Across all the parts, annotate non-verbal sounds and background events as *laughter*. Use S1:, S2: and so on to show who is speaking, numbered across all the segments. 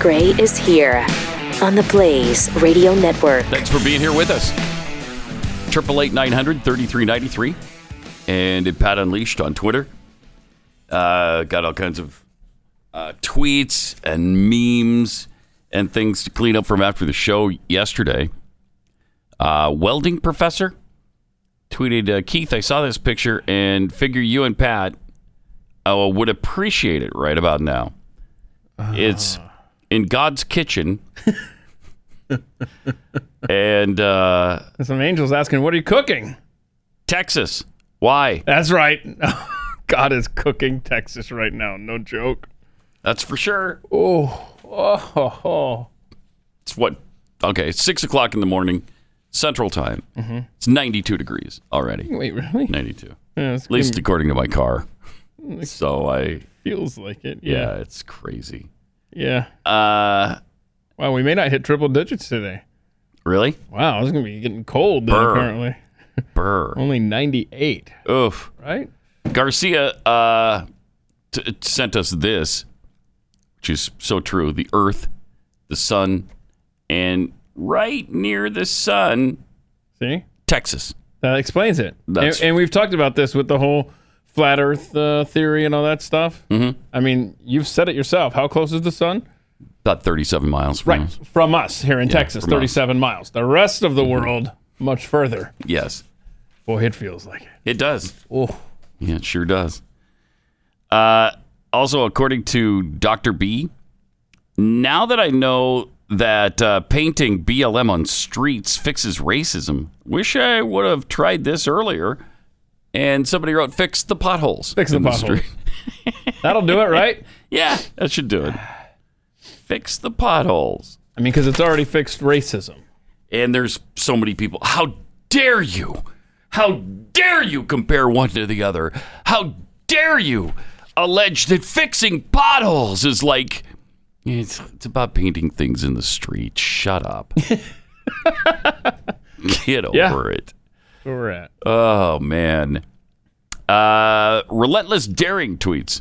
S1: Gray is here on the Blaze Radio Network.
S2: Thanks for being here with us. Triple eight nine hundred thirty three ninety three, and at Pat Unleashed on Twitter. Uh, got all kinds of uh, tweets and memes and things to clean up from after the show yesterday. Uh, welding professor tweeted uh, Keith, I saw this picture and figure you and Pat uh, would appreciate it right about now. It's in God's kitchen. and uh,
S3: Some angels asking, "What are you cooking?"
S2: Texas. Why?
S3: That's right. *laughs* God is cooking Texas right now. No joke.
S2: That's for sure.
S3: Oh, oh, ho, ho.
S2: It's what? Okay, it's six o'clock in the morning, Central Time. It's 92 degrees already.
S3: wait, really?
S2: 92.
S3: Yeah, it's
S2: At least according to my car. So I,
S3: feels like it.
S2: yeah, it's crazy.
S3: yeah.
S2: Uh,
S3: Wow, we may not hit triple digits today.
S2: really?
S3: Wow, it's gonna be getting cold. Then,
S2: Brr.
S3: apparently,
S2: Burr.
S3: only ninety-eight.
S2: Oof.
S3: Right?
S2: Garcia uh, t- t- sent us this, which is so true. The Earth, the Sun, and right near the Sun,
S3: See,
S2: Texas.
S3: that explains it. And,
S2: That's-
S3: and we've talked about this with the whole flat Earth uh, theory and all that stuff. Mm-hmm. I mean, you've said it yourself. How close is the sun?
S2: About 37 miles from
S3: Right.
S2: us.
S3: From us here in Texas,
S2: Mm-hmm. from us. Mm-hmm.
S3: 37 miles. The rest of the world, much further.
S2: Yes,
S3: Boy, it feels like it.
S2: it does.
S3: Oh,
S2: Yeah, it sure does. Uh, also, according to Dr. B, now that I know that uh, painting BLM on streets fixes racism, wish I would have tried this earlier. And somebody wrote, fix the potholes.
S3: Fix the
S2: in
S3: potholes.
S2: street." *laughs*
S3: that'll do it, right?
S2: yeah, that should *sighs* do it. Fix the potholes.
S3: I mean, because it's already fixed racism.
S2: And there's so many people. How dare you? How dare you compare one to the other? How dare you allege that fixing potholes is like it's, it's about painting things in the street. Shut up. Get
S3: Yeah.
S2: over it.
S3: That's where we're at.
S2: Oh man. Uh, relentless daring tweets.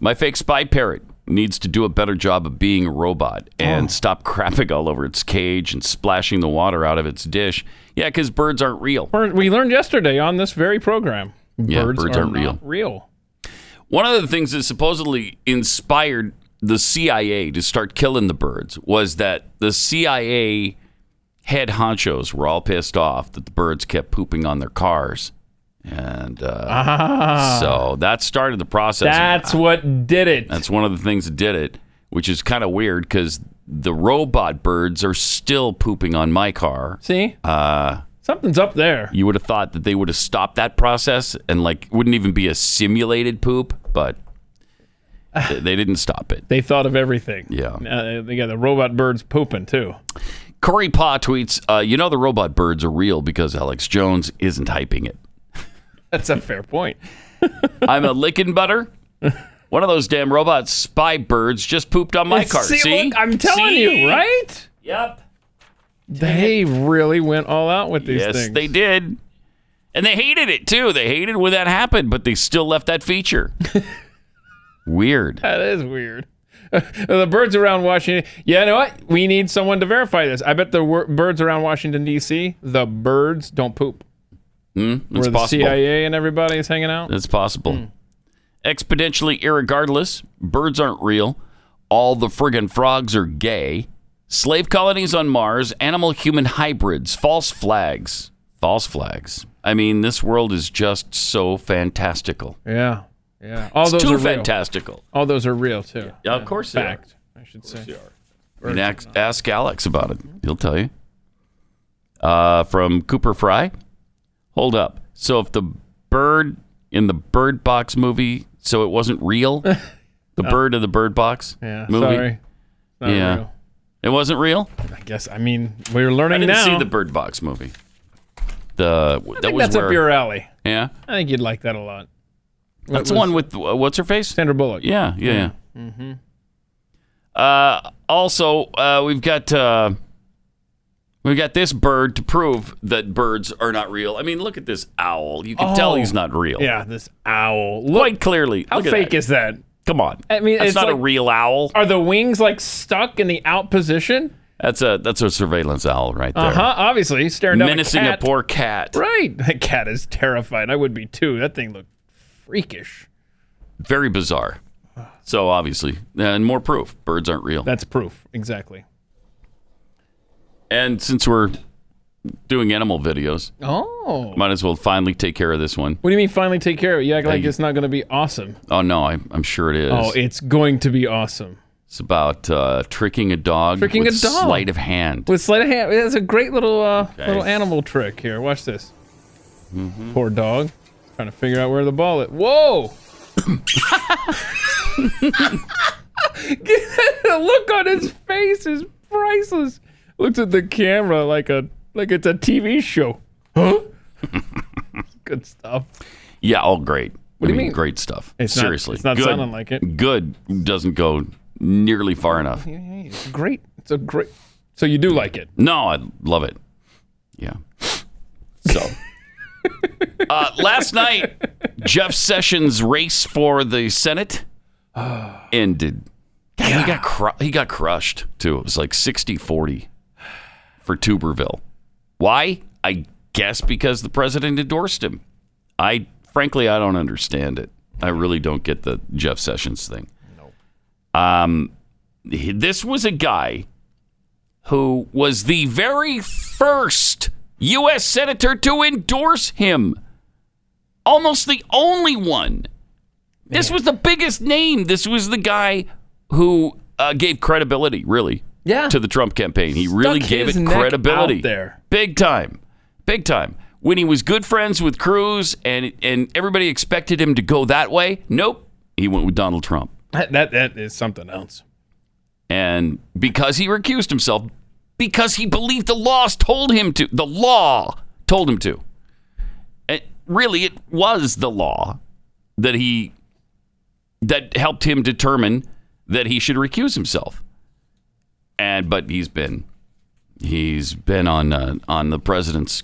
S2: My fake spy parrot needs to do a better job of being a robot and stop crapping all over its cage and splashing the water out of its dish. Yeah, because birds aren't real.
S3: Bird- we learned yesterday on this very program.
S2: Yeah, birds
S3: are
S2: aren't real.
S3: not real.
S2: One of the things that supposedly inspired the CIA to start killing the birds was that the CIA head honchos were all pissed off that the birds kept pooping on their cars. And uh, so that started the process.
S3: That's what did it.
S2: That's one of the things that did it, which is kind of weird because the robot birds are still pooping on my car.
S3: See? Uh, Something's up there.
S2: You would have thought that they would have stopped that process and like wouldn't even be a simulated poop, but they- they didn't stop it.
S3: They thought of everything.
S2: Yeah.
S3: Uh, they got the robot birds pooping, too.
S2: Corey Pa tweets, uh, "You know the robot birds are real because Alex Jones isn't hyping it.
S3: That's a
S2: *laughs*
S3: fair point.
S2: I'm a licking butter." One of those damn robot spy birds just pooped on
S3: *laughs*
S2: my car. See,
S3: look, I'm telling
S2: See?
S3: you, right?
S2: Yep.
S3: They really went all out with these
S2: Yes,
S3: things.
S2: they did. And they hated it too. They hated when that happened, but they still left that
S3: *laughs*
S2: feature. Weird.
S3: That is weird. *laughs* the birds around Washington. Yeah, you know what? We need someone to verify this. I bet the wor- birds around Washington D.C. The birds don't poop.
S2: Hmm? It's
S3: Where the
S2: possible.
S3: CIA and everybody is hanging out.
S2: It's possible.
S3: Hmm.
S2: Exponentially irregardless. Birds aren't real. All the friggin' frogs are gay. Slave colonies on Mars. Animal human hybrids. False flags. False flags. I mean, this world is just so fantastical.
S3: Yeah, yeah. All
S2: It's
S3: those
S2: too
S3: are real.
S2: fantastical.
S3: All those are real too.
S2: Yeah, of course they are.
S3: Fact, I should say.
S2: And ask, ask Alex about it. He'll tell you. Uh, from Cooper Fry. Hold up. So if the bird in the Bird Box movie, so it wasn't
S3: *laughs*
S2: real, the bird of the Bird Box
S3: Oh. Yeah.
S2: movie,
S3: Sorry. Not
S2: Yeah.
S3: Real.
S2: it wasn't real.
S3: I guess. I mean, we we're learning
S2: I didn't
S3: now.
S2: see the Bird Box movie. The
S3: I
S2: that
S3: think
S2: was
S3: that's
S2: where,
S3: up your alley.
S2: yeah.
S3: I think you'd like that a lot.
S2: That's the one with uh, what's her face?
S3: Sandra Bullock.
S2: Yeah, yeah, yeah.
S3: Mm-hmm.
S2: Uh, also, uh, we've got uh, we've got this bird to prove that birds are not real. I mean, look at this owl. You can tell
S3: Oh.
S2: he's not real.
S3: Yeah. This owl. Look,
S2: quite clearly.
S3: how
S2: look
S3: fake
S2: is
S3: is that?
S2: Come on.
S3: I mean,
S2: that's
S3: it's
S2: not a
S3: like-
S2: real owl.
S3: Are the wings like stuck in the out position?
S2: That's a that's a surveillance owl right there.
S3: Uh huh. Obviously, staring down
S2: Menacing
S3: a,
S2: a,
S3: cat.
S2: poor cat.
S3: Right. *laughs* That cat is terrified. I would be too. That thing looked freakish.
S2: Very bizarre. So obviously, and more proof birds aren't real.
S3: That's proof. Exactly.
S2: And since we're doing animal videos,
S3: Oh.
S2: might as well finally take care of this one.
S3: What do you mean finally take care of it? You act like
S2: you-
S3: it's not going to be awesome.
S2: Oh no, I, I'm sure it is.
S3: Oh, it's going to be awesome.
S2: it's about uh, tricking a dog
S3: Tricking
S2: with
S3: a dog.
S2: sleight of hand.
S3: With sleight of hand. It's a great little uh, little animal trick here. Watch this.
S2: Mm-hmm.
S3: Poor dog. Trying to figure out where the ball is. Whoa! *laughs* the look on his face is priceless. Looks at the camera like a like it's a TV show. Huh? *laughs* Good stuff.
S2: Yeah, all great. What
S3: do you mean?
S2: Great stuff.
S3: It's not-
S2: Seriously,
S3: it's not
S2: good,
S3: sounding like it.
S2: Good doesn't go nearly far enough.
S3: Oh, Yeah, yeah, It's great. It's a great. So you do like it.
S2: No, I love it. Yeah. So, uh, last night, Jeff Sessions' race for the
S3: *sighs*
S2: Senate ended. God, He got cru- he got crushed too. It was like 60-40 for Tuberville. Why? I guess because the president endorsed him. I frankly I don't understand it. I really don't get the Jeff Sessions thing. No. Um, he- this was a guy who was the very first U.S. senator to endorse him. Almost the only one. This was the biggest name. This was the guy who uh, gave credibility, really,
S3: *laughs* Yeah.
S2: to the Trump campaign. He really
S3: Stuck
S2: gave
S3: his
S2: it
S3: neck
S2: credibility
S3: out there.
S2: big time, big time. When he was good friends with Cruz and and everybody expected him to go that way, nope, he went with Donald Trump.
S3: That that is something else.
S2: And because he recused himself, because he believed the laws told him to, the law told him to. And really, it was the law that he that helped him determine that he should recuse himself. And but he's been he's been on uh, on the president's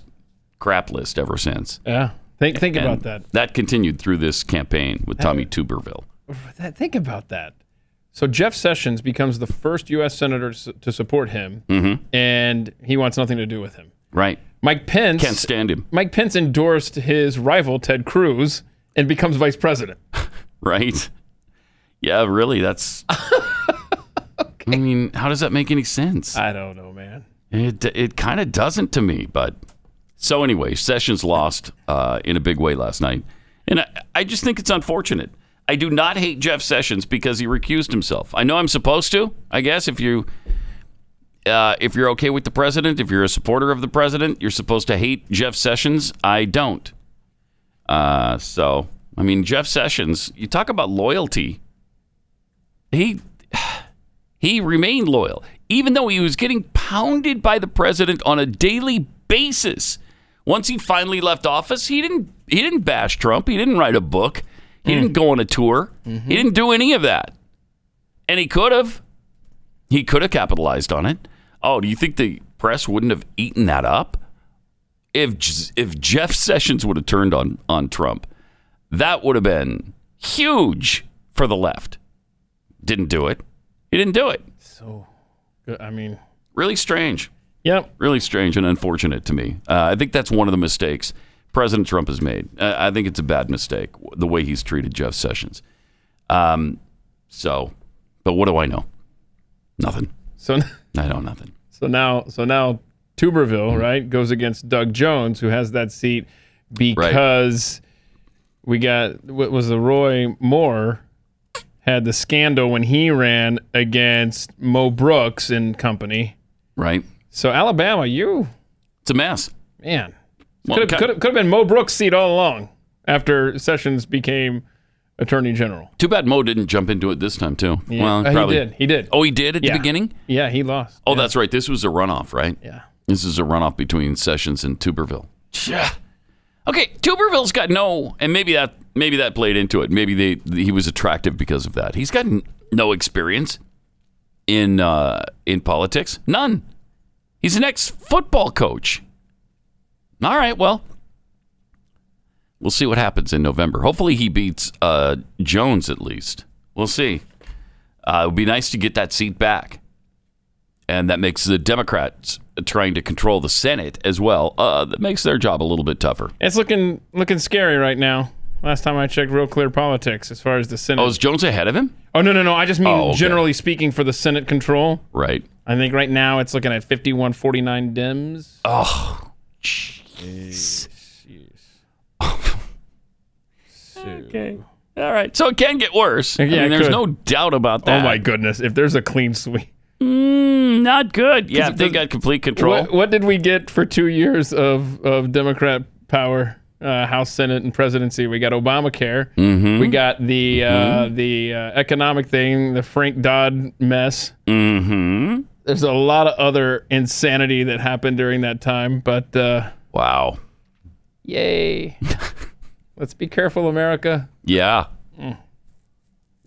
S2: crap list ever since.
S3: Yeah. Think think about
S2: And
S3: that.
S2: That continued through this campaign with Tommy Tuberville.
S3: that, think about that. So Jeff Sessions becomes the first U.S. senator s- to support him, and he wants nothing to do with him.
S2: Right?
S3: Mike Pence.
S2: Can't stand him.
S3: Mike Pence endorsed his rival Ted Cruz and becomes vice president.
S2: right? Yeah, really. That's. I mean, how does that make any sense?
S3: I don't know, man.
S2: It it kind of doesn't to me, but so anyway, Sessions lost uh, in a big way last night, and I, I just think it's unfortunate. I do not hate Jeff Sessions because he recused himself. I know I'm supposed to, I guess. If you uh, if you're okay with the president, if you're a supporter of the president, you're supposed to hate Jeff Sessions. I don't. Uh, so I mean, Jeff Sessions. You talk about loyalty. He he remained loyal, even though he was getting pounded by the president on a daily basis. Once he finally left office, he didn't he didn't bash Trump. He didn't write a book. He didn't go on a tour. He didn't do any of that. And he could have. He could have capitalized on it. Oh, do you think the press wouldn't have eaten that up? If J- if Jeff Sessions would have turned on on Trump, that would have been huge for the left. Didn't do it. He didn't do it
S3: So, I mean,
S2: really strange,
S3: yep.
S2: really strange and unfortunate to me. Uh, I think that's one of the mistakes President Trump has made. Uh, I think it's a bad mistake w- the way he's treated Jeff Sessions. Um, so, but what do I know? Nothing.
S3: So,
S2: I know nothing.
S3: so now, so now, Tuberville
S2: Mm-hmm.
S3: right goes against Doug Jones, who has that seat because we got what was the Roy Moore had the scandal when he ran against Mo Brooks and company.
S2: Right?
S3: So Alabama, you
S2: It's a mess.
S3: man,
S2: Well,
S3: could
S2: ki-
S3: have could have been Mo Brooks' seat all along. After Sessions became Attorney General,
S2: Too bad Mo didn't jump into it this time too. Well,
S3: Uh,
S2: probably.
S3: he did. He did.
S2: Oh, he did at
S3: Yeah.
S2: the beginning.
S3: yeah, he lost.
S2: Oh, that's right. This was a runoff, right?
S3: Yeah,
S2: This is a runoff between Sessions and Tuberville. Yeah. Okay, Tuberville's got no, and maybe that maybe that played into it. Maybe they he was attractive because of that. He's got n- no experience in uh, in politics, none. He's an ex football coach. All right, well, we'll see what happens in November. Hopefully, he beats uh, Jones at least. We'll see. Uh, it would be nice to get that seat back. And that makes the Democrats trying to control the Senate as well. Uh, that makes their job a little bit tougher.
S3: It's looking looking scary right now. Last time I checked, Real Clear Politics, as far as the Senate.
S2: Oh, is Jones ahead of him?
S3: Oh, no, no, no. I just mean
S2: Oh, okay.
S3: generally speaking for the Senate control.
S2: Right.
S3: I think right now it's looking at 51 49 Dems.
S2: Oh,
S3: Okay.
S2: all right. So it can get worse. I
S3: Yeah,
S2: mean,
S3: it
S2: there's
S3: could.
S2: no doubt about
S3: Oh,
S2: that.
S3: my goodness. If there's a clean sweep.
S2: Not good. Yeah, if they got complete control.
S3: What, what did we get for two years of, of Democrat power, uh, House, Senate, and presidency? We got Obamacare. We got the uh, the uh, economic thing, the Frank Dodd mess. Mm-hmm. There's a lot of other insanity that happened during that time, but uh,
S2: Wow.
S3: yay! *laughs* Let's be careful, America.
S2: Yeah.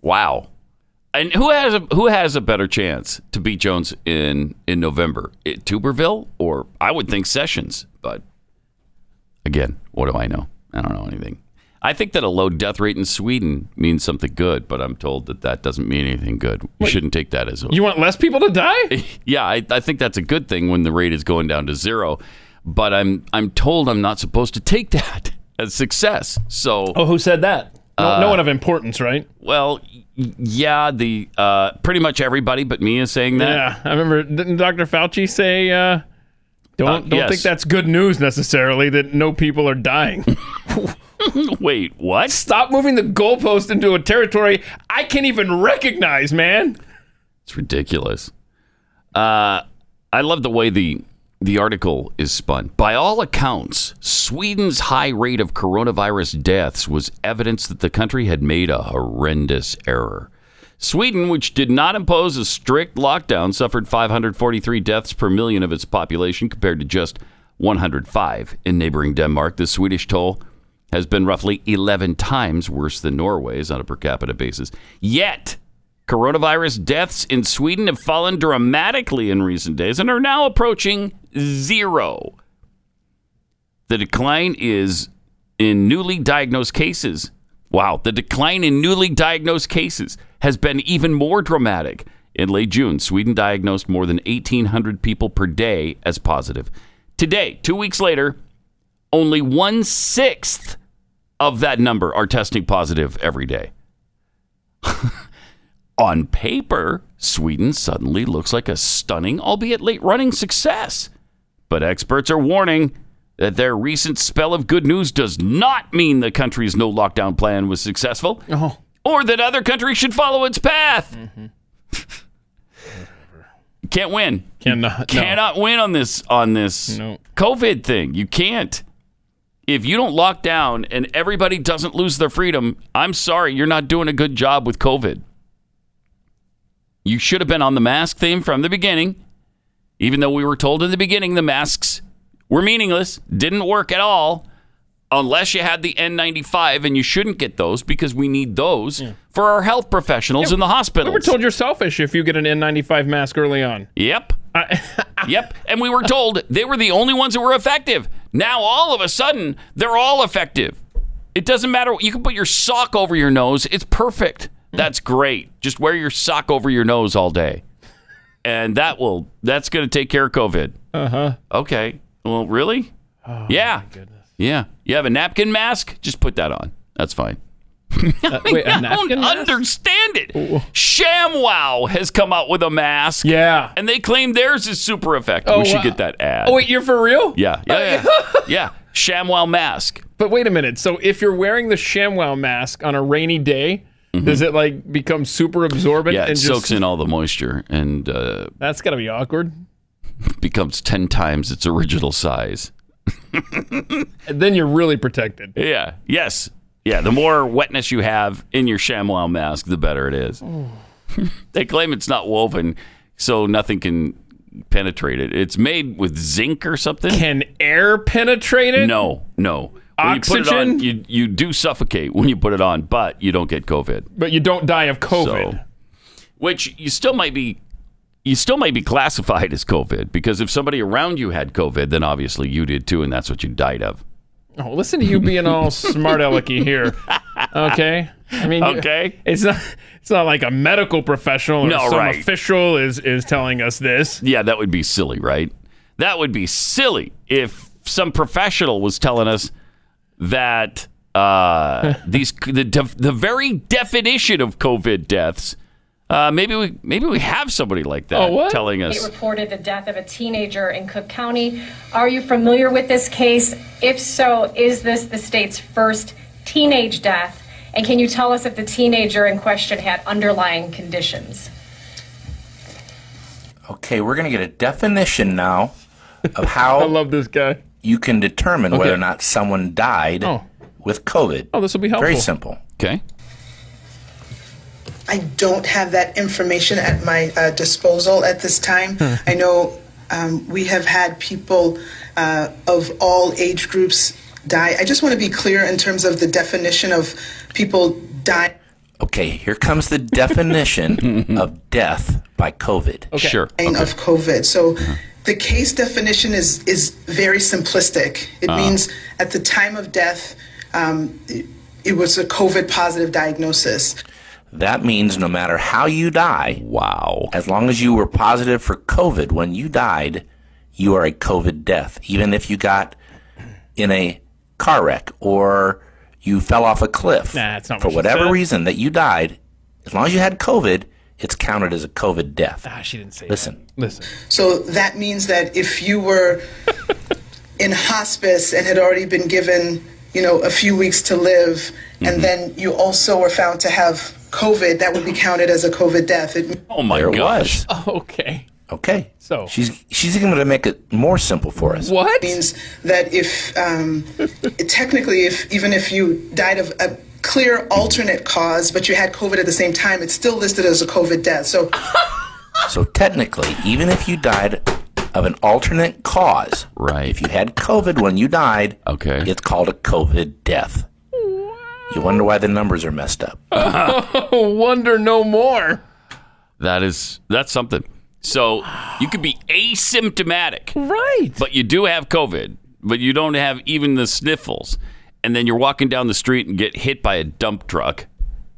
S2: Wow. And who has a who has a better chance to beat Jones in in November? It, Tuberville or I would think Sessions, but again, what do I know? I don't know anything. I think that a low death rate in Sweden means something good, but I'm told that that doesn't mean anything good. You shouldn't take that as a
S3: You want less people to die?
S2: yeah, I, I think that's a good thing when the rate is going down to zero. But I'm I'm told I'm not supposed to take *laughs* that as success. So
S3: Oh, who said that? Uh, No, no one of importance, right?
S2: well, y- yeah, the uh, pretty much everybody but me is saying that.
S3: Yeah, I remember. Didn't Dr. Fauci say, uh, "Don't
S2: Uh,
S3: don't
S2: yes.
S3: think that's good news necessarily that no people are dying."
S2: *laughs* Wait, what?
S3: *laughs* Stop moving the goalpost into a territory I can't even recognize, man.
S2: It's ridiculous. Uh, I love the way the the article is spun. By all accounts, Sweden's high rate of coronavirus deaths was evidence that the country had made a horrendous error. Sweden, which did not impose a strict lockdown, suffered 543 deaths per million of its population compared to just 105 in neighboring Denmark. The Swedish toll has been roughly 11 times worse than Norway's on a per capita basis. Yet, Coronavirus deaths in Sweden have fallen dramatically in recent days and are now approaching zero. The decline is in newly diagnosed cases. Wow, the decline in newly diagnosed cases has been even more dramatic. In late June, Sweden diagnosed more than 1,800 people per day as positive. Today, two weeks later, only one sixth of that number are testing positive every day. On paper, Sweden suddenly looks like a stunning, albeit late running success. But experts are warning that their recent spell of good news does not mean the country's no lockdown plan was successful
S3: Oh.
S2: or that other countries should follow its path. *laughs* Can't win.
S3: Cannot. *laughs*
S2: Cannot win on this on this
S3: No.
S2: COVID thing. You can't. If you don't lock down and everybody doesn't lose their freedom, I'm sorry, you're not doing a good job with COVID. You should have been on the mask theme from the beginning. Even though we were told in the beginning the masks were meaningless, didn't work at all, unless you had the N95, and you shouldn't get those because we need those for our health professionals in the hospitals.
S3: We were told you're selfish if you get an N95 mask early on.
S2: Yep. *laughs* yep. And we were told they were the only ones that were effective. Now all of a sudden, they're all effective. It doesn't matter. You can put your sock over your nose. It's perfect. That's great. Just wear your sock over your nose all day. And that will that's going to take care of COVID.
S3: Uh-huh. Oh,
S2: Okay. Well, really? yeah. Yeah. You have a napkin mask? Just put that on. That's fine. *laughs*
S3: wait, a
S2: I don't
S3: napkin mask?
S2: understand it. ShamWow has come out with a mask.
S3: Yeah.
S2: And they claim theirs is super effective. we should
S3: wow.
S2: get that ad.
S3: Oh wait, Oh, you're for real?
S2: Yeah. Yeah. Yeah.
S3: *laughs*
S2: yeah. ShamWow mask.
S3: But wait a minute. So if you're wearing the ShamWow mask on a rainy day, does it like become super absorbent
S2: Mm-hmm. Yeah. It
S3: and just
S2: soaks in all the moisture and uh,
S3: That's got to be awkward.
S2: becomes 10 times its original size.
S3: And then you're really protected.
S2: Yeah. Yes. Yeah. The more wetness you have in your ShamWow mask, the better it
S3: *sighs*
S2: is. they claim it's not woven, so nothing can penetrate it. It's made with zinc or something.
S3: Can air penetrate it?
S2: No, no. When you put it on,
S3: Oxygen?
S2: you, you do suffocate when you put it on, but you don't get COVID.
S3: But you don't die of COVID.
S2: So, which you still might be, you still might be classified as COVID because if somebody around you had COVID, then obviously you did too, and that's what you died of. *laughs*
S3: Oh, listen to you being all smart alecky here. Okay. I mean, you-
S2: Okay.
S3: It's not. It's not like a medical professional or
S2: No,
S3: some
S2: right.
S3: official is is telling us this.
S2: Yeah, that would be silly, right? That would be silly if some professional was telling us that
S3: *laughs*
S2: uh, these the def- the very definition of COVID deaths. Uh, maybe we maybe we have somebody like that
S3: Oh, what?
S2: telling
S4: It
S2: us.
S4: reported the death of a teenager in Cook County. Are you familiar with this case? If so, is this the state's first teenage death? And can you tell us if the teenager in question had underlying conditions?
S5: Okay, we're going to get a definition now
S3: *laughs*
S5: of how
S3: I love this guy.
S5: you can determine whether
S3: Okay.
S5: or not someone died
S3: Oh.
S5: with COVID.
S3: Oh, this will be helpful.
S5: Very simple.
S2: Okay,
S6: I don't have that information at my uh, disposal at this time. I know um, we have had people uh, of all age groups die. I just want to be clear in terms of the definition of people dying.
S5: Okay, here comes the
S3: *laughs*
S5: definition of death by COVID.
S2: sure.
S6: dying of COVID. So the case definition is is very simplistic. It means at the time of death, um, it, it was a COVID positive diagnosis.
S5: That means no matter how you die,
S2: Wow.
S5: as long as you were positive for COVID when you died, you are a COVID death. Even if you got in a car wreck or you fell off a cliff,
S3: Nah, that's not
S5: for
S3: what she
S5: whatever
S3: said.
S5: reason that you died, as long as you had COVID, it's counted as a COVID death.
S3: Ah, she didn't say.
S5: Listen,
S3: that. Listen.
S6: So that means that if you were in hospice and had already been given, you know, a few weeks to live,
S7: Mm-hmm.
S6: and then you also were found to have COVID, that would be counted as a COVID death. It,
S2: Oh my
S5: there it
S2: gosh.
S5: was.
S3: Okay.
S5: Okay.
S3: So-
S5: she's she's even going to make it more simple for us.
S3: What?
S6: means that if um, technically, if even if you died of a clear alternate cause, but you had COVID at the same time, it's still listed as a COVID death. So
S5: So technically, even if you died of an alternate cause,
S2: Right.
S5: If you had COVID when you died,
S2: Okay.
S5: it's called a COVID death. You wonder why the numbers are messed up.
S3: Wonder no more.
S2: That is that's something. So you could be asymptomatic.
S3: Right.
S2: but you do have COVID, but you don't have even the sniffles, and then you're walking down the street and get hit by a dump truck.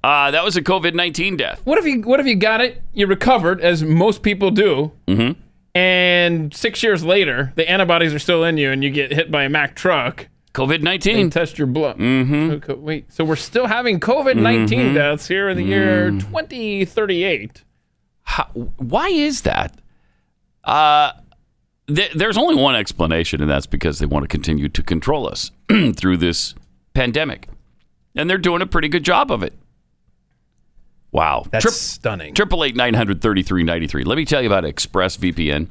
S2: Uh, that was a COVID 19 death.
S3: What if you What if you got it? You recovered, as most people do. Mm-hmm. And six years later, the antibodies are still in you, and you get hit by a Mack truck
S2: COVID
S3: and
S2: 19.
S3: test your blood. Mm-hmm. wait, so we're still having COVID 19
S2: Mm-hmm.
S3: deaths here in the year twenty thirty eight.
S2: Why is that? Uh, th- there's only one explanation, and that's because they want to continue to control us *clears throat* through this pandemic. And they're doing a pretty good job of it. Wow. Trip-
S3: stunning.
S2: Triple eight nine hundred thirty three ninety three. Let me tell you about ExpressVPN.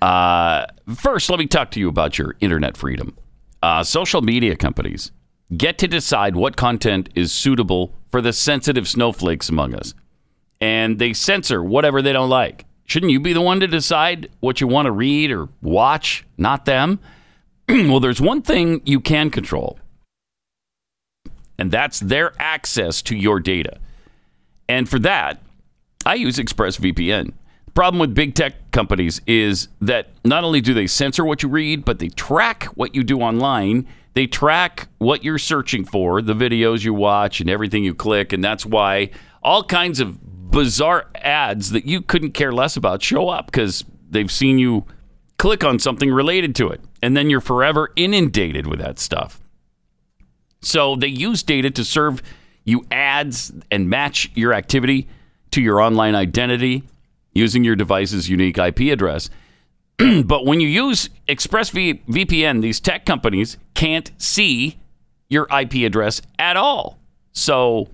S2: Uh, first, let me talk to you about your internet freedom. Uh, social media companies get to decide what content is suitable for the sensitive snowflakes among us, and they censor whatever they don't like. Shouldn't you be the one to decide what you want to read or watch, not them? *clears throat* well, there's one thing you can control, and that's their access to your data. And for that, I use ExpressVPN. The problem with big tech companies is that not only do they censor what you read, but they track what you do online. They track what you're searching for, the videos you watch, and everything you click. And that's why all kinds of bizarre ads that you couldn't care less about show up because they've seen you click on something related to it. And then you're forever inundated with that stuff. So they use data to serve you ads and match your activity to your online identity using your device's unique IP address. *clears throat* but when you use ExpressVPN, these tech companies can't see your IP address at all. So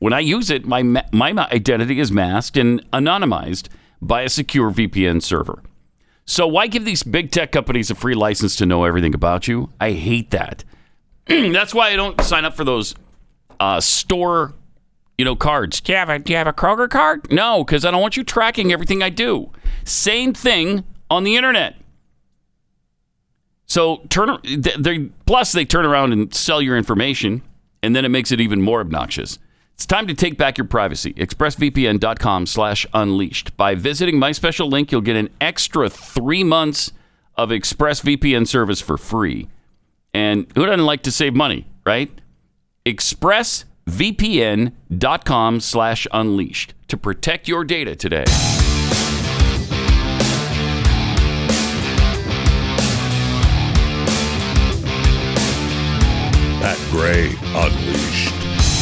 S2: when I use it, my ma- my ma- identity is masked and anonymized by a secure VPN server. So why give these big tech companies a free license to know everything about you? I hate that. *clears throat* That's why I don't sign up for those uh, store, you know, cards. Do you have a Do you have a Kroger card? No, because I don't want you tracking everything I do. Same thing on the internet. So turn they, they plus they turn around and sell your information, and then it makes it even more obnoxious. It's time to take back your privacy. ExpressVPN.com/unleashed. By visiting my special link, you'll get an extra three months of ExpressVPN service for free. And who doesn't like to save money, right? expressvpn.com slash unleashed to protect your data today.
S8: Pat Gray Unleashed.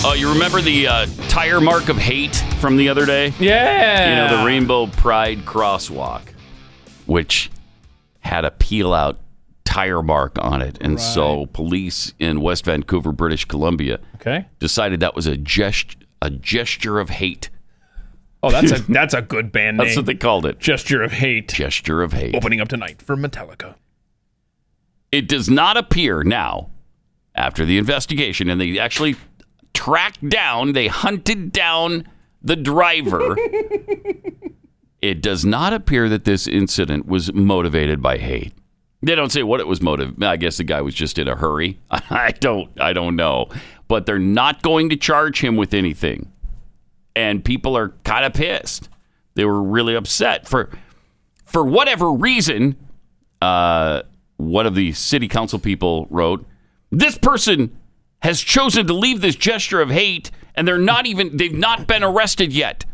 S2: Oh, you remember the uh, tire mark of hate from the other day?
S3: Yeah.
S2: You know, the Rainbow Pride crosswalk, which had a peel out tire mark on it. And so police in West Vancouver, British Columbia,
S3: Okay.
S2: decided that was a, gest- a gesture of hate. *laughs*
S3: Oh, that's a that's a good band name.
S2: That's what they called it.
S3: Gesture of Hate.
S2: Gesture of hate.
S3: Opening up tonight for Metallica.
S2: It does not appear now after the investigation, and they actually tracked down, they hunted down the driver. it does not appear that this incident was motivated by hate. They don't say what it was motive. I guess the guy was just in a hurry. *laughs* I don't I don't know. But they're not going to charge him with anything. And people are kind of pissed. They were really upset for for whatever reason uh, one of the city council people wrote, "This person has chosen to leave this gesture of hate, and they're not even they've not been arrested yet."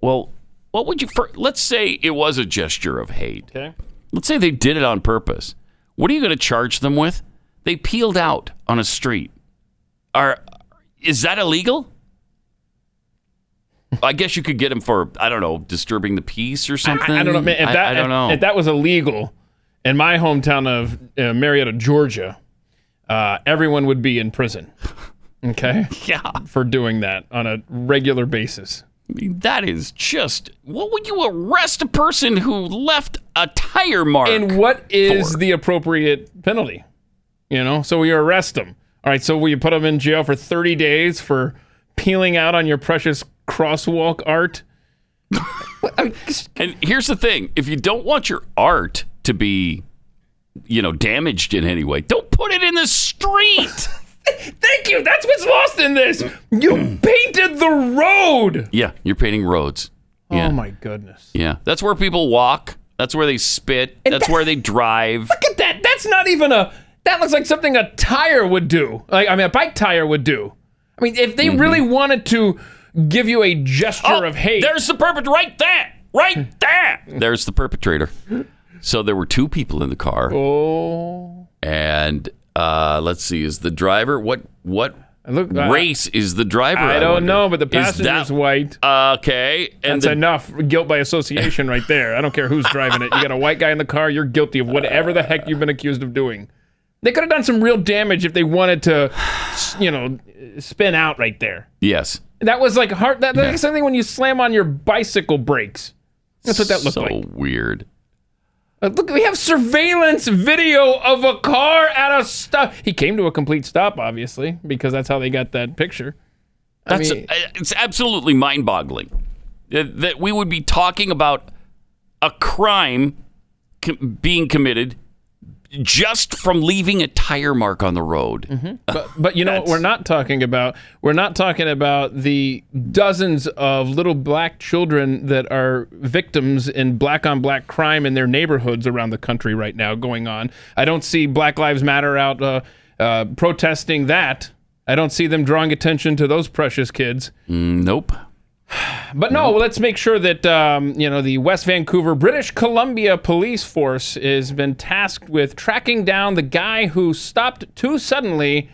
S2: Well, what would you? Fir- Let's say it was a gesture of hate.
S3: Okay.
S2: Let's say they did it on purpose. What are you going to charge them with? They peeled out on a street. Are is that illegal? I guess you could get them for I don't know disturbing the peace or something.
S3: I, I don't know. man, If
S2: I-
S3: that,
S2: I don't
S3: if-
S2: know.
S3: If, that was illegal in my hometown of uh, Marietta, Georgia, uh, everyone would be
S2: *laughs*
S3: in prison. Okay.
S2: yeah.
S3: For doing that on a regular basis.
S2: I mean, that is just. What would you arrest a person who left a tire mark?
S3: And what is
S2: Four.
S3: the appropriate penalty? You know, so we arrest them. All right, so we put them in jail for 30 days for peeling out on your precious crosswalk art.
S2: *laughs* And here's the thing: if you don't want your art to be, you know, damaged in any way, don't put it in the street.
S3: Thank you. That's what's lost in this. You painted the road.
S2: yeah, you're painting roads. Yeah.
S3: Oh my goodness.
S2: Yeah, that's where people walk. That's where they spit. That's where they drive.
S3: Look at that. That's not even a. That looks like something a tire would do. Like I mean, a bike tire would do. I mean, if they really wanted to give you a gesture
S2: Mm-hmm. Oh,
S3: of hate,
S2: There's the perpetrator right there.
S3: *laughs*
S2: Right there. there's the perpetrator. So there were two people in the car. Oh. And uh, let's see, is the driver what what
S3: look, I-
S2: race is the driver?
S3: Uh, I don't
S2: wonder?
S3: know, but the
S2: Is
S3: passenger's white.
S2: Okay, and
S3: That's
S2: the,
S3: enough guilt by association right there. I don't care who's driving it. You got a white guy in the car, you're guilty of whatever the heck you've been accused of doing. They could have done some real damage if they wanted to, you know, spin out right there.
S2: yes,
S3: That was like hard. That, that's something when you slam on your bicycle brakes. That's what that looked
S2: so
S3: like.
S2: weird.
S3: Uh, Look, we have surveillance video of a car at a stop. He came to a complete stop, obviously, because that's how they got that picture.
S2: That's
S3: mean-
S2: uh, it's absolutely mind-boggling that, that we would be talking about a crime com- being committed just from leaving a tire mark on the road.
S3: But you know what we're not talking about? We're not talking about the dozens of little black children that are victims in black on black crime in their neighborhoods around the country right now going on. I don't see Black Lives Matter out uh, uh, protesting that. I don't see them drawing attention to those precious kids.
S2: Nope.
S3: But no, let's make sure that um, you know the West Vancouver, British Columbia police force has been tasked with tracking down the guy who stopped too suddenly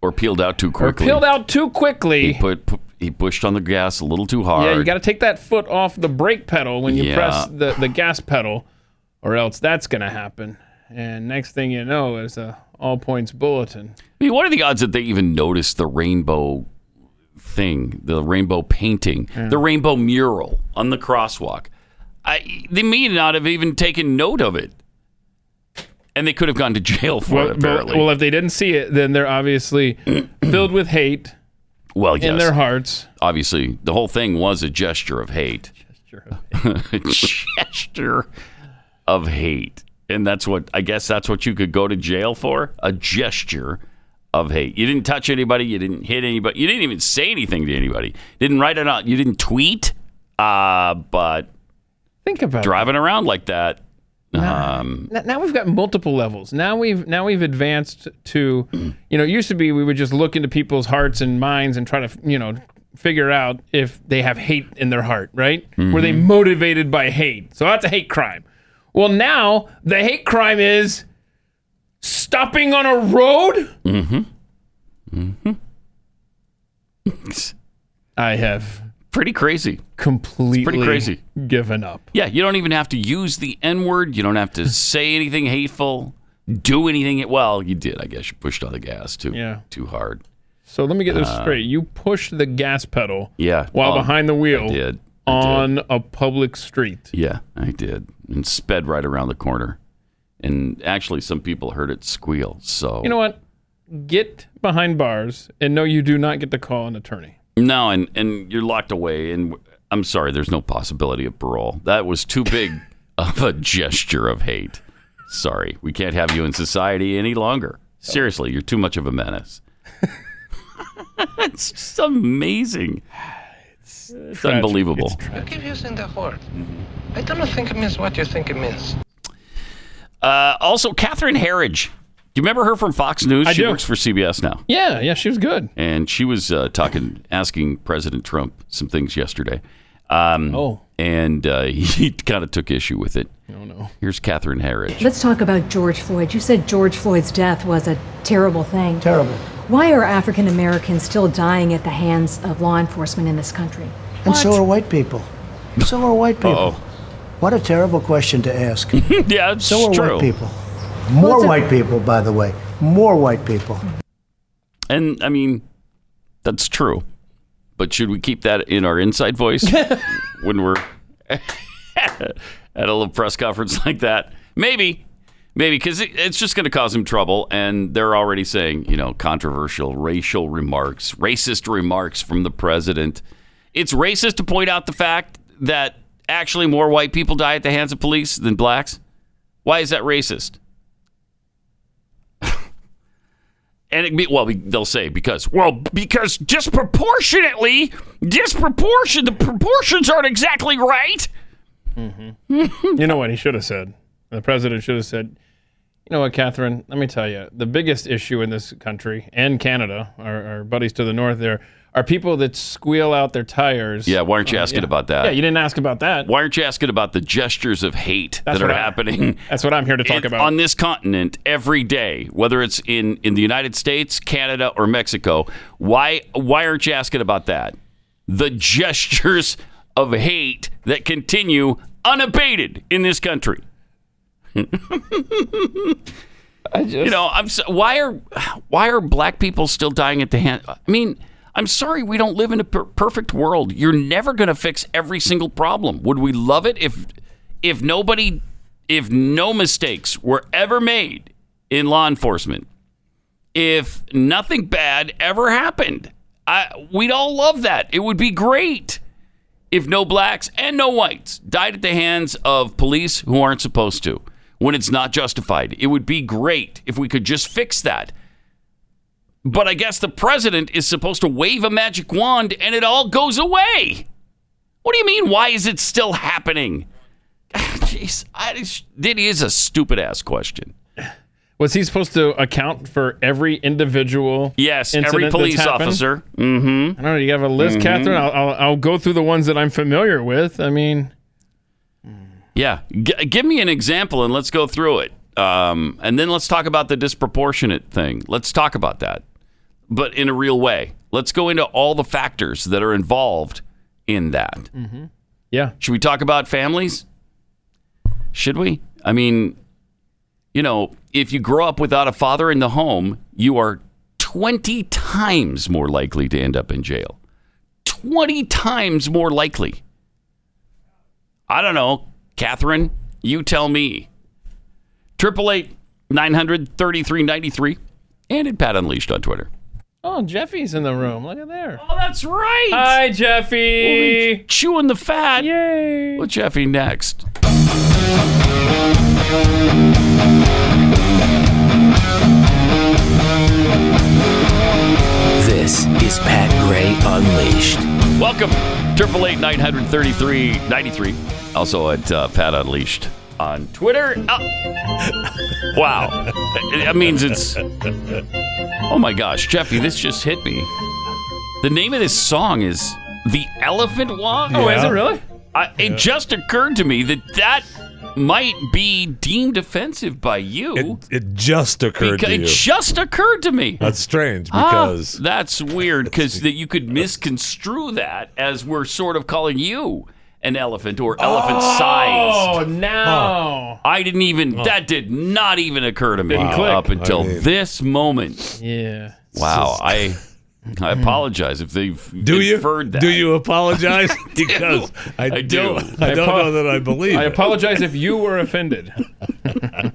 S2: Or peeled out too
S3: or
S2: quickly.
S3: peeled out too quickly.
S2: He put pu- he pushed on the gas a little too hard.
S3: Yeah, you got to take that foot off the brake pedal when you
S2: Yeah.
S3: press the, the gas pedal, or else that's going to happen. And next thing you know is a all points bulletin.
S2: I mean, what are the odds that they even noticed the rainbow thing, the rainbow painting,
S3: Hmm.
S2: the rainbow mural on the crosswalk? I, they may not have even taken note of it, and they could have gone to jail for it. Apparently,
S3: well, if they didn't see it, then
S2: *clears throat*
S3: they're obviously filled with hate
S2: Well, yes,
S3: in their hearts.
S2: obviously, the whole thing was a gesture of hate. A *laughs* gesture of hate, and that's what I guess that's what you could go to jail for. A gesture of hate. You didn't touch anybody. You didn't hit anybody. You didn't even say anything to anybody. Didn't write it out. You didn't tweet. Uh, but
S3: Think about it.
S2: driving around like that, Um,
S3: Now, now we've got multiple levels. Now we've now we've advanced to, you know, it used to be we would just look into people's hearts and minds and try to, you know, figure out if they have hate in their heart, right? Were they
S2: Mm-hmm.
S3: motivated by hate? So that's a hate crime. Well, now the hate crime is stopping on a road.
S2: Mm-hmm.
S3: Mm-hmm. *laughs* I have
S2: pretty crazy.
S3: completely
S2: crazy.
S3: given up.
S2: Yeah, you don't even have to use the N word. You don't have to say anything hateful, do anything. Well, you did, I guess. You pushed on the gas too,
S3: Yeah.
S2: too hard.
S3: So let me get this straight. You pushed the gas pedal
S2: Uh, Yeah.
S3: while
S2: Oh,
S3: behind the wheel
S2: I did. I did.
S3: on a public street.
S2: Yeah, I did, and sped right around the corner. And actually, some people heard it squeal. So
S3: You know what? Get behind bars and no, you do not get to call an attorney.
S2: No, and and you're locked away. And I'm sorry, there's no possibility of parole. That was too big *laughs* of a gesture of hate. Sorry, we can't have you in society any longer. Seriously, you're too much of a menace. *laughs* it's just amazing. It's, unbelievable.
S9: You keep using that word.
S7: Mm-hmm.
S9: I don't think it means what you think it means.
S2: uh, also, Catherine Herridge. Do you remember her from Fox News?
S3: I
S2: she
S3: do.
S2: works for CBS now.
S3: Yeah, yeah, she was good.
S2: and she was uh, talking, asking President Trump some things yesterday. Um,
S3: Oh.
S2: and uh, *laughs* he kind of took issue with it.
S3: Oh no.
S2: Here's Catherine Herridge.
S10: Let's talk about George Floyd. You said George Floyd's death was a terrible thing. Terrible. Why are African Americans still dying at the hands of law enforcement in this country?
S11: And so are white people. So are white people.
S2: Oh,
S11: What a terrible question to ask.
S2: *laughs* yeah, it's
S11: So are
S2: true.
S11: white people. More
S10: it's a-
S11: white people, by the way. More white people.
S2: And I mean, that's true. But should we keep that in our inside voice when we're *laughs* at a little press conference like that? Maybe, maybe, because it, it's just going to cause him trouble. And they're already saying, you know, controversial racial remarks, racist remarks from the president. It's racist to point out the fact that actually more white people die at the hands of police than blacks. Why is that racist? And it, be- well, be- they'll say because well because disproportionately, disproportion the proportions aren't exactly right.
S3: You know what he should have said? The president should have said, you know what, Catherine, let me tell you, the biggest issue in this country and Canada, our, our buddies to the north there, are people that squeal out their tires.
S2: Yeah, why aren't you asking about that?
S3: Oh, Yeah, you didn't ask about that.
S2: why aren't you asking about the gestures of hate
S3: That's
S2: that are
S3: what I-
S2: happening?
S3: *laughs* That's what I'm here to talk
S2: in-
S3: about.
S2: on this continent every day, whether it's in, in the United States, Canada, or Mexico. Why why aren't you asking about that? The gestures of hate that continue unabated in this country. you know, I'm so, why are why are black people still dying at the hand? I mean, I'm sorry, we don't live in a per- perfect world. You're never going to fix every single problem. Would we love it if if nobody if no mistakes were ever made in law enforcement? If nothing bad ever happened, I, we'd all love that. It would be great if no blacks and no whites died at the hands of police who aren't supposed to when it's not justified. It would be great if we could just fix that. But I guess the president is supposed to wave a magic wand and it all goes away. What do you mean? Why is it still happening? *sighs* Jeez, I just, it is a stupid ass question.
S3: Was he supposed to account for every individual?
S2: Yes,
S3: incident
S2: every
S3: that's
S2: police
S3: happened?
S2: officer.
S3: I don't know. You have a list,
S7: Mm-hmm.
S3: Catherine. I'll, I'll, I'll go through the ones that I'm familiar with. I mean,
S2: Yeah, G- give me an example and let's go through it. Um, and then let's talk about the disproportionate thing. Let's talk about that, but in a real way. Let's go into all the factors that are involved in that.
S3: yeah.
S2: Should we talk about families? Should we? I mean, you know, if you grow up without a father in the home, you are 20 times more likely to end up in jail. 20 times more likely. I don't know, Catherine, you tell me. 888 933 and at Pat Unleashed on Twitter.
S3: Oh, Jeffy's in the room. Look at there.
S2: Oh, that's right.
S3: Hi, Jeffy.
S2: Chewing the fat.
S3: Yay.
S2: Well, Jeffy next.
S12: This is Pat Gray Unleashed.
S2: Welcome, triple eight nine hundred thirty three ninety three. Also at uh, Pat Unleashed on Twitter. Oh. *laughs* Wow. That means it's. Oh my gosh, Jeffy, this just hit me. The name of this song is The Elephant Walk.
S3: Oh, is it really?
S2: I, it just occurred to me that that might be deemed offensive by you. It,
S7: It just occurred to you.
S2: It just occurred to me.
S7: That's strange
S2: Ah,
S7: because
S2: that's weird because that you could misconstrue that as we're sort of calling you an elephant or elephant
S3: Oh,
S2: sized.
S3: now.
S2: I didn't even
S3: Huh.
S2: that did not even occur to me
S3: Didn't click.
S2: up until
S3: I mean-
S2: this moment.
S3: Yeah.
S2: Wow, I I apologize if they've
S7: Do you?
S2: inferred that.
S7: Do you
S2: *laughs*
S7: apologize?
S2: do.
S7: Because I
S2: do.
S7: don't- I don't know that I believe
S3: I
S7: it.
S3: apologize if you were offended. *laughs*
S7: I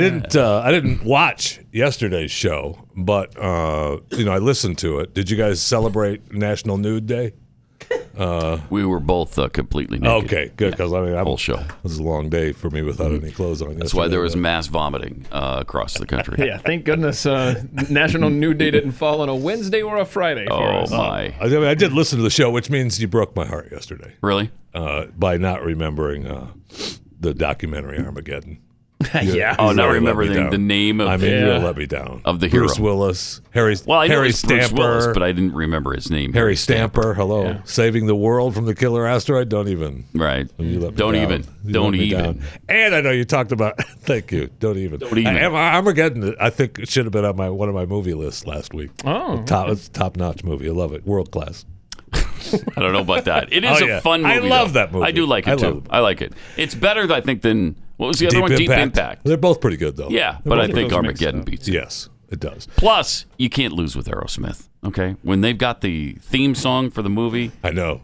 S7: didn't. Uh, I didn't watch yesterday's show, but uh, you know, I listened to it. Did you guys celebrate National Nude Day? Uh,
S2: we were both uh, completely
S7: naked. Okay, good because I mean, I'm, whole show. It was a long day for me without any clothes on.
S2: That's why
S7: yesterday,
S2: there was
S7: but-
S2: mass vomiting uh, across the country.
S3: yeah, thank goodness uh, National New Day didn't fall on a Wednesday or a Friday. for
S2: Oh
S3: us. *laughs*
S7: I, mean, I did listen to the show, which means you broke my heart yesterday.
S2: Really?
S7: Uh, by not remembering uh, the documentary Armageddon. You-
S2: Yeah.
S7: you
S2: Oh, not
S7: really let
S2: remembering
S7: me
S2: the-
S7: down.
S2: the name of-
S7: I mean, you
S2: Yeah.
S7: really let me down.
S2: Of the
S7: Bruce
S2: hero.
S7: Willis, Harry.
S2: Well, I know
S7: Harry
S2: it's Bruce
S7: Stamper,
S2: Willis, but I didn't remember his name.
S7: Harry Stamper. Hello, saving the world from the killer asteroid. Don't even.
S2: Right.
S7: You let me
S2: Don't
S7: down.
S2: even.
S7: You
S2: Don't
S7: let me
S2: even.
S7: down. And I know you talked about. *laughs* thank you. Don't even.
S2: Don't even.
S7: I, Am- Armageddon. I think it should have been on my one of my movie lists last week.
S3: Oh,
S7: top. It's top notch movie. I love it. World class.
S2: *laughs* I don't know about that. It is
S7: Oh,
S2: a
S7: yeah.
S2: fun
S7: I
S2: movie.
S7: love
S2: though.
S7: that movie.
S2: I do like it
S7: I
S2: too.
S7: love it.
S2: I like it. It's better, I think, than what was the other one? Deep Impact.
S7: They're both pretty good though.
S2: Yeah,
S7: They're
S2: but I think
S7: both pretty good.
S2: Armageddon beats it.
S7: Yes, it does.
S2: Plus, you can't lose with Aerosmith. Okay, when they've got the theme song for the movie,
S7: I know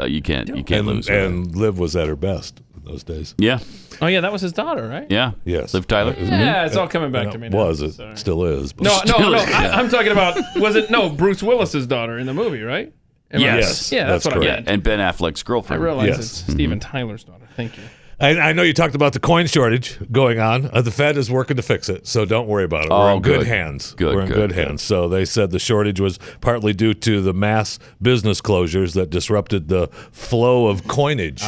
S2: uh, you can't. You can't
S7: and,
S2: lose. with
S7: And Liv was at her best in those days.
S2: Yeah.
S3: Oh yeah, that was his daughter, right? Mm-hmm.
S2: it. yeah.
S7: Yes.
S2: Liv Tyler.
S3: Yeah, it's all coming back to me. Now.
S7: Was it still is? but-
S3: No, no, no. I,
S2: Yeah.
S3: I'm talking about was it no Bruce Willis's daughter in the movie, right? Am I-
S2: Yes.
S3: Yeah, that's, what I meant.
S2: Yeah, and Ben Affleck's girlfriend.
S3: I realize
S7: Yes.
S3: it's Steven Tyler's daughter. Thank you.
S7: I, I know you talked about the coin shortage going on. Uh, the Fed is working to fix it, so don't worry about it. We're
S2: Oh,
S7: in good,
S2: good.
S7: hands.
S2: Good,
S7: We're in
S2: good,
S7: good,
S2: good.
S7: hands. So they said the shortage was partly due to the mass business closures that disrupted the flow of coinage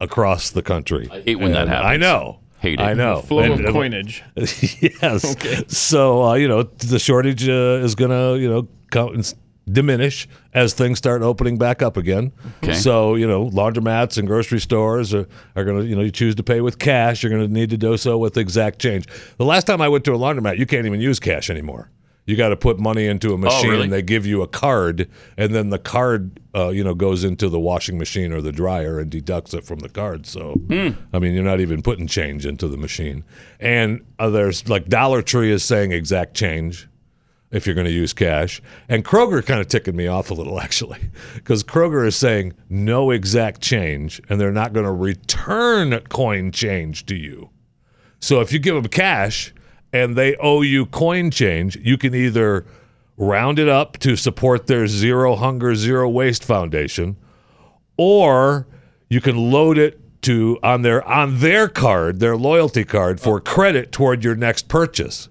S7: across the country. I
S2: hate when that happens.
S7: I know.
S2: Hate it.
S7: I know.
S3: Flow of
S7: And-
S3: coinage.
S7: *laughs* yes. So uh, you know the shortage uh, is gonna you know come and s- diminish as things start opening back up again.
S2: Okay.
S7: So you know laundromats and grocery stores are, are gonna you know you choose to pay with cash. You're gonna need to do so with exact change. The last time I went to a laundromat, you can't even use cash anymore. You got to put money into a machine.
S2: Oh, really?
S7: They give you a card, and then the card, uh, you know, goes into the washing machine or the dryer and deducts it from the card. So
S2: Hmm.
S7: I mean, you're not even putting change into the machine. And uh, there's like Dollar Tree is saying exact change if you're going to use cash. And Kroger kind of ticking me off a little, actually, because Kroger is saying no exact change and they're not going to return coin change to you. So if you give them cash and they owe you coin change, you can either round it up to support their Zero Hunger, Zero Waste Foundation or you can load it to on their on their card, their loyalty card for credit toward your next purchase.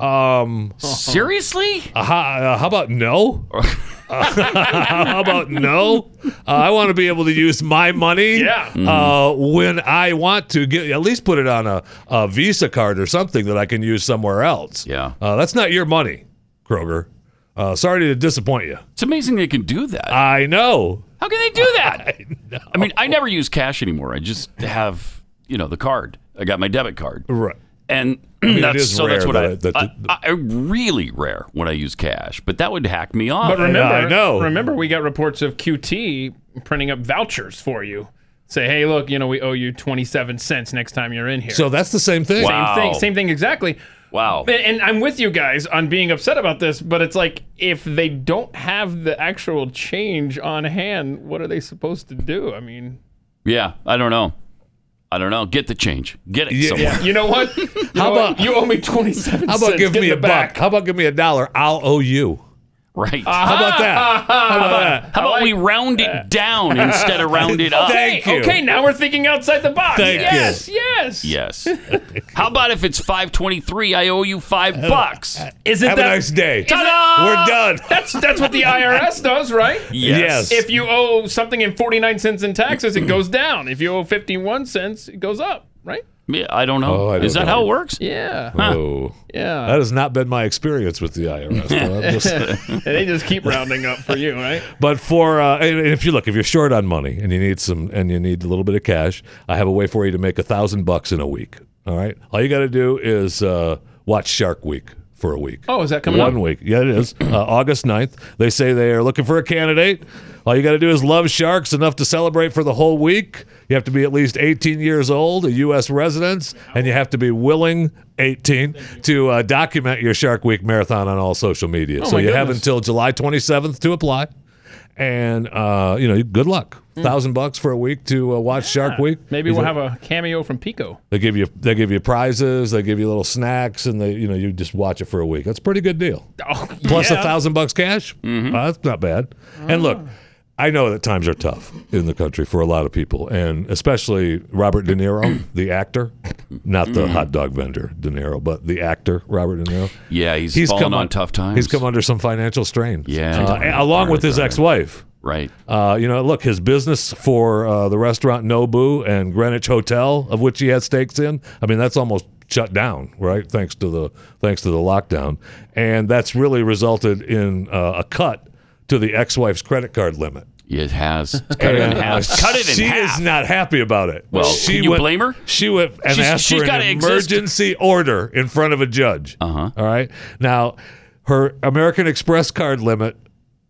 S7: Um,
S2: Seriously?
S7: uh, how, uh, how about no? *laughs* how about no? Uh, I want to be able to use my money
S3: Yeah.
S7: uh, when I want to. Get, at least put it on a, a Visa card or something that I can use somewhere else.
S2: Yeah.
S7: Uh, that's not your money, Kroger. Uh, sorry to disappoint you.
S2: It's amazing they can do that.
S7: I know.
S2: How can they
S7: *laughs*
S2: do that? I, mean, I never use cash anymore. I just have, you know, the card. I got my debit card.
S7: Right.
S2: And
S7: mean, it
S2: that's,
S7: is
S2: so that's
S7: rare
S2: what
S7: that
S2: I,
S7: I- that-
S2: I, I, really rare when I use cash, but that would hack me off.
S3: But remember, remember, we got reports of QT printing up vouchers for you. Say, hey, look, you know, we owe you 27 cents next time you're in here.
S7: So that's the same thing.
S3: Same thing, same thing exactly.
S2: Wow.
S3: And, and I'm with you guys on being upset about this, but it's like if they don't have the actual change on hand, what are they supposed to do? I mean,
S2: Yeah, I don't know. I don't know. Get the change. Get it somewhere.
S3: you know what? You
S7: *laughs* How
S3: know what?
S7: about-
S3: you owe me 27
S7: How
S3: cents.
S7: about give
S3: Get
S7: me
S3: in
S7: a
S3: the back.
S7: buck? How about give me a dollar? I'll owe you.
S2: *laughs* Right.
S7: How about that?
S2: How about, how about we round it down instead
S7: *laughs*
S2: of round it up?
S3: Okay, okay, now we're thinking outside the box.
S2: Thank you.
S3: yes, yes.
S2: Yes. How about if it's 523, I owe you
S7: *laughs*
S2: five bucks?
S3: Isn't Have a that- nice
S7: day.
S3: Ta-da!
S7: We're done.
S3: *laughs* That's that's what the
S7: *laughs*
S3: IRS does, right?
S2: Yes. Yes.
S3: If you owe something in 49 cents in taxes, it goes down. If you owe 51 cents, it goes up, right?
S2: Yeah, I don't know.
S7: Oh, I don't
S2: Is that
S7: know.
S2: how it works?
S3: Yeah.
S7: Oh.
S3: Yeah.
S7: That has not been my experience with the IRS. but
S3: *laughs*
S7: I'm just-
S3: and they just keep rounding up for you, right?
S7: But for uh, and and if you look, if you're short on money and you need some and you need a little bit of cash, I have a way for you to make a thousand bucks in a week. All right, all you got to do is uh, watch Shark Week for a week.
S3: Oh, is that coming
S7: One
S3: up?
S7: week, yeah, it is. *clears throat* Uh, August 9th. They say they are looking for a candidate. All you got to do is love sharks enough to celebrate for the whole week. You have to be at least 18 years old, a U.S. resident, and you have to be willing 18 to uh, document your Shark Week marathon on all social media.
S3: Oh,
S7: so
S3: my
S7: you have
S3: goodness.
S7: until July 27th to apply. And uh, you know, good luck. Thousand bucks for a week to uh, watch Shark Week.
S3: Hmm. Maybe we'll have a cameo from Pico.
S7: They give you they give you prizes. They give you little snacks, and they you know you just watch it for a week. That's a pretty good deal. Plus a
S3: Oh, yeah.
S7: thousand bucks cash.
S2: Mm-hmm.
S7: Uh, that's not bad. And look, I know that times are tough in the country for a lot of people, and especially Robert
S2: *clears throat*
S7: De Niro, the actor, not
S2: Mm-hmm.
S7: the hot dog vendor De Niro, but the actor Robert De Niro.
S2: Yeah, he's, fallen on tough times.
S7: He's come under some financial strain.
S2: Yeah.
S7: Uh, and along with his ex-wife.
S2: Right.
S7: Uh, you know, look, his business for uh, the restaurant Nobu and Greenwich Hotel, of which he had stakes in. I mean, that's almost shut down, right? Thanks to the thanks to the lockdown, and that's really resulted in uh, a cut to the ex-wife's credit card limit.
S2: It
S7: *laughs*
S2: has. It's cut it in
S7: And, uh,
S2: half. Cut it in
S7: she
S2: half.
S7: is not happy about it.
S2: Well,
S7: she
S2: can you
S7: went-
S2: blame her?
S7: She went and
S2: She's-
S7: asked
S2: she's
S7: for an
S2: gotta exist.
S7: emergency order in front of a judge. Uh-huh. right. Now, her American Express card limit,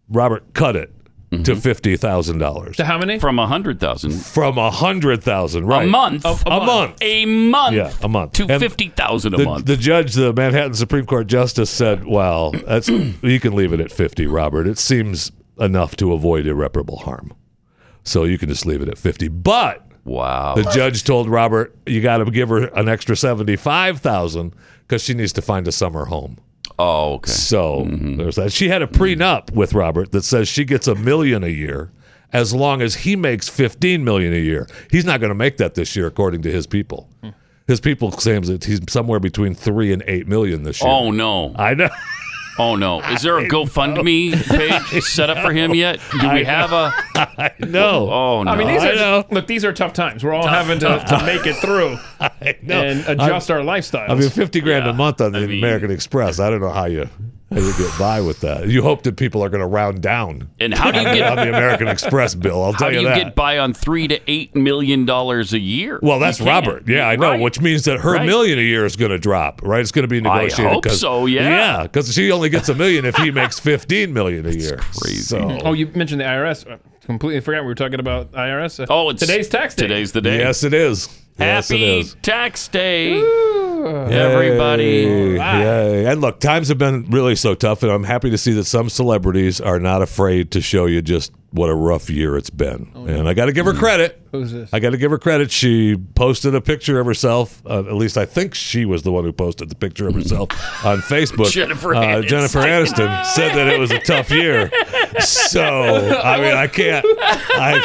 S7: Robert cut it
S2: Mm-hmm.
S7: to fifty thousand dollars
S3: To how many?
S2: From a hundred thousand.
S7: from a hundred thousand. Right.
S2: A month.
S7: A, month.
S2: A month.
S7: Yeah, a month.
S2: To
S7: And
S2: fifty thousand a
S7: the,
S2: month.
S7: the judge, the Manhattan Supreme Court justice, said, "Well,
S2: *clears throat*
S7: that's you can leave it at fifty, Robert. It seems enough to avoid irreparable harm, so you can just leave it at fifty. But
S2: wow.
S7: the judge told Robert, "You got to give her an extra seventy-five thousand because she needs to find a summer home."
S2: oh, okay.
S7: So
S3: Mm-hmm.
S7: there's that. She had a prenup with Robert that says she gets a million a year as long as he makes 15 million a year. He's not going to make that this year, according to his people. His people claims that he's somewhere between three and eight million this year.
S2: Oh no.
S7: I know.
S2: Oh no. Is there a GoFundMe
S7: *laughs*
S2: page set up for him yet? Do
S7: I
S2: we have a?
S7: *laughs* No.
S2: Oh no.
S3: *laughs* I mean, these
S7: I
S3: are look. These are tough times. We're all having to, to make it through
S7: *laughs* know.
S3: and adjust our lifestyles.
S7: I mean, 50 grand a month on the American Express. I don't know how you. How you get by with that? You hope that people are going to round down
S2: and how do
S7: *laughs*
S2: you
S7: on the
S2: get?
S7: American Express bill. I'll
S2: How
S7: tell
S2: do you
S7: that.
S2: get by on three to eight million dollars a year?
S7: Well,
S2: You
S7: that's
S2: can't.
S7: Robert. Yeah, I know,
S2: Right.
S7: which means that her
S2: Right.
S7: million a year is going to drop, right? It's going to be negotiated.
S2: hope
S7: 'cause-
S2: so, yeah.
S7: yeah, because she only gets a million if he makes fifteen million a year. crazy. So,
S3: oh, you mentioned the IRS. I completely forgot we were talking about IRS. Uh,
S2: Oh, it's
S3: today's tax day.
S2: Today's the day.
S7: yes, it is. Yes,
S2: Happy
S7: it is.
S2: tax day, everybody.
S7: Yay, yay. And look, times have been really so tough, and I'm happy to see that some celebrities are not afraid to show you just what a rough year it's been. And I got to give her credit.
S3: Oh, Who's this?
S7: I got to give her credit. She posted a picture of herself. Uh, at least I think she was the one who posted the picture of
S3: *laughs*
S7: herself on Facebook.
S2: Jennifer
S7: uh,
S2: Aniston.
S7: Jennifer Aniston said that it was a tough year. So I mean, I can't. I,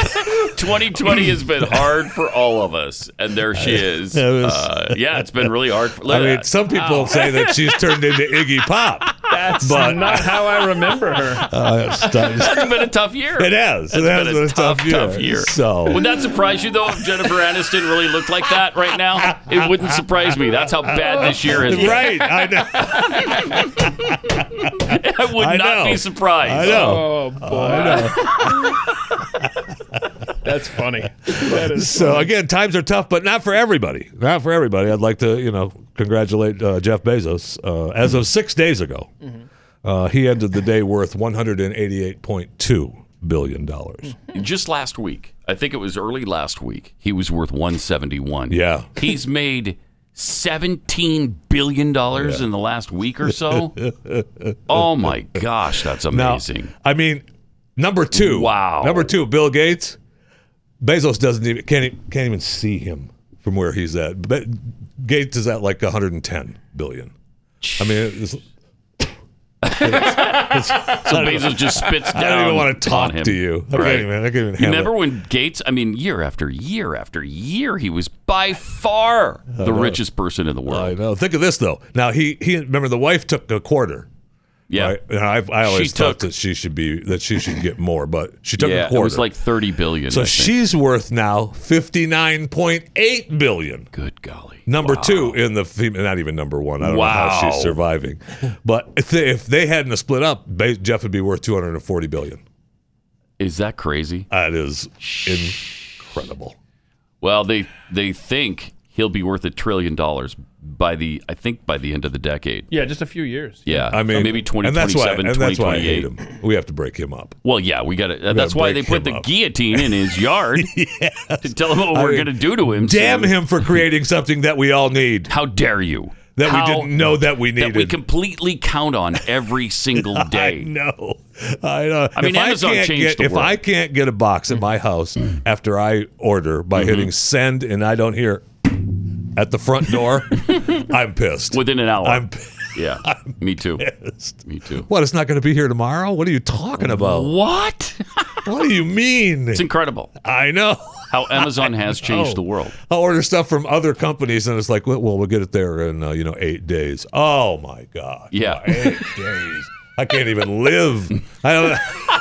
S2: 2020 has been hard for all of us, and there
S7: *laughs*
S2: she is.
S7: It was-
S2: Uh, yeah, it's been really hard. For, look
S7: *laughs* I
S2: at
S7: mean,
S2: that.
S7: some people say that she's turned into Iggy Pop.
S3: That's
S7: But-
S3: not how I remember
S7: *laughs*
S3: her.
S7: Uh, it's-
S2: it's been a tough year.
S7: it has. It
S2: It's
S7: has
S2: been a, tough, tough year.
S7: So
S2: Would that surprise you though if Jennifer Aniston really looked like that right now? It wouldn't surprise me. That's how bad this year has been.
S7: *laughs* right, I know.
S2: *laughs* I would
S7: I
S2: not
S7: know.
S2: be surprised.
S7: I know.
S3: Oh boy, *laughs* that's funny. That is
S7: So again, times are tough, but not for everybody. Not for everybody. I'd like to, you know, congratulate uh, Jeff Bezos. Uh, as of six days ago,
S2: Mm-hmm.
S7: uh, he ended the day worth one hundred and eighty-eight point two billion dollars.
S2: Just last week, I think it was early last week, he was worth 171.
S7: Yeah.
S2: *laughs* He's made 17 billion dollars in the last week or
S7: *laughs*
S2: so. oh my gosh, that's
S7: Now,
S2: amazing.
S7: I mean, number two.
S2: Wow.
S7: Number two, Bill Gates. Bezos doesn't even can't even, can't even see him from where he's at. But Gates is at like 110 billion. I mean, it's
S2: so Bezos just spits
S7: *laughs* I
S2: down.
S7: don't even wanna talk
S2: on him.
S7: to you. I can't
S2: Right.
S7: even- I can't even
S2: you
S7: handle
S2: remember when Gates? I mean, year after year after year, he was by far
S7: I
S2: the
S7: know.
S2: richest person in the world.
S7: I know. Think of this though. Now he he remember the wife took a quarter.
S2: Yeah.
S7: Right? And I, I
S2: She
S7: always thought
S2: took-
S7: that she should be that she should get more, but she took
S2: yeah,
S7: a quarter.
S2: it was like thirty billion.
S7: so
S2: I think.
S7: she's worth now fifty nine point eight billion.
S2: Good golly.
S7: Number two in the fem- not even number one. I don't know how
S2: Wow.
S7: she's surviving. But if they, if they hadn't have split up, Ba- Jeff would be worth two hundred and forty billion.
S2: Is that crazy?
S7: That is incredible.
S2: Well, they they think he'll be worth a trillion dollars by the I think by the end of the decade.
S3: Yeah, just a few years.
S2: Yeah,
S7: I mean,
S2: Uh, maybe
S7: and that's why,
S2: 2027,
S7: and that's why I hate
S2: 2028.
S7: him. We have to break him up.
S2: Well, yeah, we got to.
S7: gotta
S2: That's why they
S7: break
S2: put the
S7: him up.
S2: guillotine in
S7: *laughs*
S2: his yard to tell him what
S7: I
S2: we're
S7: mean,
S2: going to do to him.
S7: Damn
S2: so-
S7: him for creating something that we all need.
S2: How dare you?
S7: That
S2: How-
S7: we didn't know that we needed.
S2: That we completely count on
S7: *laughs*
S2: every single day.
S7: I know. I know.
S2: I mean,
S7: if
S2: Amazon
S7: I can't
S2: changed
S7: get,
S2: the
S7: If
S2: world.
S7: I can't get a box at my house after I order by
S2: Mhm.
S7: hitting send and I don't hear at the front
S2: *laughs*
S7: door, I'm pissed.
S2: Within an hour.
S7: I'm
S2: yeah. me
S7: *laughs*
S2: too. Me too.
S7: What? It's not going to be here tomorrow? What are you talking about?
S2: What?
S7: what do you mean? It's
S2: incredible.
S7: *laughs* I know.
S2: How Amazon has changed the
S7: know.
S2: world.
S7: I'll order stuff from other companies, and it's like, well, we'll get it there in uh, you know eight days. Oh my god!
S2: Yeah.
S7: eight days. I can't even live.
S2: *laughs*
S7: I don't.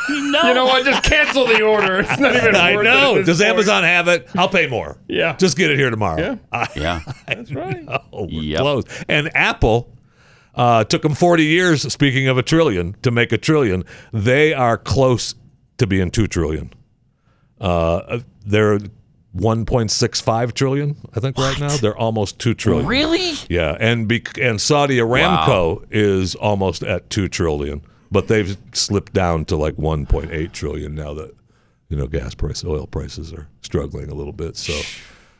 S2: no.
S3: You know what? Just cancel the order. It's not even.
S7: I
S3: worth it at
S7: know.
S3: this
S7: Does
S3: point.
S7: Amazon have it? I'll pay more.
S3: Yeah.
S7: Just get it here tomorrow.
S3: Yeah.
S2: Yeah.
S7: That's right. *laughs* Oh, we're close. And Apple uh, took them 40 years, speaking of a trillion, to make a trillion. They are close to being 2 trillion. Uh, they're 1.65 trillion, I think, right now. They're almost 2 trillion.
S2: Really?
S7: Yeah. And, bec and Saudi Aramco is almost at 2 trillion, but they've slipped down to like 1.8 trillion now that, you know, gas prices, oil prices are struggling a little bit. So,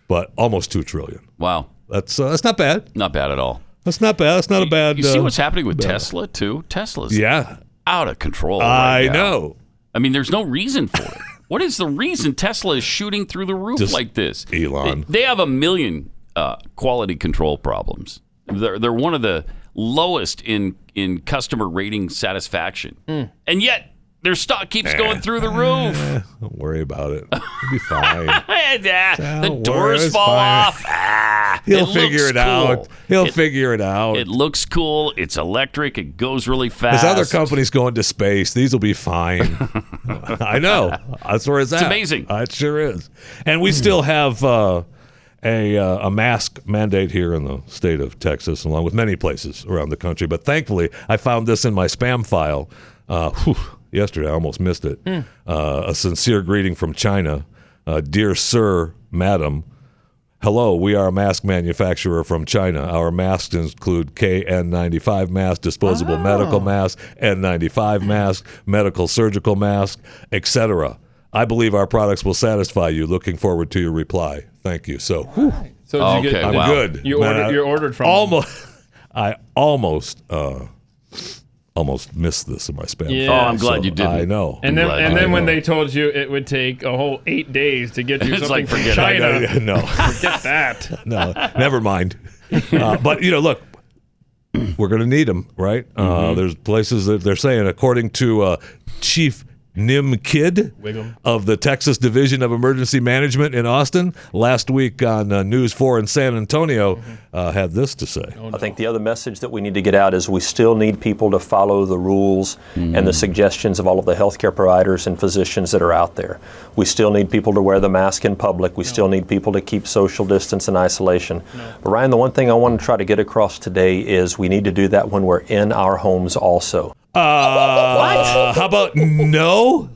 S7: but almost 2 trillion.
S2: Wow.
S7: That's uh, that's not bad.
S2: Not bad at all.
S7: That's not bad. That's not a bad.
S2: You see
S7: uh,
S2: what's happening with
S7: bad.
S2: Tesla too? Tesla's
S7: Yeah,
S2: out of control.
S7: I
S2: Oh, right now.
S7: know.
S2: I mean, there's no reason for
S7: *laughs*
S2: it. What is the reason Tesla is shooting through the roof
S7: Just
S2: like this?
S7: Elon.
S2: They, they have a million uh, quality control problems. They're they're one of the lowest in in customer rating satisfaction,
S7: Hmm.
S2: and yet their stock keeps going through the roof. *laughs*
S7: *laughs* Eh, don't worry about it. It'll be fine.
S2: And, ah, the
S7: Don't worry,
S2: doors
S7: it's
S2: fall
S7: fine.
S2: off. Ah,
S7: He'll
S2: it
S7: figure
S2: looks
S7: it out.
S2: cool.
S7: He'll
S2: It-
S7: figure it out.
S2: It looks cool. It's electric. It goes really fast.
S7: His other company's going to space. These will
S2: *laughs*
S7: be fine. I know. That's where it's,
S2: It's
S7: at.
S2: amazing. Hmm.
S7: Uh, It sure is. And we still have uh, a uh, a mask mandate here in the state of Texas, along with many places around the country. But thankfully, I found this in my spam file uh, whew, yesterday. I almost missed it.
S2: Hmm.
S7: Uh, a sincere greeting from China, uh, dear sir, madam. Hello, we are a mask manufacturer from China. Our masks include KN95 mask, disposable medical mask, N95 mask, medical surgical mask, etc. I believe our products will satisfy you. Looking forward to your reply. Thank you. So, whew,
S3: So did you get,
S7: I'm
S3: did-
S7: good.
S3: You
S7: Man,
S3: ordered,
S7: I
S3: you ordered from
S7: almost. I almost uh, almost missed this in my spam.
S3: Yeah.
S7: folder,
S3: Oh, I'm
S2: glad
S7: so
S2: you didn't.
S7: I know.
S3: And then,
S7: I
S3: and then when
S7: know.
S3: they told you it would take a whole eight days to
S7: *laughs*
S3: get you
S2: It's
S3: something
S2: like,
S3: from
S2: forget it.
S3: China,
S7: no,
S3: forget that.
S7: no, never mind. Uh, but you know, look, we're going to need them, right?
S3: Mm-hmm.
S7: Uh, there's places that they're saying, according to uh, Chief Nim Kidd
S3: Wiggum.
S7: of the Texas Division of Emergency Management in Austin, last week on uh, News Four in San Antonio,
S3: Mm-hmm.
S7: uh, had this to say.
S3: Oh.
S13: I think the other message that we need to get out is we still need people to follow the rules and
S2: Mm.
S13: the suggestions of all of the healthcare providers and physicians that are out there. We still need people to wear the mask in public. We still need people to keep social distance and isolation. But Ryan, the one thing I want to try to get across today is we need to do that when we're in our homes also.
S7: Uh, How about no?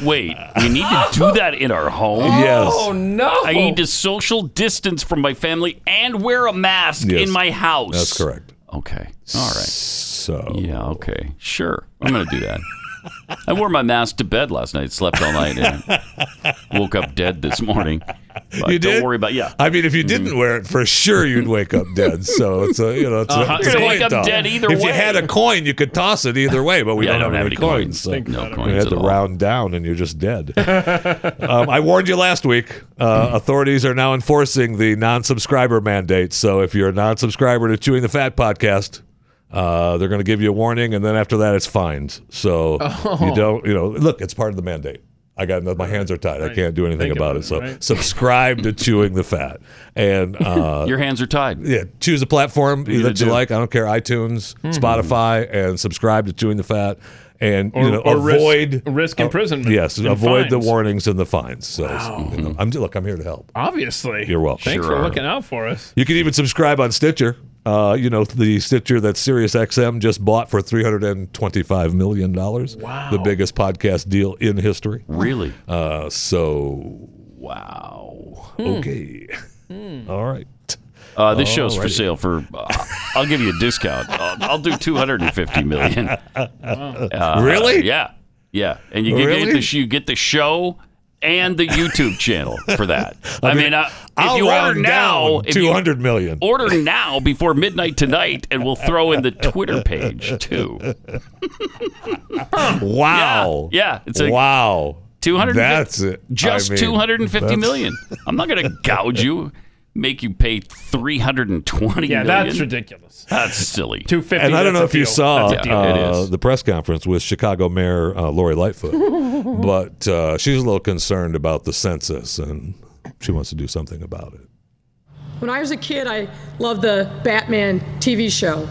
S2: Wait, we need to do that in our home?
S7: Yes.
S3: Oh no!
S2: I need to social distance from my family and wear a mask
S7: Yes.
S2: in my house.
S7: That's correct.
S2: Okay. All right.
S7: So
S2: Yeah, okay. Sure. I'm going to do that. I wore my mask to bed last night, slept all night, and woke up dead this morning. But
S7: You
S2: Don't
S7: did?
S2: worry about yeah. Mm-hmm.
S7: I mean, if you didn't wear it, for sure you'd wake up dead. So it's a you know, it's
S2: Uh-huh.
S7: a, it's
S2: You're
S7: a
S2: gonna
S7: coin
S2: wake up
S7: toss.
S2: dead either
S7: If
S2: way.
S7: you had a coin, you could toss it either way, but we
S2: Yeah, I
S7: don't, have, any coins. so
S2: No
S3: about it.
S2: coins
S7: we had
S2: at
S7: to
S2: all.
S7: round down, and you're just dead. um, I warned you last week. Uh, authorities are now enforcing the non-subscriber mandate. So if you're a non-subscriber to Chewing the Fat podcast, Uh, they're going to give you a warning, and then after that, it's fines. So
S14: Oh.
S7: you don't, you know, look, it's part of the mandate. I got my hands are tied. I can't do anything
S2: Think
S7: about
S2: about
S7: it.
S2: it,
S7: So
S2: right?
S7: subscribe to Chewing the Fat, and uh,
S2: Your hands are tied.
S7: Yeah, choose a platform
S2: Do you
S7: that
S2: do?
S7: you like. I don't care. iTunes,
S3: Hmm.
S2: Mhm.
S7: Spotify, and subscribe to Chewing the Fat, and
S3: Or,
S7: you know,
S3: or
S7: avoid uh,
S3: risk, risk imprisonment.
S7: Yes,
S3: and
S7: avoid the
S3: fines.
S7: warnings and the fines. So, you know, I'm look, I'm here to help.
S3: Obviously.
S7: You're welcome.
S3: Thanks
S7: Sure
S3: for
S7: are.
S3: looking out for us.
S7: You can even subscribe on Stitcher. Uh, you know the Stitcher that Sirius XM just bought for three hundred and twenty-five million dollars. Wow, the biggest podcast deal in history.
S3: Hmm.
S2: Really?
S7: Uh, so wow.
S2: Hmm.
S7: Okay.
S3: Hmm.
S7: *laughs* All right.
S2: Uh, this show's for
S7: Alrighty.
S2: sale for. Uh, I'll give you a discount. I'll, I'll do two hundred and fifty million. Uh,
S7: Really?
S2: Yeah, yeah. And you get,
S7: Really?
S2: the sh- you get the show and the YouTube channel for
S7: *laughs*
S2: that. I,
S7: I mean,
S2: mean, uh, if
S7: I'll
S2: you order
S7: round
S2: now,
S7: down
S2: if you
S7: 200 million.
S2: Order now before midnight tonight, and we'll throw in the Twitter page too.
S7: Wow.
S2: Yeah, yeah, it's a-
S7: wow.
S2: Two hundred.
S7: That's it.
S2: Just
S7: I mean,
S2: two hundred and fifty
S7: that's-
S2: million. I'm not going to gouge you. Make you pay three hundred and twenty.
S3: Yeah, that's ridiculous.
S2: That's silly.
S3: Two fifty.
S7: And I don't know if you saw
S2: That's a deal.
S7: uh,
S2: It is.
S7: the press conference with Chicago Mayor uh,
S15: *laughs*
S7: Lori Lightfoot, but uh, she's a little concerned about the census and she wants to do something about it.
S15: When I was a kid, I loved the Batman TV show.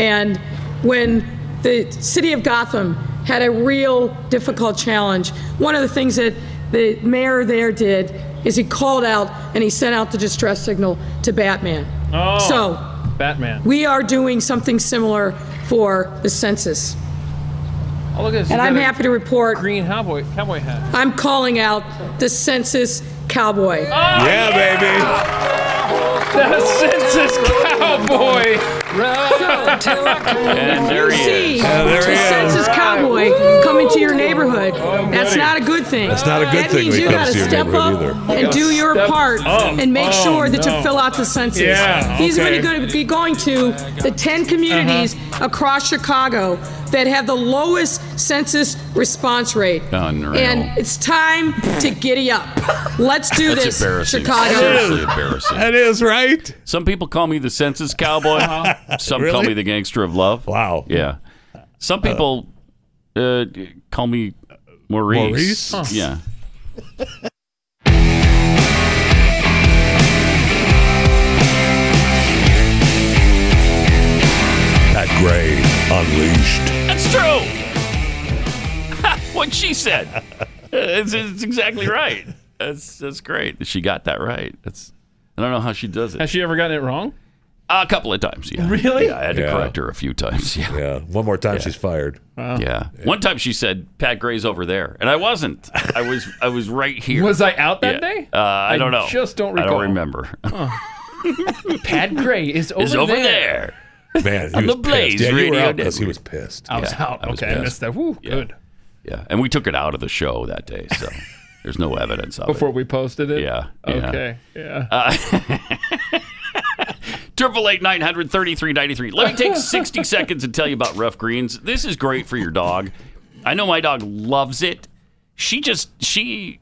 S15: And when the city of Gotham had a real difficult challenge, one of the things that the mayor there did is he called out and he sent out the distress signal to Batman.
S3: Oh,
S15: So
S3: Batman.
S15: we are doing something similar for the census.
S3: Oh, look at this.
S15: And
S3: He's
S15: I'm
S3: got a
S15: happy to report
S3: Green cowboy, cowboy hat. Oh,
S15: I'm calling out the census cowboy.
S7: yeah, baby.
S3: The census cowboy.
S2: And Oh, there he
S15: see
S2: is.
S15: a census cowboy coming to your neighborhood. That's not a good thing.
S7: That's not a good
S15: that
S7: thing
S15: means
S7: when it
S15: you
S7: comes
S15: gotta
S7: to your
S15: step up
S7: neighborhood either.
S15: and do your
S7: Step
S15: part
S7: up.
S15: and make
S7: Oh,
S15: sure that
S7: no.
S15: you fill out the census.
S7: Yeah,
S15: He's
S7: okay.
S15: going to be going to the
S2: Uh-huh.
S15: 10 communities across Chicago that have the lowest census response rate.
S2: Unreal.
S15: And it's time to giddy up. Let's do
S2: That's
S15: this,
S2: embarrassing.
S15: Chicago.
S2: Seriously embarrassing.
S7: That is right.
S2: Some people call me the census
S7: *laughs*
S2: cowboy. Some call
S7: Really?
S2: me the gangster of love.
S7: Wow.
S2: Yeah. Some people uh, call me Maurice.
S7: Maurice? Huh.
S2: Yeah.
S8: Pat Gray Unleashed.
S2: That's true. *laughs* what she said. Uh, It's, it's exactly right. That's that's great. She got that right. That's I don't know how she does it.
S3: Has she ever gotten it wrong?
S2: a couple of times. Yeah.
S3: Really?
S2: Yeah, I had to
S7: Yeah.
S2: correct her a few times. *laughs* Yeah.
S7: Yeah. One more time, she's
S2: *laughs*
S7: fired.
S2: Yeah. One time she said Pat Gray's over there, and I wasn't. I was I was right here.
S3: Was I out that
S2: Yeah.
S3: day?
S2: Uh, I,
S3: I
S2: don't know.
S3: just don't
S2: I
S3: recall.
S2: don't remember.
S3: Pat Gray is
S2: *laughs*
S3: over
S2: It's over
S3: there.
S2: there.
S7: Man, he
S2: On
S7: was
S2: the Blaze
S7: pissed. Yeah, you were
S2: Radio
S7: out 'cause he
S2: Network.
S7: was pissed.
S3: I was
S2: Yeah,
S3: out.
S2: I was
S3: okay, I
S2: pissed.
S3: missed that. Woo, good.
S2: Yeah. And we took it out of the show that day, so there's no evidence of
S3: Before
S2: it.
S3: we posted it.
S2: Yeah. Uh, yeah.
S3: Okay. Yeah.
S2: Triple eight nine hundred thirty three ninety three. Let me
S7: *laughs*
S2: take sixty seconds and tell you about rough greens. This is great for your dog. I know my dog loves it. She just she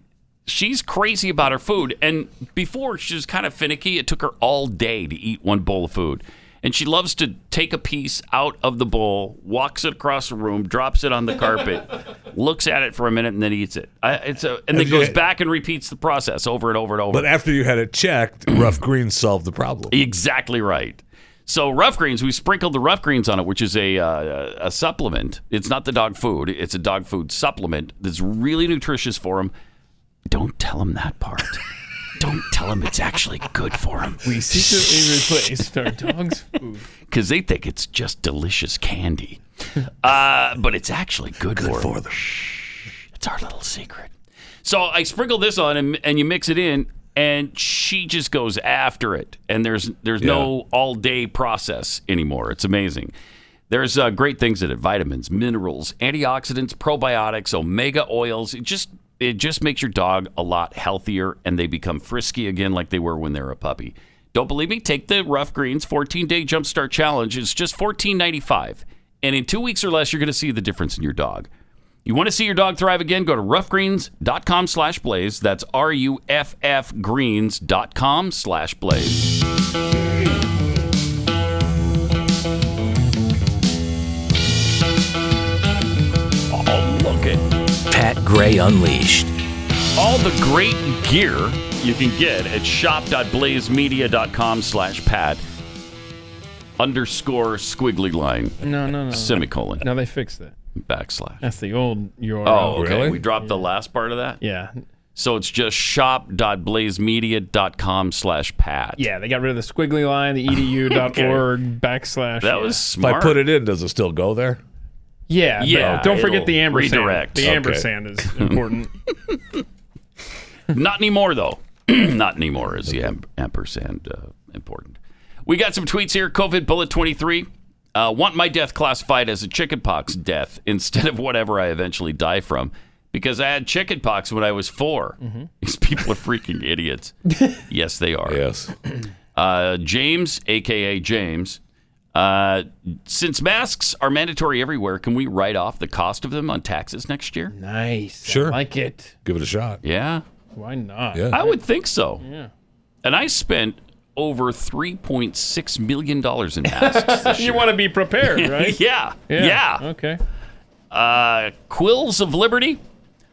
S2: she's crazy about her food. And before she was kind of finicky. It took her all day to eat one bowl of food. And she loves to take a piece out of the bowl, walks it across the room, drops it on the
S7: *laughs*
S2: carpet, looks at it for a minute, and then eats it. I, it's a, and then
S7: Have you
S2: goes
S7: had-
S2: back and repeats the process over and over and over.
S7: But after you had it checked, Rough Green solved the problem.
S2: Exactly right. So rough greens, we sprinkled the rough greens on it, which is a uh, a supplement. It's not the dog food; it's a dog food supplement that's really nutritious for them. Don't tell them that *laughs* part. Don't tell them it's actually good for them.
S3: We secretly replaced our dog's food.
S2: because they think it's just delicious *laughs* candy. Uh, but it's actually good, for, them. Shh. It's our little secret. So I sprinkle this on, and, and you mix it in, and she just goes after it. And there's there's no all day process anymore. It's amazing. There's uh, great things in it: vitamins, minerals, antioxidants, probiotics, omega oils. It just it just makes your dog a lot healthier, and they become frisky again, like they were when they were a puppy. Don't believe me? Take the Rough Greens 14 Day Jumpstart Challenge. It's just $14.95. And in two weeks or less, you're going to see the difference in your dog. You want to see your dog thrive again? Go to roughgreens.com slash blaze. That's R U F F greens.com slash blaze.
S12: Gray Unleashed.
S2: All the great gear you can get at shop.blazemedia.com slash pad underscore squiggly line.
S3: No, no, no.
S2: Semicolon.
S3: Now they fixed that.
S2: Backslash.
S3: That's the old URL.
S2: Oh, okay. We dropped the last part of that?
S3: Yeah.
S2: So it's just shop.blazemedia.com slash pad.
S3: Yeah, they got rid of the squiggly
S2: *laughs*
S3: line, the E edu.org backslash.
S2: That was
S7: If I
S2: smart.
S7: put it in, does it still go there?
S3: Yeah, but
S2: Yeah,
S3: Don't forget
S2: it'll
S3: the ampersand.
S2: redirect.
S3: The
S2: Okay.
S3: ampersand is
S2: *laughs*
S3: important.
S2: Not anymore, though. *clears throat* Not anymore is the am- ampersand uh, important. We got some tweets here. COVID bullet 23. Uh, want my death classified as a chickenpox death *laughs* instead of whatever I eventually die from because I had chickenpox when I was 4 *laughs* These people are freaking idiots. yes, they are.
S7: Yes.
S2: Uh, James, aka James, uh, since masks are mandatory everywhere, can we write off the cost of them on taxes next year?
S3: Nice. Sure. like it.
S7: Give it a shot.
S2: Yeah.
S3: Why not?
S2: I would think so.
S3: Yeah.
S2: And I spent over $3.6 million in
S3: *laughs*
S2: masks this
S3: you
S2: year.
S3: want to
S2: *laughs*
S3: be prepared, right?
S2: yeah. Yeah.
S3: Okay.
S2: Uh, Quills of Liberty.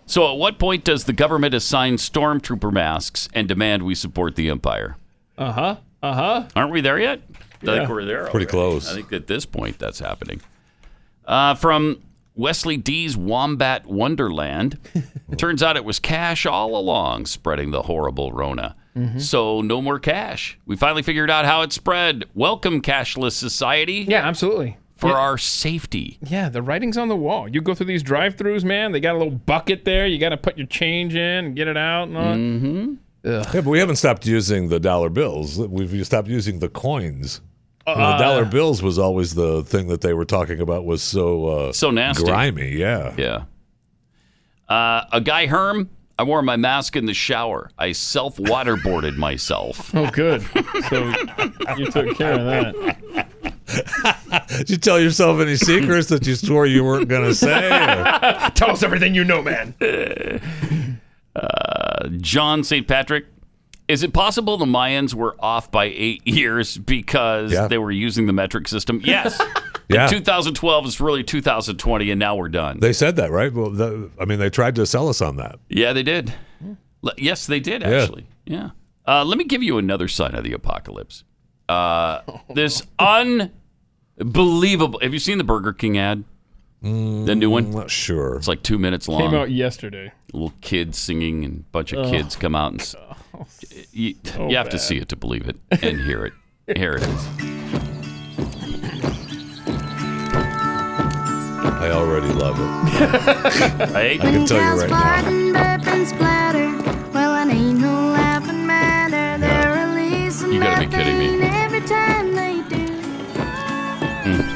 S2: So, at what point does the government assign stormtrooper masks and demand we support the empire?
S3: Uh huh. Uh huh.
S2: Aren't we there yet? I
S3: Yeah.
S2: think we're there.
S7: Pretty
S2: already.
S7: close.
S2: I think at this point that's happening. Uh, from Wesley D's Wombat
S7: *laughs*
S2: Wonderland. Turns out it was cash all along spreading the horrible Rona.
S3: Mm-hmm.
S2: So no more cash. We finally figured out how it spread. Welcome, cashless society.
S3: Yeah, absolutely.
S2: For
S3: Yeah.
S2: our safety.
S3: Yeah, the writing's on the wall. You go through these drive-throughs, man. They got a little bucket there. You got to put your change in and get it out. And all. that.
S7: Yeah, but we haven't stopped using the dollar bills. We've stopped using the coins. And
S3: Uh,
S7: the dollar bills was always the thing that they were talking about was so uh,
S2: So nasty.
S7: grimy. Yeah,
S2: yeah. Uh, a guy Herm. I wore my mask in the shower. I self waterboarded *laughs* myself.
S3: Oh, good. So you took care of that.
S7: Did you tell
S2: *coughs*
S7: yourself any secrets that you swore you weren't going
S2: *laughs*
S7: to say?
S3: Tell us everything you know, man.
S2: Uh, John St. Patrick. Is it possible the Mayans were off by eight years because
S7: Yeah.
S2: they were using the metric system? Yes.
S7: *laughs* Yeah.
S2: In 2012 is really 2020, and now we're done.
S7: They said that, right? Well, the, I mean, they tried to sell us on that.
S2: Yeah, they did. Le- Yes, they did,
S7: Yeah.
S2: actually. Yeah. Uh, let me give you another sign of the apocalypse. Uh,
S7: *laughs*
S2: this unbelievable. Have you seen the Burger King ad? the new one?
S7: not sure.
S2: It's like two minutes long.
S3: Came out yesterday.
S2: little kids singing and a bunch of
S3: Ugh.
S2: kids come out and s- you,
S3: so
S2: you have to
S3: Oh, bad.
S2: see it to believe it and hear it here it is
S7: I already love
S2: *laughs*
S7: it.
S2: I
S7: can tell you right now.
S14: Well, it ain't no laughing matter. They're releasing
S2: You gotta be kidding me.
S14: methane every time they do.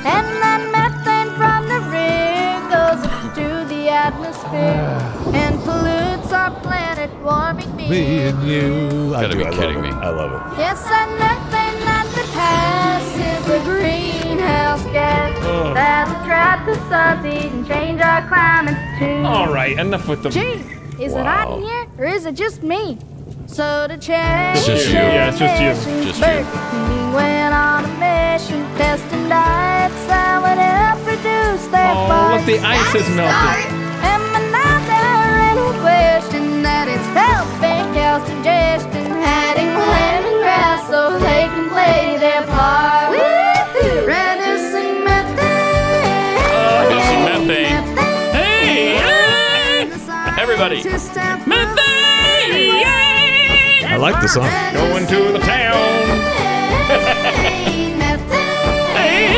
S14: And that methane from the rig goes into the atmosphere and pollutes our planet, warming me.
S7: Me and you. I
S2: Gotta
S7: do,
S2: be
S7: I love
S2: kidding
S7: it.
S2: me.
S7: I love
S14: Yes, and methane that we pass is a greenhouse gas
S7: Oh.
S3: Ugh.
S14: that'll trap the sun's heat and change our climate too.
S7: Oh.
S3: All right, enough with the.
S14: Gee, is it hot in here, or is it just me? So to check.
S3: It's just you. Yeah, it's just you. Just you.
S14: Burger King went on a mission, testing diets that would help reduce their
S3: Oh, look,
S14: body
S3: the ice has melted.
S14: Am I not there any question that it's helping your suggestion? Adding lemongrass so they can play their part. Woo-hoo. Reducing methane.
S3: Uh,
S2: Reducing methane. Hey, everybody.
S7: it. I like the song.
S3: Going to the town.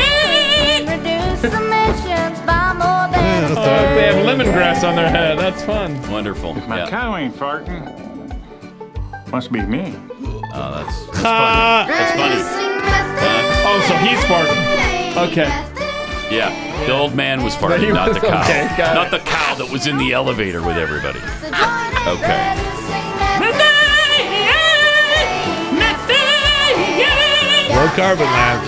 S14: Reduce emissions by more than
S3: Oh, they have lemongrass on their head. That's fun.
S2: wonderful
S16: My
S2: yeah.
S16: cow ain't farting. Must be me.
S2: Oh, that's, that's
S3: Ah.
S2: funny. That's funny.
S3: Oh, so he's farting. Okay.
S2: Yeah, the old man was
S3: But he
S2: farting, not the
S3: was-
S2: cow.
S3: okay, got
S2: not the cow that was in the elevator with everybody. Okay.
S7: Low carbon land.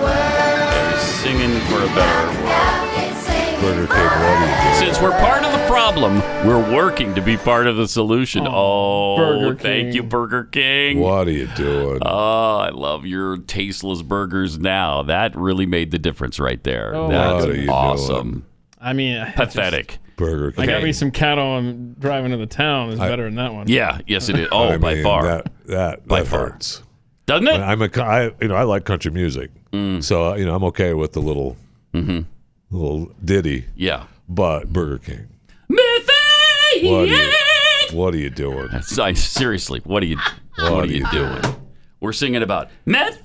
S2: They're singing for a better world.
S7: Burger King. Love you.
S2: Since we're part of the problem, we're working to be part of the solution. Oh,
S7: Burger
S2: thank you, Burger King.
S7: What are you doing?
S2: Oh, I love your tasteless burgers now. That really made the difference right there.
S3: Oh,
S2: That's
S3: What are you
S2: awesome.
S3: I mean, I just-
S2: Pathetic.
S7: Burger King.
S3: I got me some cattle. I'm driving to the town. Is
S7: I-
S3: better than that one.
S2: Yeah, yes, it is. Oh,
S7: *laughs* I
S2: by
S7: mean,
S2: far.
S7: That, that,
S2: By
S7: that
S2: far.
S7: hurts.
S2: Doesn't it?
S7: I'm a, co- I, you know, I like country music, so uh, you know, I'm okay with the little, little ditty.
S2: Yeah,
S7: but Burger King. What are you,
S2: Miffy,
S7: what are you doing?
S2: That's, I, seriously, what are
S7: *laughs*
S2: you? What, are you doing? We're singing about. Methane.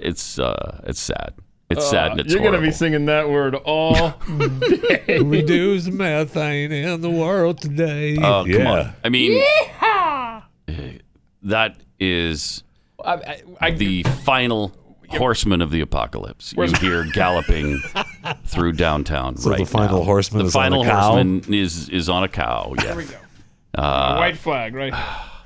S2: It's uh, it's sad. It's sad. And it's
S3: You're
S2: horrible.
S3: gonna be singing that word all day.
S7: Reduce methane in the world today.
S2: Oh, come
S7: Yeah.
S2: on. I mean, eh, that is the final horseman of the apocalypse. You
S7: Where's-
S2: hear
S3: *laughs*
S2: galloping through downtown
S7: So the
S2: right
S7: final
S2: now.
S7: horseman
S2: the
S7: is on
S2: final *laughs*
S7: a cow?
S2: horseman is is on a cow. Yeah.
S3: There we go.
S2: Uh,
S3: White flag, right?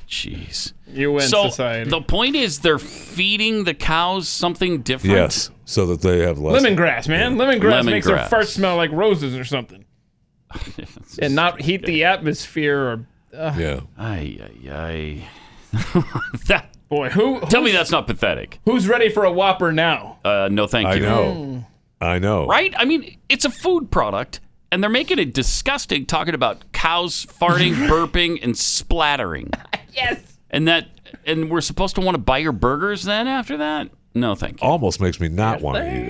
S2: Jeez.
S3: You win
S2: so
S3: society.
S2: the point is, they're feeding the cows something different. *laughs*
S7: Yes, so that they have less.
S3: Lemongrass, man. Lemongrass makes their
S2: Lemongrass.
S3: fart smell like roses or something. and not heat the atmosphere or. Uh,
S7: Yeah.
S2: Ay, ay, *laughs* ay.
S3: Boy, who?
S2: Tell me that's not pathetic.
S3: Who's ready for a Whopper now?
S2: Uh, no, thank
S7: I
S2: you.
S7: know. I know.
S2: Right? I mean, it's a food product, and they're making it disgusting talking about cows
S7: *laughs*
S2: farting, burping, and splattering.
S3: Yes.
S2: And that, and we're supposed to want to buy your burgers then after that? No, thank you.
S7: Almost makes me not want to eat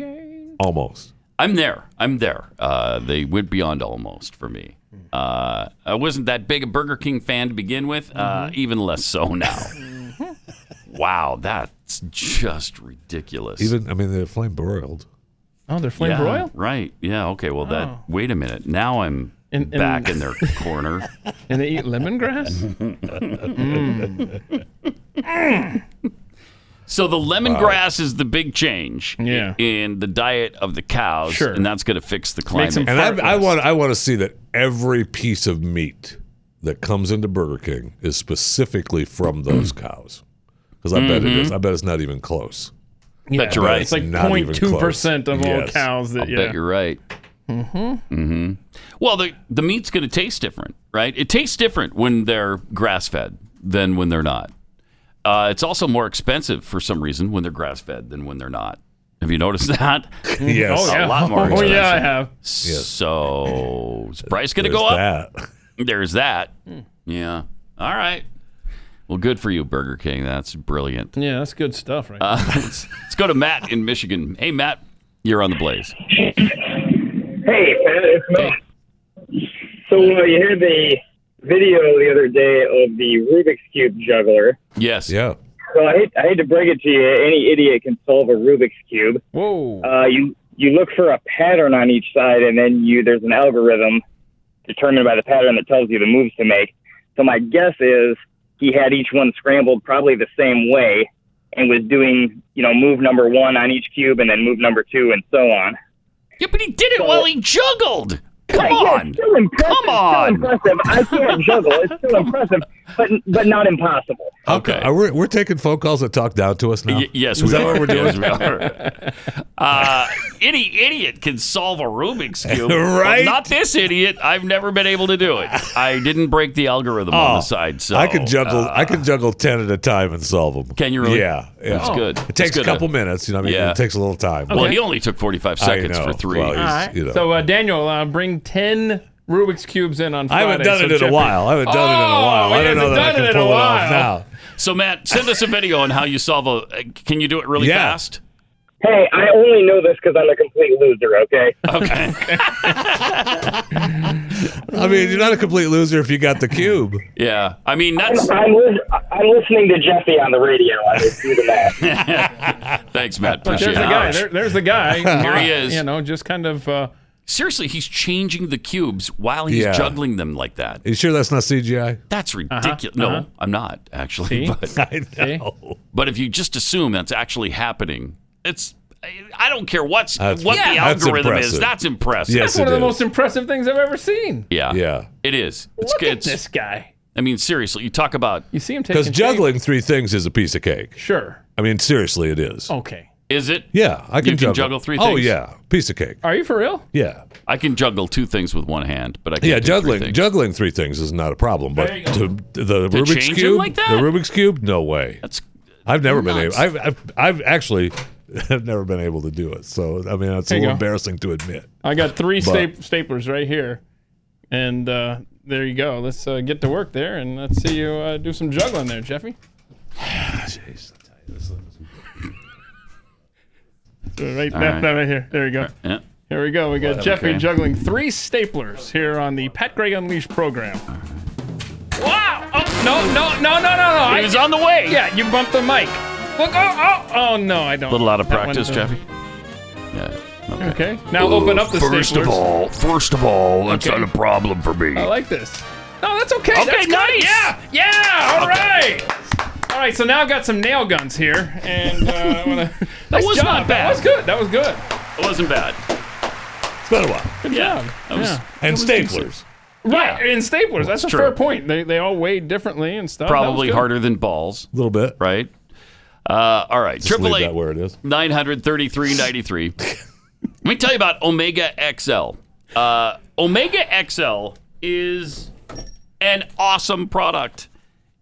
S7: it. Almost.
S2: I'm there. I'm there. Uh, they went beyond almost for me.
S7: Hmm.
S2: Uh, I wasn't that big a Burger King fan to begin with, uh,
S7: Mm-hmm.
S2: even less so
S7: *laughs*
S2: now. wow, that's just ridiculous.
S7: Even I mean, they're flame broiled.
S3: Oh, they're flame
S2: yeah,
S3: broiled?
S2: Right. Yeah. Okay. Well, that.
S3: Oh.
S2: Wait a minute. Now I'm
S3: And- and-
S2: back in their corner.
S3: *laughs* And they
S2: *laughs*
S3: eat lemongrass? Mm.
S2: So the lemongrass is the big change.
S7: Yeah.
S2: In the diet of the cows,
S7: Sure.
S2: and that's going to fix the climate.
S7: And I, I want I want to see that every piece of meat that comes into Burger King is specifically from those
S12: Mm.
S7: cows, because I bet it is.
S12: Mm-hmm.
S2: Mhm.
S7: I bet it's not even close.
S3: Yeah,
S2: Bet you're right.
S3: It's like
S7: Not even
S3: 0.2%
S7: close.
S3: of all
S7: Yes.
S3: cows that,
S2: I'll
S3: yeah.
S2: bet you're right.
S3: Mhm.
S2: hmm Well, the the meat's going to taste different, right? It tastes different when they're grass fed than when they're not. Uh, it's also more expensive for some reason when they're grass fed than when they're not. Have you noticed *laughs* that?
S7: Yes. Oh,
S2: a
S3: *laughs*
S7: yeah.
S2: lot more.
S7: Oh, yeah,
S2: Expensive.
S7: I have. Yes.
S2: So is price going to
S7: There's
S2: go up?
S7: that.
S2: *laughs* There's that. Yeah. All right. Well, good for you, Burger King. That's
S7: *laughs*
S2: brilliant.
S3: Yeah, that's good stuff, right?
S2: Uh, let's, let's go to Matt in Michigan. Hey, Matt, you're on the blaze.
S17: Hey, Pat, it's Matt. So uh, you had the video the other day of the Rubik's Cube juggler.
S2: Yes.
S7: Yeah.
S17: So I hate, I hate to break it to you, any idiot can solve a Rubik's Cube.
S3: Whoa.
S17: Uh, you, you look for a pattern on each side, and then you there's an algorithm determined by the pattern that tells you the moves to make. So my guess is he had each one scrambled probably the same way and was doing, you know, move number one on each cube and then move number two and so on.
S2: Yeah, but he did it while he juggled. Come on.
S17: still impressive.
S2: Come on.
S17: Still impressive. I can't juggle. It's still impressive, but but not impossible.
S7: Okay. Are we, Uh, we're taking phone calls that talk down to us now.
S2: Y- yes,
S7: Is
S2: we
S7: that
S2: are.
S7: what we're doing?
S2: Yes, we are. *laughs* Uh, any idiot can solve a Rubik's
S7: *laughs*
S2: Cube. Well,
S7: Right?
S2: not this idiot. I've never been able to do it. I didn't break the algorithm on the side. So
S7: Oh, I can juggle.
S2: uh,
S7: I can juggle ten at a time and solve them.
S2: Can you really?
S7: Yeah, yeah. Oh,
S2: That's good.
S7: It
S2: That's
S7: takes
S2: good.
S7: a couple minutes. You know, what I mean,
S2: Yeah.
S7: it takes a little time.
S2: Well, he only took 45
S7: I
S2: seconds
S7: know.
S2: for three.
S7: Well, he's-
S3: All right.
S7: you know.
S3: So, uh, Daniel, uh, bring 10 Rubik's Cubes in on
S7: I
S3: Friday.
S7: haven't done
S3: so
S7: it in
S3: Jeffrey-
S7: a while. I haven't done it in a
S3: Oh,
S7: while.
S3: he
S7: I don't know
S3: hasn't
S7: that I
S3: done
S7: can
S3: in a
S7: pull it
S3: while.
S7: off now.
S2: So, Matt, send us a video on how you solve a. uh, Can you do it really
S7: Yeah.
S2: fast?
S17: Hey, I only know this because I'm a complete loser. Okay.
S2: Okay.
S7: I mean, you're not a complete loser if you got the cube.
S2: Yeah. I mean,
S17: I'm,
S2: that's.
S17: I'm, lis- I'm listening to Jeffy on the radio. I mean, do the math.
S2: Thanks, Matt.
S3: But
S2: Appreciate
S3: there's
S2: it.
S3: the guy.
S2: Ouch.
S3: There, there's the guy.
S2: *laughs* Here he is.
S3: You know, just kind of. Uh,
S2: Seriously, he's changing the cubes while he's
S7: Yeah.
S2: juggling them like that.
S7: you sure that's not CGI?
S2: That's ridiculous.
S7: uh-huh.
S2: No, I'm not actually. *laughs* But,
S7: I know.
S2: but if you just assume that's actually happening, it's I- I don't care what's
S7: That's-
S2: what the
S7: Yeah. that's
S2: algorithm is.
S7: impressive.
S2: That's impressive.
S7: Yes,
S3: that's one
S7: it
S3: of the
S7: is.
S3: most impressive things I've ever seen.
S2: Yeah.
S7: Yeah.
S2: It is. It's,
S3: Look at
S2: it's-
S3: this guy.
S2: I mean, seriously, you talk about
S3: You see him taking.
S7: Because juggling three things is a piece of cake.
S3: Sure.
S7: I mean, seriously, it is.
S3: Okay.
S2: is it?
S7: Yeah, I can,
S2: You can juggle three
S7: Oh
S2: things?
S7: yeah, piece of cake.
S3: Are you for real?
S7: Yeah.
S2: I can juggle two things with one hand, but I can't
S7: Yeah,
S2: do three
S7: juggling
S2: things.
S7: juggling three things is not a problem, but
S2: There you
S7: to, to the
S2: To
S7: Rubik's
S2: change 'em
S7: cube,
S2: like
S7: the
S2: that?
S7: Rubik's cube, no way.
S2: That's
S7: I've never been able.
S2: nuts.
S7: I've, I've I've actually I've never been able to do it. So I mean, it's a
S3: There you
S7: little
S3: go.
S7: embarrassing to admit.
S3: I got three
S7: But-
S3: sta- staplers right here, and uh, there you go. Let's uh, get to work there, and let's see you uh, do some juggling
S2: *sighs*
S3: there, Jeffy.
S7: Jeez,
S3: Right,
S2: All
S3: that,
S2: right.
S3: that right here. There you go.
S2: Yeah.
S3: Here we go. We got
S2: Okay.
S3: Jeffy juggling three staplers here on the Pat Gray Unleashed program. Wow! Oh, no, no, no, no, no, no!
S2: He was on the way.
S3: Yeah, you bumped the mic. Look! Oh, oh, oh no, I don't.
S2: little out of
S3: That one
S2: practice,
S3: doesn't-
S2: Jeffy. Yeah.
S3: Okay. Now open up the
S2: First
S3: staplers.
S2: of all, first of all, that's
S3: Okay. Oh,
S2: not a problem for me.
S3: I like this. No, that's okay.
S2: Okay,
S3: that's good.
S2: nice.
S3: Yeah, yeah. All right. All right. So now I've got some nail guns here, and uh, I wanna, *laughs* nice
S2: was
S3: job.
S2: not
S3: That
S2: bad.
S3: was good. That was good.
S2: It wasn't bad.
S7: It's been a while.
S3: Good
S2: Yeah,
S3: job.
S2: that was-
S3: yeah.
S7: And staplers.
S3: Right, and staplers. That's,
S2: That's
S3: a fair
S2: true.
S3: point. They, they all weigh differently and stuff. That was
S2: Probably
S3: good.
S2: harder than balls. A
S7: little bit.
S2: Right? Uh, all right.
S7: Just leave
S2: Triple eight
S7: that where it is.
S2: nine hundred thirty three ninety three. Let me tell you about Omega XL. Uh, Omega XL is an awesome product.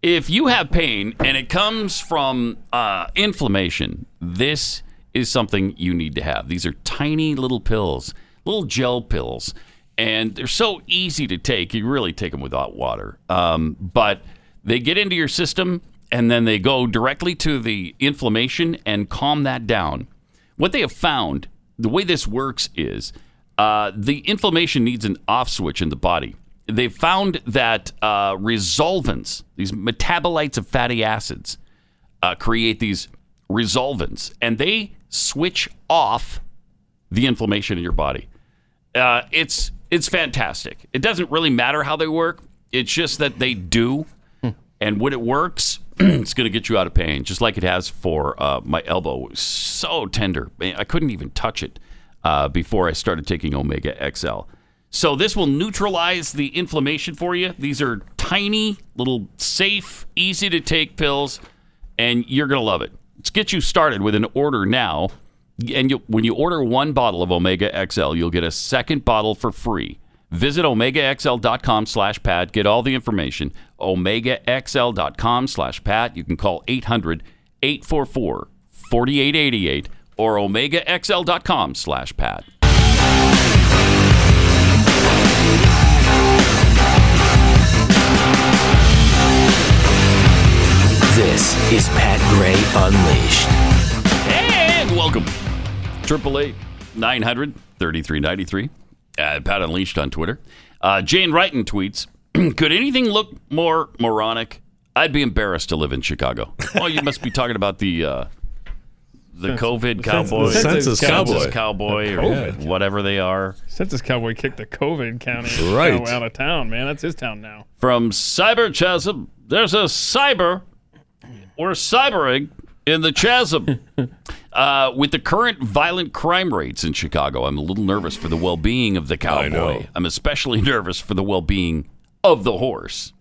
S2: If you have pain and it comes from uh, inflammation, this is something you need to have. These are tiny little pills, little gel pills, and they're so easy to take. You really take them without water. Um, but they get into your system and then they go directly to the inflammation and calm that down. What they have found, the way this works is uh, the inflammation needs an off switch in the body. They've found that uh, resolvents, these metabolites of fatty acids, uh, create these resolvents and they switch off the inflammation in your body. Uh, it's it's fantastic. It doesn't really matter how they work. It's just that they do, and when it works, *clears throat* it's going to get you out of pain, just like it has for uh, my elbow. It was so tender, Man, I couldn't even touch it uh, before I started taking Omega XL. So this will neutralize the inflammation for you. These are tiny, little, safe, easy to take pills and you're going to love it. Let's get you started with an order now. And you, when you order one bottle of Omega XL, you'll get a second bottle for free. Visit omegaxl.com slash Pat. Get all the information. omegaxl.com slash Pat. You can call 800 844 4888 or omegaxl.com slash Pat.
S12: This is Pat Gray Unleashed.
S2: And welcome. Triple eight nine hundred thirty three ninety three. Pat Unleashed on Twitter. Uh, Jane Wrighton tweets: *clears throat* Could anything look more moronic? I'd be embarrassed to live in Chicago. Oh, you must be talking about the uh, the
S3: Census-
S2: COVID
S3: the
S2: cowboy,
S3: census- the census
S2: Census
S3: cowboy.
S2: cowboy,
S3: The
S2: or
S3: COVID.
S2: whatever they are.
S3: Since this cowboy kicked the COVID county
S2: Right.
S3: cowboy out of town, man, that's his town now.
S2: From cyber chasm, there's a cyber. We're cybering in the chasm. uh, with the current violent crime rates in Chicago, I'm a little nervous for the well being of the cowboy. I'm especially *laughs* nervous for the well being of the horse.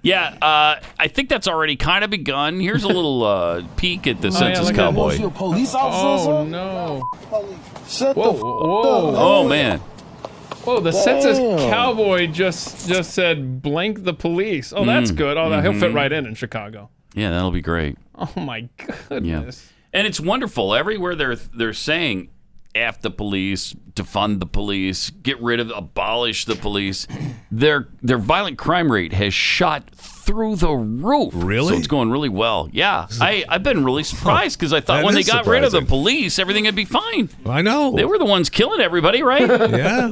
S2: Yeah, uh, I think that's already kind of begun. Here's a little uh, peek at the census cowboy.
S18: police
S3: officer,
S18: Oh
S3: sir?
S18: no!
S3: whoa, whoa,
S2: Oh, man.
S3: Whoa, Oh, the census
S2: Damn.
S3: cowboy just just said blank the police. Oh, that's
S2: Mm,
S3: good. Oh, that he'll fit
S2: mhm.
S3: right in in Chicago.
S2: Yeah, that'll be great.
S3: Oh my goodness.
S2: Yeah. And it's wonderful. Everywhere they're they're saying F the police, defund the police, get rid of abolish the police. *clears throat* Their their violent crime rate has shot through the roof. Really? So it's going really well. Yeah. I, I've been really surprised because I thought
S7: That
S2: when they
S7: is
S2: got rid of the
S7: surprising. Oh.
S2: police, everything would be fine.
S7: I know.
S2: They were the ones killing everybody, right?
S7: *laughs* yeah.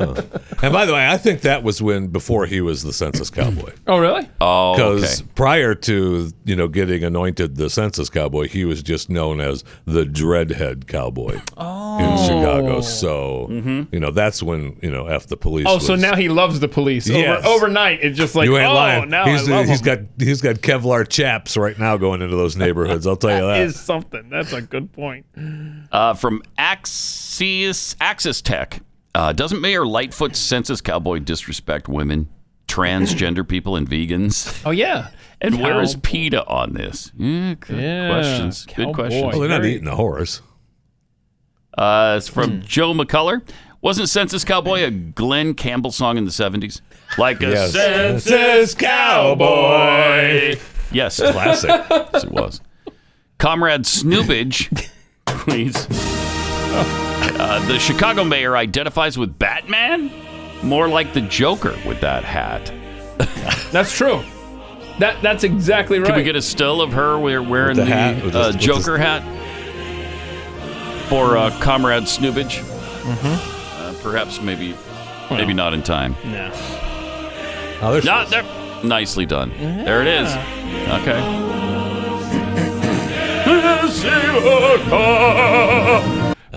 S7: And by the way, I think that was when before he was the census cowboy.
S3: Oh, really?
S2: Oh,
S7: Because prior to you know getting anointed the census cowboy, he was just known as the dreadhead cowboy in
S3: Oh.
S7: Chicago. So you know that's when you know f the police.
S3: Oh, so
S7: was-
S3: now he loves the police.
S7: Yes.
S3: Over, overnight, it's just like,
S7: you ain't
S3: oh,
S7: lying.
S3: now
S7: he's,
S3: I love
S7: he's
S3: him.
S7: got he's got Kevlar chaps right now going into those neighborhoods. I'll tell you that.
S3: That is something. That's a good point.
S2: Uh, from Axis, Axis Tech. Uh, doesn't Mayor Lightfoot's census cowboy disrespect women, transgender people, and vegans? *laughs*
S3: Oh yeah.
S2: And where is PETA on this? Yeah, good
S3: Yeah,
S2: questions.
S3: cowboy.
S2: Good questions.
S7: Well, they're not eating a horse.
S2: Uh, it's from Joe McCullar. Wasn't Census Cowboy a Glenn Campbell song in the 70s? Like a
S7: Yes.
S2: census cowboy. Yes.
S7: Classic.
S2: yes, it was. Comrade Snoobage, please. Uh, the Chicago mayor identifies with Batman, more like the Joker with that hat.
S3: That's true. That that's exactly right.
S2: Can we get a still of her wear- wearing
S3: the
S2: the,
S3: hat, with
S2: uh,
S3: this- with this-
S2: Joker hat for uh, Comrade Snoobage?
S3: Mm-hmm.
S2: Uh, perhaps, maybe, maybe not in time.
S3: No.
S7: Oh, there's
S2: not there. Nicely done. There it is. Okay.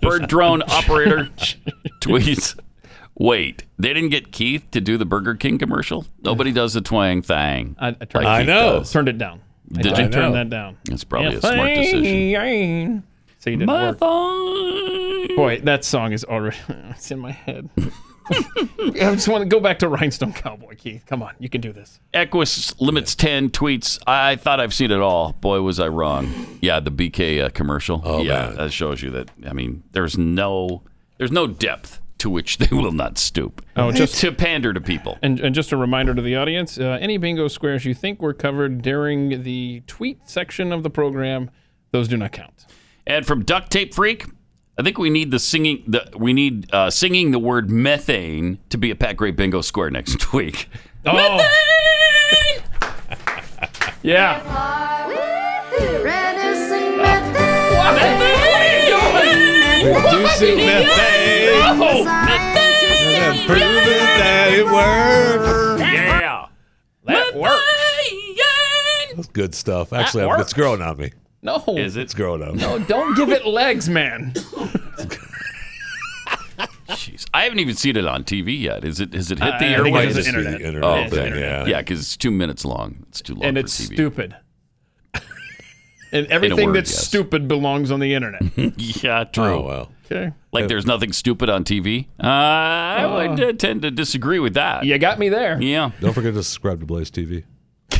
S2: Bird
S3: *laughs*
S2: drone operator tweets. Wait, they didn't get Keith to do the Burger King commercial. Nobody does the twang thang.
S3: I,
S2: like
S3: turned it
S2: Keith
S3: down.
S2: does.
S3: Turned it down. I
S2: Did
S3: I
S2: you
S3: turned that down?
S2: It's probably
S3: Yeah,
S2: a smart decision.
S3: fine. So you didn't
S2: My
S3: work. Boy, that song is already *laughs* it's in
S2: *laughs*
S3: my head. I just want to go back to Rhinestone Cowboy, Keith. Come on, you can do this.
S2: Equus limits ten tweets. I thought I've seen it all. Boy, was I wrong. Yeah, the BK uh, commercial. Oh, yeah, that shows you that. I mean, there's no there's no depth to which they will not stoop.
S3: Oh, just-
S2: to pander to people.
S3: And, and just a reminder to the audience: uh, any bingo squares you think were covered during the tweet section of the program, those do not count.
S2: And from Duct Tape Freak, I think we need the singing. The, we need uh, singing the word methane to be a Pat Gray bingo square next *laughs* week.
S3: Oh, *laughs* yeah.
S14: Reducing methane.
S3: Oh, *laughs*
S14: Methane.
S7: that it works.
S2: Yeah.
S7: That That's good stuff. Actually, I'm- it's growing on me.
S3: No. Is
S2: it?
S7: It's growing on me.
S3: No, don't give it legs, man.
S2: Jeez, I haven't even seen it on TV yet. Is it? Has it hit
S3: I-
S2: the
S3: I think
S2: airwaves?
S3: it's just internet. Internet.
S2: Oh,
S3: It's
S2: okay.
S3: internet.
S2: yeah, because it's two minutes long. It's too long
S3: and
S2: for
S3: it's
S2: TV.
S3: stupid. and everything
S2: word,
S3: that's
S2: yes.
S3: stupid belongs on the internet.
S2: yeah, true.
S7: Oh, well.
S3: Okay.
S2: Like there's nothing stupid on TV. Uh, I would uh, tend to disagree with that.
S3: You got me there.
S2: Yeah.
S7: Don't forget to subscribe to Blaze TV.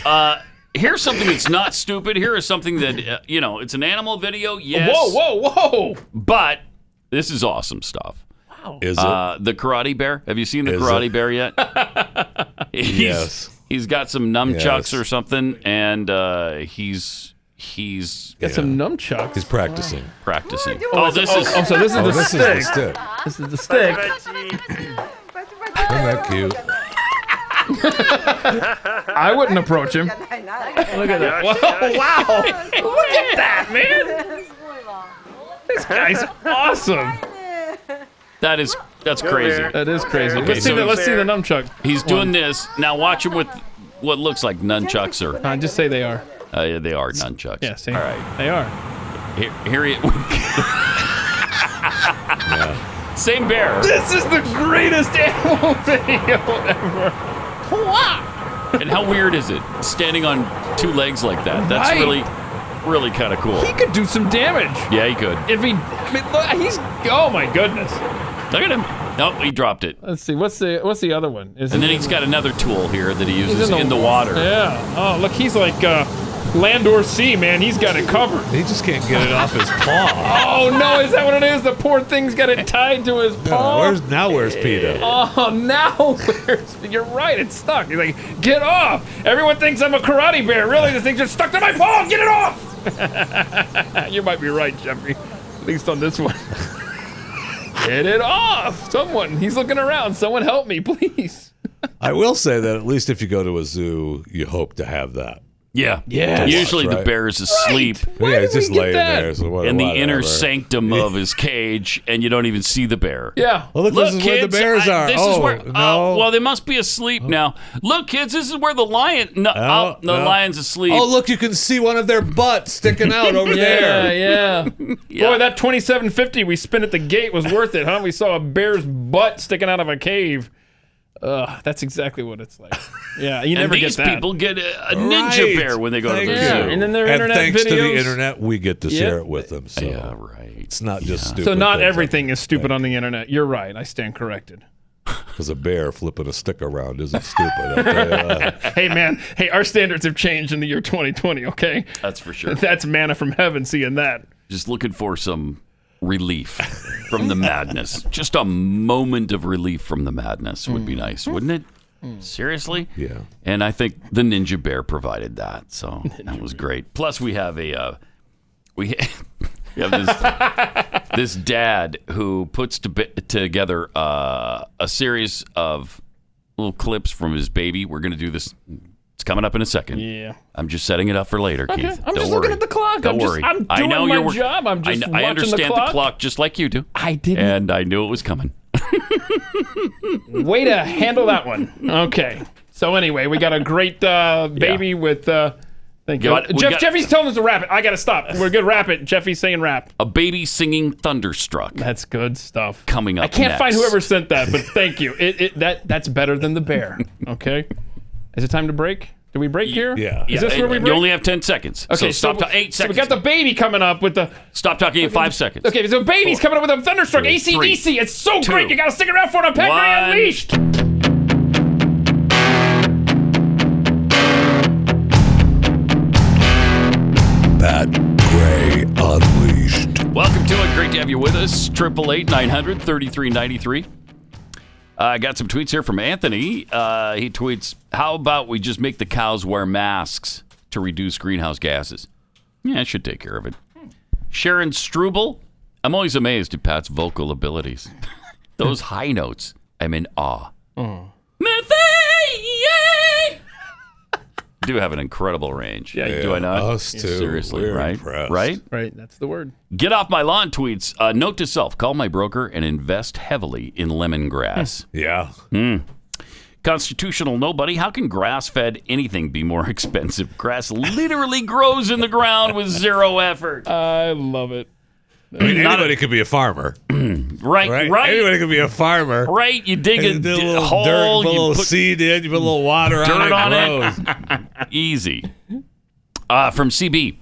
S2: Uh, here's something that's not stupid. Here is something that uh, you know. It's an animal video. Yes.
S3: Whoa, whoa, whoa.
S2: But this is awesome stuff. Wow.
S7: Is it?
S2: Uh, the Karate Bear? Have you seen the
S7: Is
S2: Karate
S7: it?
S2: Bear
S7: *laughs*
S2: yet? he's,
S7: Yes.
S2: He's got some nunchucks
S7: Yes.
S2: or something, and uh, he's he's
S3: Got some nunchucks.
S7: He's practicing.
S2: practicing. Oh, this is
S3: oh, so this is
S7: Oh,
S3: the
S7: this is
S3: stick.
S7: the stick.
S3: This is the stick.
S7: Isn't that cute?
S3: *laughs* I wouldn't approach him. Look at that. Whoa, wow. *laughs* Look at that, man. This guy's awesome.
S2: that is that's crazy.
S3: That is crazy.
S2: Okay,
S3: let's see
S2: so
S3: the
S2: he's-
S3: let's see the nunchuck.
S2: He's doing this now. Watch him with what looks like nunchucks or
S3: I just say they are.
S2: uh, yeah, they are nunchucks.
S3: Yeah, see?
S2: All right.
S3: They are.
S2: Here, here he. *laughs* Same bear.
S3: This is the greatest *laughs* animal video ever.
S2: And how weird is it standing on two legs like that? That's
S3: Right.
S2: really, really kind of cool.
S3: He could do some damage.
S2: Yeah, he could.
S3: If he, I mean, look, he's. Oh my goodness.
S2: Look at him. Nope, he dropped it.
S3: Let's see. What's the what's the other one? Is
S2: And
S3: it-
S2: then he's got another tool here that he
S3: he's
S2: uses in the, water.
S3: Yeah. Oh look, he's like uh, Landor C man. He's got it covered.
S7: He just can't get it off his paw.
S3: Oh no, is that what it is? The poor thing's got it tied to his paw.
S7: Where's now? Where's Peta?
S3: Oh, now *laughs* where's you're right, it's stuck. He's like, get off! Everyone thinks I'm a karate bear. Really, this thing's just stuck to my paw. Get it off! *laughs* you might be right, Jeffrey. At least on this one. *laughs* get it off! Someone, he's looking around. Someone help me, please.
S7: I will say that at least if you go to a zoo, you hope to have that.
S2: Yeah.
S7: Yeah.
S2: Usually
S7: Right.
S2: the bear is asleep
S7: yeah, it's
S3: we
S7: just
S3: get
S7: laying
S3: that?
S7: there. So what,
S2: in the
S7: whatever.
S2: inner
S7: *laughs*
S2: sanctum of his cage, and you don't even see the bear.
S3: Yeah.
S7: Well, look, this is where the
S2: kids,
S7: bears
S2: I-
S7: are.
S2: this
S7: oh,
S2: is where.
S7: no. Oh.
S2: Uh, well, they must be asleep now. Look, kids, this is where the lion. No, oh, the
S7: no.
S2: lion's asleep.
S7: oh, look, you can see one of their butts sticking out over there.
S3: *laughs* yeah.
S2: Yeah.
S3: Boy, that 2750 we spent at the gate was worth it, huh? We saw a bear's butt sticking out of a cave. Ugh, that's exactly what it's like. *laughs* Yeah, you
S2: and
S3: never
S2: these
S3: get that.
S2: people get a, a ninja
S7: Right.
S2: bear when they go
S7: Thank
S2: to the
S7: you.
S2: zoo.
S3: And then their
S7: and
S3: internet
S7: thanks to the
S3: videos.
S7: internet, we get to
S3: Yeah.
S7: share it with them. So
S2: Yeah, right.
S7: it's not just stupid.
S3: so not
S7: things
S3: everything is stupid on the internet. You're right. I stand corrected.
S7: *laughs* Because a bear flipping a stick around isn't stupid. I'll tell you that.
S3: *laughs* Hey man, hey, our standards have changed in the year 2020. Okay,
S2: That's for sure.
S3: *laughs* that's manna from heaven. Seeing that.
S2: Just looking for some relief from the madness. Just a moment of relief from the madness would be nice, wouldn't it? Seriously?
S7: Yeah.
S2: And I think the Ninja Bear provided that, so *laughs* that was great. Plus, we have a uh, we, ha- we have this this dad who puts to together uh, a series of little clips from his baby. We're going to do this. It's coming up in a second.
S3: Yeah.
S2: I'm just setting it up for later,
S3: Okay,
S2: Keith.
S3: I'm
S2: Don't
S3: just
S2: worry.
S3: looking at the clock.
S2: Don't
S3: I'm just-
S2: worry.
S3: I'm
S2: I know
S3: doing
S2: you're
S3: my
S2: working-
S3: job. I'm
S2: I
S3: just
S2: kn- I,
S3: watching the
S2: understand
S3: clock.
S2: just like you do.
S3: I didn't.
S2: And I knew it was coming.
S3: Way to handle that one. Okay. So anyway, we got a great uh, baby with. Uh, thank you.
S2: Got- we
S3: Jeff,
S2: got-
S3: Jeffy's telling us to wrap it. I gotta stop. We're good. Wrap it. Jeffy's saying wrap.
S2: A baby singing thunderstruck.
S3: That's good stuff.
S2: Coming up.
S3: I can't
S2: next.
S3: find whoever sent that, but thank you. It, it that that's better than the bear. Okay. Is it time to break? Do we break here? Yeah. Is this
S2: Yeah,
S3: where we
S2: and
S3: break?
S2: You only have ten seconds. so
S3: Okay,
S2: stop.
S3: so
S2: ta- eight
S3: so
S2: seconds.
S3: we got the baby coming up with the.
S2: Stop talking in five seconds.
S3: Okay, so baby's coming up with a thunderstruck.
S2: Three.
S3: ACDC. It's so
S2: Two.
S3: great. You gotta stick around for it on Pat Gray
S2: One.
S3: Unleashed.
S8: Pat Gray Unleashed.
S2: Welcome to it. Great to have you with us. Triple eight nine hundred thirty three ninety three. I got some tweets here from Anthony. Uh, he tweets, "How about we just make the cows wear masks to reduce greenhouse gases? Yeah, it should take care of it." Sharon Struble, I'm always amazed at Pat's vocal abilities. Those high notes, I'm in awe. Do have an incredible range.
S3: Yeah, you
S2: do I not?
S7: us too.
S2: Seriously,
S7: We're
S2: right?
S7: impressed.
S2: Right?
S3: Right. That's the word.
S2: Get off my lawn tweets. Uh, note to self call my broker and invest heavily in lemongrass.
S7: yeah.
S2: Hmm. Constitutional nobody. How can grass fed anything be more *laughs* expensive? Grass literally grows in the ground with zero effort.
S3: I love it.
S7: I mean, anybody could be a farmer.
S2: right, right,
S7: Anybody could be a farmer.
S2: Right, you dig a,
S7: And do a
S2: d-
S7: little
S2: hole,
S7: dirt, put a
S2: you
S7: little
S2: put
S7: seed in, you put a little water on
S2: dirt
S7: it,
S2: on
S7: it grows.
S2: it. *laughs* Easy. Uh, from CB.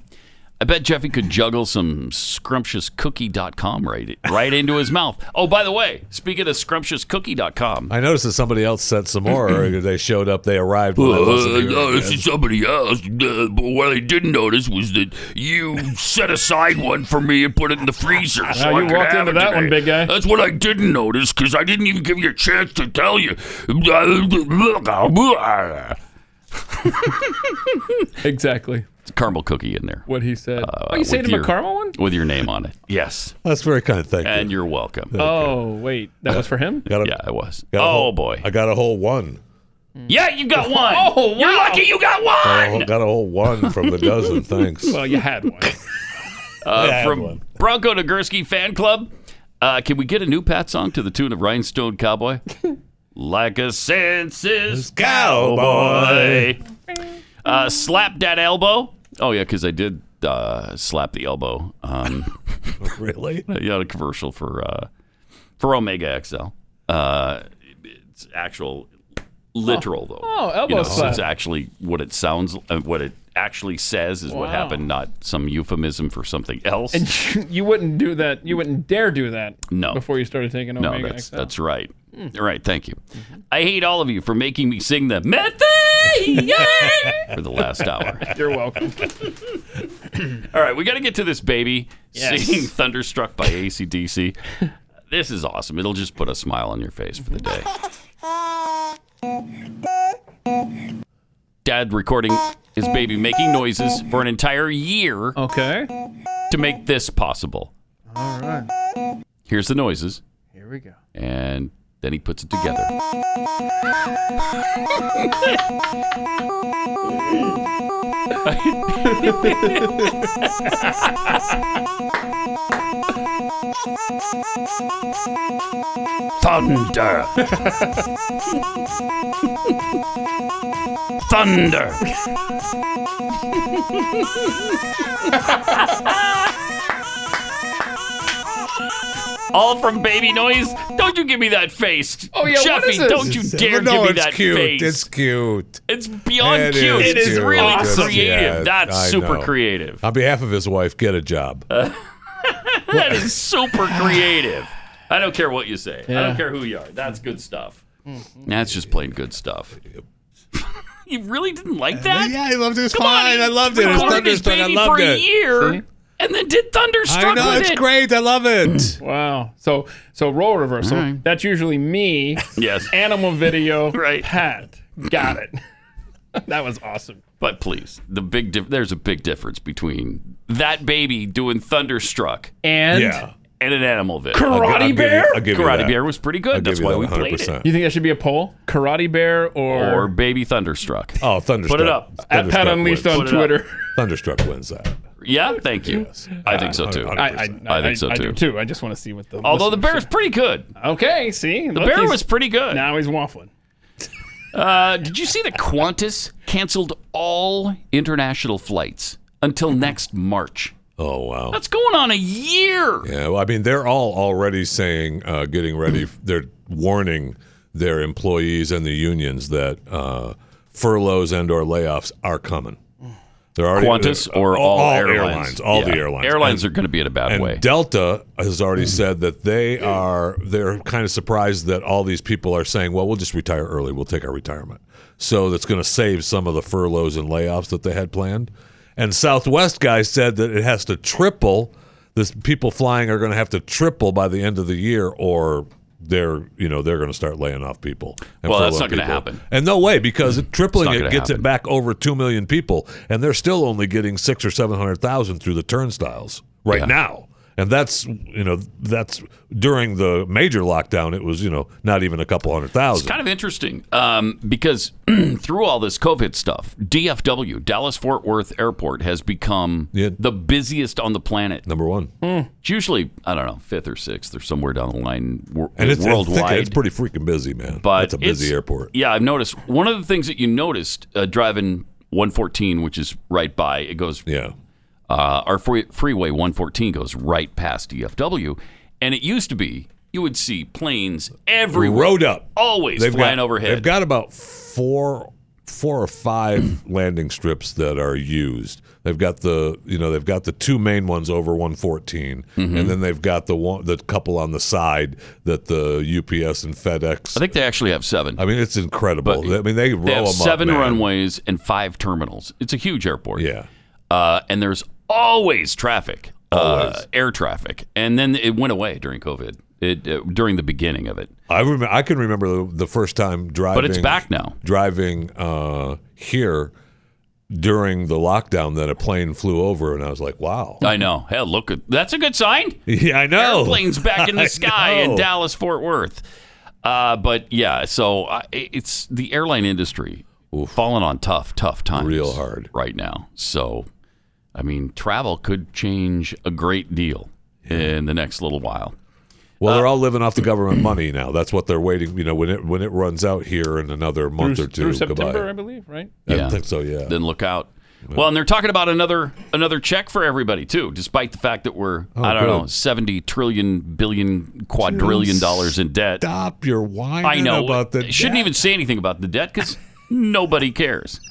S2: I bet Jeffy could juggle some scrumptiouscookie.com right, right into his mouth. Oh, by the way, speaking of scrumptiouscookie.com,
S7: I noticed that somebody else sent some
S2: *laughs*
S7: more. or they showed up. They arrived. When I wasn't here, I guess.
S2: Uh, somebody else. Uh, but what I didn't notice was that you set aside one for me and put it in the freezer. So I
S3: Wow, Ah, you
S2: could
S3: walked
S2: have
S3: into
S2: it
S3: that
S2: today.
S3: one, big guy.
S2: That's what I didn't notice because I didn't even give you a chance to tell you.
S3: exactly.
S2: It's a caramel cookie in there.
S3: What he said. oh, you
S2: Uh, with
S3: saved him
S2: your-
S3: a caramel one?
S2: with your name on it. Yes,
S7: That's very kind. Thank
S2: and you're welcome.
S3: Oh wait, that was for him.
S7: Got a,
S2: yeah, it was.
S7: Got a
S2: oh
S7: whole,
S2: boy,
S7: I got a whole one.
S2: yeah, you got one.
S3: Oh, wow.
S2: You're lucky you got
S7: Got a
S2: one.
S7: whole, got a whole one from the
S3: *laughs*
S7: dozen. Thanks.
S3: Well, you
S2: *laughs*
S3: had one.
S2: Uh,
S7: Yeah, I had
S2: from
S7: one.
S2: Bronco Nagurski Fan Club. Uh, can we get a new Pat song to the tune of Rhinestone
S3: *laughs*
S2: Cowboy? like a senses cowboy. Uh, slap that elbow. Oh, yeah, because I did uh, slap the elbow.
S3: *laughs*
S2: Um,
S7: really?
S2: yeah, a commercial for uh, for Omega XL. Uh, it's actual, literal, though.
S3: Oh, elbow
S2: you know,
S3: slap.
S2: It's actually what it sounds, uh, what it actually says is what
S3: Wow.
S2: happened, not some euphemism for something else.
S3: And you, you wouldn't do that. You wouldn't dare do that.
S2: No.
S3: Before you started taking
S2: No,
S3: Omega Hmm.
S2: that's
S3: XL.
S2: that's right. All right, thank you.
S3: Mm-hmm.
S2: I hate all of you for making me sing the method *laughs* for the last hour.
S3: You're
S2: *laughs*
S3: welcome.
S2: All right, we got to get to this baby
S3: Yes.
S2: singing "Thunderstruck" by ACDC. This is awesome. It'll just put a smile on your face for the day. Dad recording his baby making noises for an entire year.
S3: Okay.
S2: To make this possible.
S3: All right.
S2: Here's the noises,
S3: Here we go.
S2: and then he puts it together. Thunder. Thunder. All from baby noise. Don't you give me that face,
S3: Oh, yeah,
S2: Jeffy.
S3: what is this?
S2: Don't you dare
S7: no,
S2: give me
S7: it's
S2: that
S7: cute.
S2: face.
S7: It's cute.
S2: It's beyond
S7: It
S2: cute.
S7: is
S2: it is
S7: cute.
S2: really
S7: It's-
S2: creative.
S7: yeah,
S2: That's
S7: I
S2: super
S7: know.
S2: creative.
S7: On behalf of his wife, get a job.
S2: That is super creative. I don't care what you say. I
S7: Yeah.
S2: don't care who you are. That's good stuff. That's Mm-hmm. just plain good stuff. *laughs* you really didn't like that?
S7: yeah, I loved it. It was
S2: Come on,
S7: fine.
S2: he
S7: I loved it. It was
S2: recorded his
S7: Thunderstruck. I
S2: baby
S7: loved
S2: for a
S7: it.
S2: year and then did Thunderstruck
S7: I know
S2: with
S7: it's
S2: it.
S7: great. I love it.
S3: Wow. So so role reversal. That's usually me.
S2: Yes.
S3: Animal
S2: *laughs*
S3: video.
S2: Right.
S3: Pat. Got it. *laughs* that was awesome.
S2: But please, the big dif- there's a big difference between that baby doing Thunderstruck
S3: And
S2: Yeah. and an animal vid.
S3: Karate I'll gi- I'll give Bear? you- I'll give you
S2: Karate
S3: that.
S2: Bear was pretty
S3: I'll
S2: good. That's
S3: give you
S2: why
S3: that
S2: we played it.
S3: You think that should be a poll? Karate Bear or
S2: Or Baby Thunderstruck.
S7: Oh, Thunderstruck.
S2: Put it up.
S3: At Pat Unleashed on
S2: Put it up.
S3: Twitter.
S7: Thunderstruck wins that.
S2: Yeah, thank you. I think so too.
S3: *laughs* I, I, I,
S2: think so
S3: I
S2: too.
S3: do too. I just want to see what the.
S2: Although the
S3: listeners
S2: bear's pretty good.
S3: say. Okay, see,
S2: The bear was pretty good.
S3: Now he's waffling.
S2: Uh, did you see that Qantas canceled all international flights until next March?
S7: Oh wow.
S2: That's going on a year.
S7: Yeah, well, I mean, they're all already saying, uh, getting ready. They're warning their employees and the unions that uh, furloughs and/or layoffs are coming. They're already
S2: Qantas
S7: they're-
S2: or all, airlines?
S7: uh, all
S2: Yeah.
S7: the airlines.
S2: Airlines
S7: And-
S2: are going to be in a bad
S7: and
S2: way.
S7: Delta has already said that they are they're kind of surprised that all these people are saying, "Well, we'll just retire early. We'll take our retirement." So that's going to save some of the furloughs and layoffs that they had planned. And Southwest guy said that it has to triple. This people flying are going to have to triple by the end of the year, or they're you know they're going to start laying off people. and
S2: Well, that's
S7: furloughing
S2: not gonna
S7: people.
S2: happen.
S7: And no way because tripling
S2: not
S7: it
S2: gonna
S7: gets
S2: happen.
S7: it back over two million people, and they're still only getting six or seven hundred thousand through the turnstiles right
S2: Yeah.
S7: now. And that's you know that's during the major lockdown. It was you know not even a couple hundred thousand.
S2: It's kind of interesting um, because *clears throat* through all this COVID stuff, DFW, Dallas Fort Worth Airport, has become the busiest on the planet.
S7: Number one.
S2: It's usually, I don't know, fifth or sixth or somewhere down the line wor-
S7: and it's and think
S2: worldwide.
S7: it's pretty freaking busy, man.
S2: but
S7: it's a busy airport.
S2: Yeah, I've noticed. One of the things that you noticed uh, driving 114, which is right by, it goes.
S7: Yeah.
S2: Uh, our free, freeway 114 goes right past DFW, and it used to be you would see planes everywhere.
S7: Rode up.
S2: always
S7: They've
S2: flying
S7: got,
S2: overhead.
S7: They've got about four, four or five *coughs* landing strips that are used. They've got the you know they've got the two main ones over 114,
S2: Mm-hmm.
S7: and then they've got the one the couple on the side that the UPS and FedEx. I
S2: think they actually have seven.
S7: I mean, it's incredible. I mean, they roll
S2: They have
S7: them
S2: seven
S7: up. man.
S2: runways and five terminals. It's a huge airport.
S7: Yeah.
S2: Uh, and there's always traffic, Uh, air traffic. And then it went away during COVID, it, uh, during the beginning of it.
S7: I remember. I can remember the, the first time driving.
S2: But it's back now.
S7: Driving uh, here during the lockdown, that a plane flew over, and I was like, "Wow."
S2: I know. Hell, look, at, that's a good sign.
S7: *laughs* Yeah, I know.
S2: Airplanes back in
S7: Oh. *laughs* I
S2: the sky
S7: know.
S2: in Dallas, Fort Worth. Uh, but yeah, so uh, it- it's the airline industry falling on tough, tough times. Real
S7: hard.
S2: Right now. So, I mean, travel could change a great deal in the next little while.
S7: Well, they're all living off the government money now. That's what they're waiting. You know, when it when it runs out here in another month
S3: Through-
S7: or two,
S3: through
S7: goodbye.
S3: September, I believe, right?
S7: I
S2: Yeah.
S7: think so. Yeah.
S2: Then look out. Well, and they're talking about another another check for everybody too, despite the fact that we're
S7: Oh,
S2: I don't know
S7: good.
S2: seventy trillion billion quadrillion
S7: Just
S2: dollars in debt.
S7: Stop your whining
S2: I know.
S7: about the.
S2: Shouldn't even say anything about the debt because nobody cares.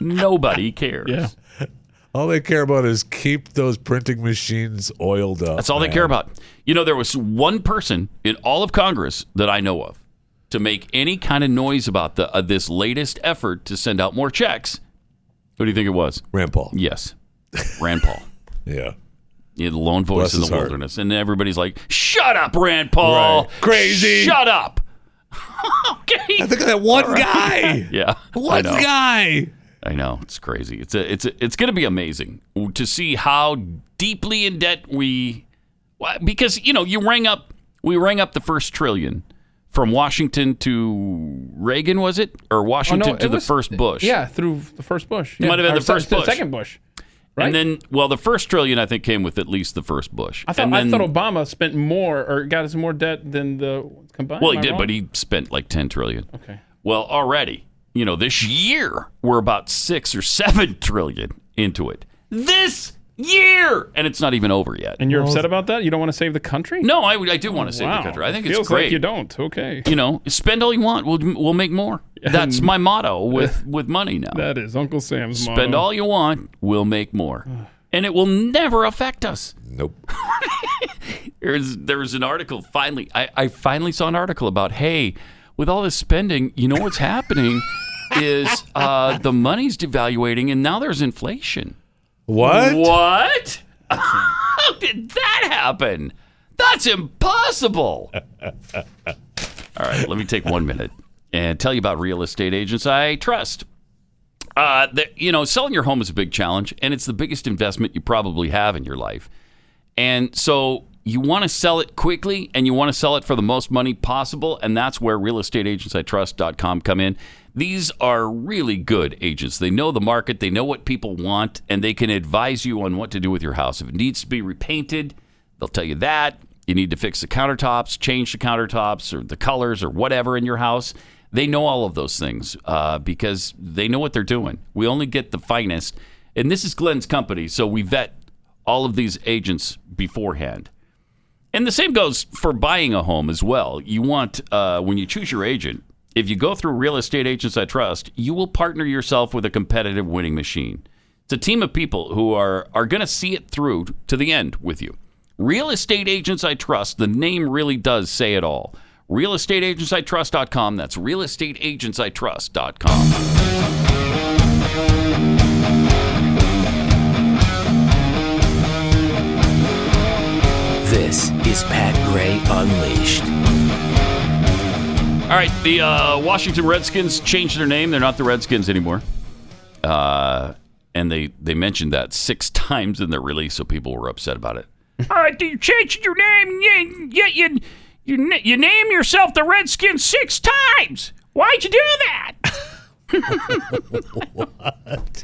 S2: nobody cares. Yeah.
S7: All they care about is keep those printing machines oiled up.
S2: That's all they care about. You know, there was one person in all of Congress that I know of to make any kind of noise about the uh, this latest effort to send out more checks. Who do you think it was?
S7: Rand Paul.
S2: Yes, Rand Paul.
S7: yeah.
S2: Yeah, the lone voice
S7: Bless
S2: in the
S7: his heart.
S2: wilderness, and everybody's like, "Shut up, Rand Paul!
S7: Right. Crazy.
S2: Shut up!" *laughs* okay. I
S7: think of that one guy.
S2: *laughs* Yeah, I
S7: One
S2: know.
S7: guy.
S2: I know it's crazy. It's a, it's a, it's going to be amazing to see how deeply in debt we, why- because you know you rang up we rang up the first trillion from Washington to Reagan was it or Washington
S3: Oh, it
S2: to the
S3: was-
S2: first Bush?
S3: Yeah, through the first Bush.
S2: It
S3: Yeah.
S2: might have been
S3: Or
S2: the
S3: se-
S2: first
S3: se-
S2: Bush.
S3: Second Bush. right?
S2: And then, well, the first trillion I think came with at least the first Bush.
S3: I thought,
S2: and then,
S3: I thought Obama spent more or got us more debt than the combined.
S2: Well, he
S3: Am I
S2: did,
S3: wrong?
S2: but he spent like ten trillion.
S3: Okay.
S2: Well, already, you know, this year we're about six or seven *laughs* trillion into it. This year, and it's not even over yet.
S3: And you're upset about that? You don't want to save the country?
S2: No, I, I do want to save
S3: wow.
S2: the country. I think
S3: Feels
S2: it's great.
S3: Like you don't. Okay.
S2: You know, spend all you want. We'll we'll make more. That's my motto
S3: *laughs*
S2: with with money now.
S3: That is Uncle Sam's
S2: Spend
S3: motto.
S2: all you want. We'll make
S3: *sighs*
S2: more, and it will never affect us.
S7: Nope.
S2: There's there was an article finally. I, I finally saw an article about hey, with all this spending, you know what's happening is uh, the money's devaluating, and now there's inflation.
S7: What?
S2: What? *laughs* How did that happen? That's impossible. All right, let me take one minute and tell you about real estate agents I trust. Uh, the, you know, selling your home is a big challenge, and it's the biggest investment you probably have in your life. And so you want to sell it quickly and you want to sell it for the most money possible. And that's where realestateagentsitrust.com come in. These are really good agents. They know the market, they know what people want, and they can advise you on what to do with your house. If it needs to be repainted, they'll tell you that. You need to fix the countertops, change the countertops or the colors or whatever in your house. They know all of those things uh, because they know what they're doing. We only get the finest. And this is Glenn's company, so we vet all of these agents beforehand. And the same goes for buying a home as well. You want, uh, when you choose your agent, if you go through Real Estate Agents I Trust, you will partner yourself with a competitive winning machine. It's a team of people who are, are going to see it through to the end with you. Real Estate Agents I Trust, the name really does say it all. RealEstateAgentsITrust.com. That's RealEstateAgentsITrust.com.
S12: This is Pat Gray Unleashed.
S2: All right, the uh, Washington Redskins changed their name. They're not the Redskins anymore. Uh, and they, they mentioned that six *laughs* times in their release, so people were upset about it.
S18: Uh, you changed your name. You, you, you, you, n- you named yourself the Redskins six times. Why'd you do that? *laughs*
S2: *laughs*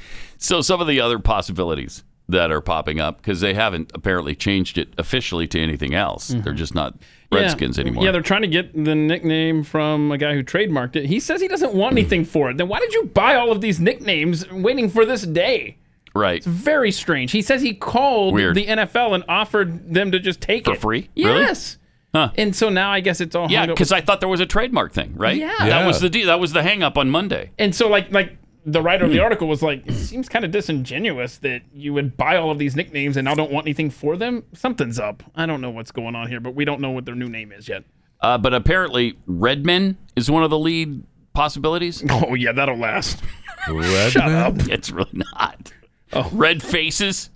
S2: So some of the other possibilities that are popping up because they haven't apparently changed it officially to anything else.
S18: Mm-hmm.
S2: They're just not Redskins
S3: yeah.
S2: anymore.
S3: Yeah, they're trying to get the nickname from a guy who trademarked it. He says he doesn't want anything for it. Then why did you buy all of these nicknames waiting for this day?
S2: right.
S3: Very strange. He says he called
S2: Weird.
S3: the NFL and offered them to just take
S2: For
S3: it
S2: free? Really?
S3: Yes. And so now I guess it's all
S2: Yeah,
S3: hung up-
S2: because I thought there was a trademark thing, right?
S3: Yeah.
S2: That
S3: Yeah.
S2: was the deal. That was the hang up on Monday.
S3: And so like like the writer of the
S2: Hmm.
S3: article was like, it seems kind of disingenuous that you would buy all of these nicknames and now don't want anything for them. Something's up. I don't know what's going on here, but we don't know what their new name is yet.
S2: Uh, but apparently, Redmen is one of the lead possibilities.
S3: Oh yeah, that'll last.
S2: Shut up. *laughs* It's really not.
S3: Oh.
S2: Red faces.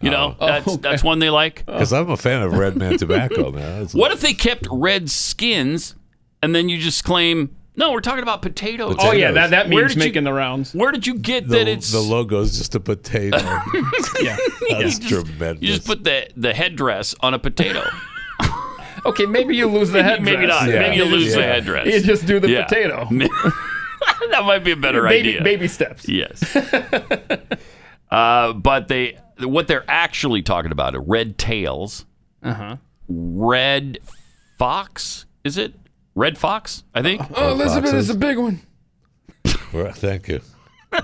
S2: You know, that's that's one they like.
S3: Oh.
S7: Because I'm a fan of Red Man Tobacco, man. That's-
S2: What if they kept red skins and then you just claim, no, we're talking about potatoes.
S3: Oh yeah, that that
S2: Where
S3: means
S2: did you-
S3: making
S2: *laughs*
S3: the rounds.
S2: Where did you get that it's
S7: the logo is just a potato.
S2: *laughs*
S7: *laughs*
S3: yeah,
S7: that's
S2: just-
S7: tremendous.
S2: You just put the the headdress on a potato.
S3: Okay, maybe you lose *laughs* the headdress.
S2: Maybe not. Maybe you lose the
S3: Yeah.
S2: headdress.
S3: You just do the
S2: Yeah.
S3: potato.
S2: *laughs* that might be a better
S3: baby,
S2: idea.
S3: Baby steps.
S2: Yes. *laughs* uh, but they what they're actually talking about are red tails,
S3: Uh huh.
S2: Uh-huh. red fox. Is it red fox? I think.
S3: Oh, Elizabeth is a big one.
S7: Well, Thank you.
S2: *laughs* *laughs*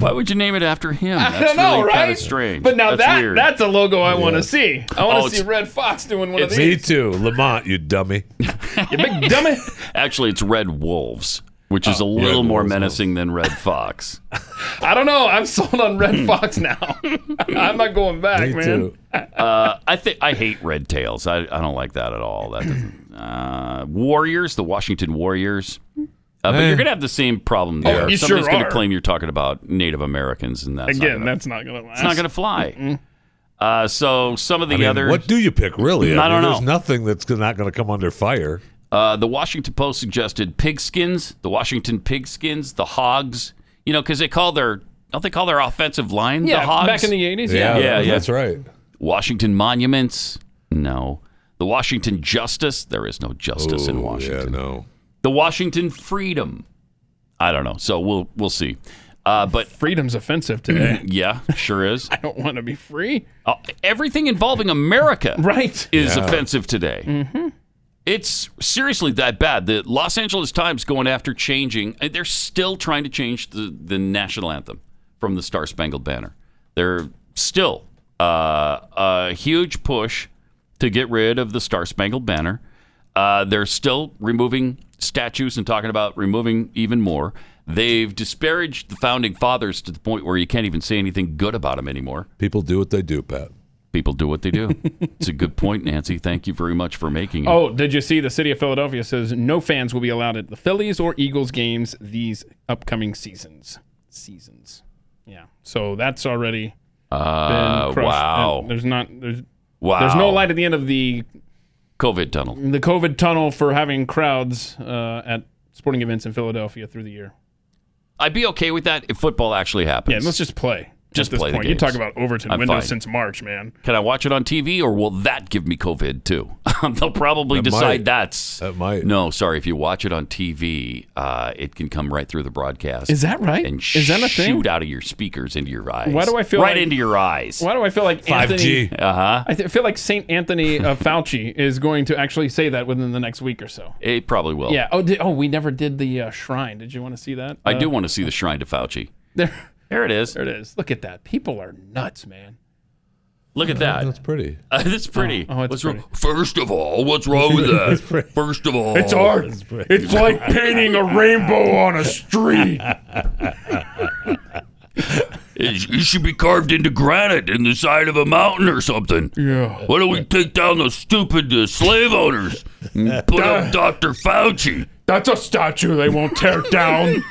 S2: Why would you name it after *laughs* him?
S3: I
S2: That's
S3: don't know,
S2: really
S3: right?
S2: Kind of strange.
S3: But now
S2: that's
S3: that
S2: weird.
S3: that's a logo I want to
S7: Yeah.
S3: see. I want
S2: Oh,
S3: to
S2: it's-
S3: see Red Fox doing one of
S7: me
S3: these.
S7: too, Lamont. You dummy.
S3: You big dummy.
S2: Actually, it's red wolves, which is a little more menacing than red fox.
S3: I don't know. I'm sold on
S2: Hmm.
S3: Red Fox now. *laughs* I'm not going back, man.
S2: uh, I think I hate red tails. I, I don't like that at all. That doesn't- *clears throat* uh, Warriors, the Washington Warriors. Uh, but
S3: Eh.
S2: you're gonna have the same problem
S3: Oh,
S2: there.
S3: you
S2: Somebody's
S3: sure
S2: gonna
S3: are.
S2: claim you're talking about Native Americans, and that's
S3: Again,
S2: not gonna,
S3: that's not gonna last.
S2: it's not gonna fly. Uh, so some of the
S7: I mean,
S2: other
S7: What do you pick,
S2: I
S7: really? mean,
S2: don't
S7: There's
S2: know.
S7: nothing that's not going to come under fire.
S2: Uh, the Washington Post suggested pigskins, the Washington pigskins, the hogs. You know, because they call their don't they call their offensive line
S3: Yeah,
S2: the hogs
S3: back in the 80s, yeah.
S2: yeah, yeah.
S7: that's right.
S2: Washington monuments, no. The Washington justice, there is no justice in Washington.
S7: no.
S2: The Washington freedom, I don't know. So we'll we'll see. Uh, but
S3: freedom's
S2: *clears throat*
S3: offensive today.
S2: yeah, sure is.
S3: I don't want to be free.
S2: Uh, everything involving America
S3: right.
S2: is
S3: Yeah.
S2: offensive today.
S3: Mm-hmm.
S2: It's seriously that bad. The Los Angeles Times going after changing. uh, They're still trying to change the, the national anthem from the Star Spangled Banner. They're still uh, a huge push to get rid of the Star Spangled Banner. Uh, they're still removing statues and talking about removing even more. They've disparaged the founding fathers to the point where you can't even say anything good about them anymore.
S7: People do what they do, Pat.
S2: People do what they
S3: *laughs*
S2: do. it's a good point, Nancy. Thank you very much for making it.
S3: Oh, did you see the city of Philadelphia says no fans will be allowed at the Phillies or Eagles games these upcoming seasons? Seasons. Yeah. So that's already
S2: Uh,
S3: been crushed.
S2: wow.
S3: And There's not there's
S2: Wow.
S3: There's no light at the end of the
S2: COVID tunnel.
S3: the COVID tunnel for having crowds uh, at sporting events in Philadelphia through the year.
S2: I'd be okay with that if football actually happens.
S3: Yeah, let's just play.
S2: Just
S3: at this
S2: play the
S3: point. You
S2: games.
S3: talk about Overton
S2: I'm
S3: window
S2: fine.
S3: since March, man.
S2: Can I watch it on TV, or will that give me COVID too? *laughs* Um, They'll probably
S3: That
S2: decide
S3: might.
S2: that's that might. No, sorry. If you watch it on TV, uh, it can come right through the broadcast.
S3: Is that right?
S2: And
S3: Is that a thing?
S2: shoot out of your speakers into your eyes?
S3: Why do I feel
S2: right
S3: like-
S2: into your eyes?
S3: Why do I feel like
S2: 5G.
S3: Anthony?
S2: Uh huh.
S3: I th- feel like Saint
S2: *laughs*
S3: Anthony of Fauci is going to actually say that within the next week or so.
S2: It probably will.
S3: Yeah. Oh, di- oh, we never did the uh, shrine. Did you want to see that?
S2: I
S3: Uh,
S2: do want to see the shrine to Fauci.
S3: *laughs* There,
S2: there it is.
S3: There it is. Look at that. People are nuts, man.
S2: Look at that. That's
S7: Oh, pretty.
S2: Uh, *laughs* that's pretty.
S3: Oh, oh, it's
S2: what's wrong? First of all, what's wrong
S7: *laughs*
S2: with
S7: It's
S2: that? First of all,
S7: It's art. It's Oh, pretty.
S2: *laughs*
S7: It's like painting a rainbow on a street.
S2: It, it should be carved into granite in the side of a mountain or something.
S3: Yeah.
S2: Why don't we take down those stupid uh, slave owners and put
S7: *laughs*
S2: up Dr. Fauci?
S3: That's a statue they won't *laughs* tear down.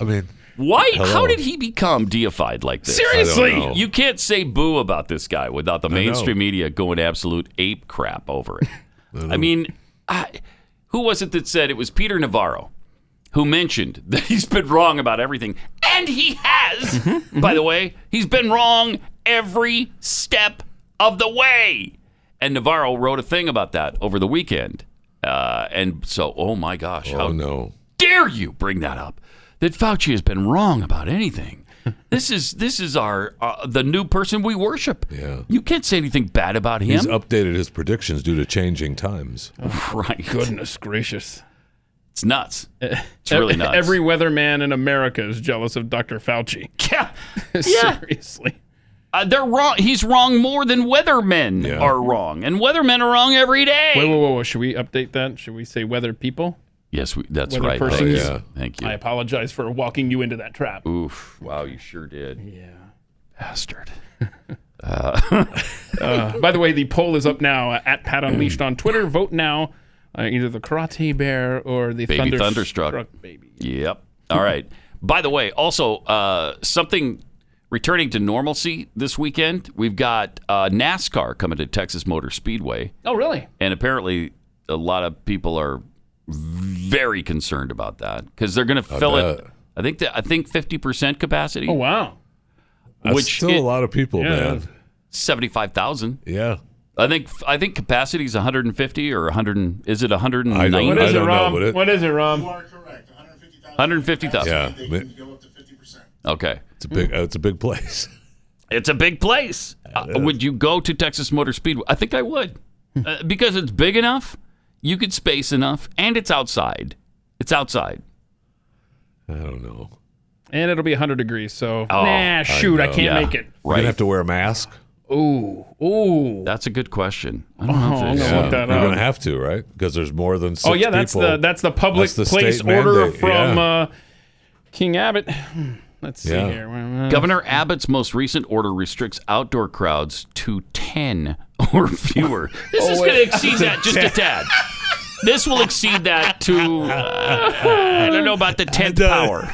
S7: I mean,
S2: Why?
S7: Hello.
S2: How did he become deified like this?
S7: Seriously? I don't know.
S2: you can't say boo about this guy without the
S7: I know.
S2: mainstream media going absolute ape crap over
S7: *laughs*
S2: it. I, mean, I, who was it that said it was Peter Navarro who mentioned *laughs* that he's been wrong about everything? And he has.
S7: Mm-hmm.
S2: By the way, he's been wrong every step of the way. And Navarro wrote a thing about that over the weekend. Uh, and so, oh my gosh, how
S7: no.
S2: dare you bring that up? That Fauci has been wrong about
S3: *laughs*
S2: anything. this is this is our uh, the new person we worship. Yeah. You can't say anything bad about him.
S7: He's updated his predictions due to changing times.
S2: *laughs* Right.
S3: Goodness gracious.
S2: It's
S3: *laughs*
S2: nuts. It's really nuts.
S3: E-, Every weatherman in America is jealous of Dr. Fauci.
S2: *laughs*
S3: *laughs*
S2: Yeah. Yeah.
S3: Seriously.
S2: Uh, they're wrong. He's wrong more than weathermen
S3: Yeah.
S2: are wrong, and weathermen are wrong every day.
S3: Wait, whoa, whoa, whoa. Should we update that? Should we say weather people?
S2: Yes, we, that's
S3: Weather
S2: right.
S3: person.
S2: Thank,
S3: Yeah.
S2: you. Thank you.
S3: I apologize for walking you into that trap.
S2: Oof! Wow, you sure did. Yeah. Bastard.
S3: Uh, by the way, the poll is up now uh, at Pat Unleashed on Twitter. Vote now. Uh, either the Karate Bear or the
S2: baby
S3: Thunders-
S2: thunderstruck. baby. Yep. All *laughs* right. By the way, also uh, something returning to normalcy this weekend. We've got uh, NASCAR coming to Texas Motor Speedway,
S3: Oh, really?
S2: and apparently a lot of people are very concerned about that because they're going to
S7: I
S2: fill it.
S7: bet.
S2: I think that I think fifty percent capacity.
S3: Oh, wow.
S7: That's
S2: Which
S7: still
S2: it-
S7: a lot of people,
S2: Yeah.
S7: man.
S2: Seventy-five thousand.
S7: Yeah.
S2: I think I think capacity is 150 or 100. and- Is it 190?
S7: I don't-
S3: What is
S7: I
S3: it,
S7: don't know,
S3: Rom?
S7: but it-
S3: what is it, Rom?
S2: 150,000.
S7: Yeah. It's
S2: Okay.
S7: a big.
S3: Hmm.
S7: uh, It's a big place. *laughs*
S2: It's a big place. Uh, would you go to Texas Motor Speedway? I think I would
S7: Hmm.
S2: uh, because it's big enough, you could space enough, and it's outside. It's outside.
S7: I don't know.
S3: And it'll be 100 degrees, so
S2: Oh,
S3: nah, shoot, I,
S7: know.
S3: can't
S2: Yeah.
S3: make it.
S7: You're gonna
S2: Right.
S7: have to wear a mask.
S3: Ooh, ooh.
S2: That's a good question. I don't know
S3: Oh, I'm
S2: if
S3: gonna
S2: it's-
S3: look that
S7: You're
S3: up.
S7: gonna have to, right? Because there's more than. Six
S3: oh yeah, that's
S7: people.
S3: the that's the public
S7: That's the
S3: place
S7: state
S3: order
S7: mandate.
S3: from
S7: Yeah.
S3: uh, King Abbott. Hmm, Let's see
S7: Yeah.
S3: here.
S2: Governor Abbott's most recent order restricts outdoor crowds to 10 *laughs* or fewer. This is
S3: Oh,
S2: going to
S3: wait.
S2: exceed that just
S3: *laughs*
S2: a tad. This will exceed that to, uh, I don't know
S7: *laughs*
S2: about the 10th power.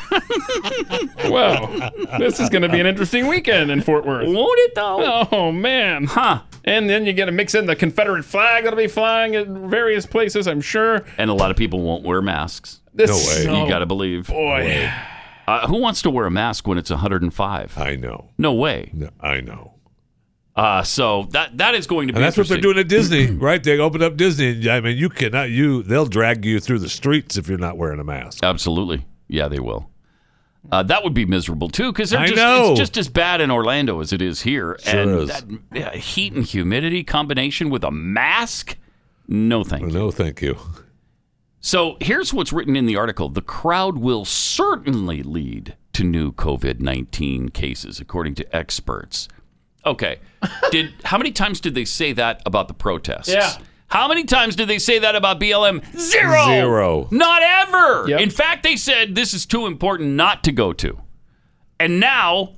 S3: Well, this is going to be an interesting weekend in Fort Worth.
S2: Won't it though?
S3: Oh man,
S2: huh?
S3: And then you get to mix in the Confederate flag that'll be flying at various places. I'm sure.
S2: And a lot of people won't wear masks.
S3: This- No way.
S2: You got to believe.
S3: Boy,
S2: Uh, who wants to wear a mask when it's 105?
S7: I know.
S2: No way.
S7: No, I know.
S2: Uh, so that that is going to be
S7: And that's what they're
S2: interesting.
S7: doing at Disney, right? They opened up Disney. I mean, you cannot. You they'll drag you through the streets if you're not wearing a mask.
S2: Absolutely. Yeah, they will. Uh, that would be miserable too, because
S7: I
S2: just,
S7: know.
S2: it's just as bad in Orlando as it is here.
S7: Sure
S2: and
S7: is.
S2: That, yeah, heat and humidity combination with a mask? No, thank you.
S7: No, thank you.
S2: So here's what's written in the article The crowd will certainly lead to new COVID 19 cases, according to experts.
S3: *laughs*
S2: Okay. did How many times did they say that about the protests?
S3: Yeah.
S2: How many times did they say that about BLM? Zero.
S7: Zero.
S2: Not ever. In fact, they said this is too important not to go to. And now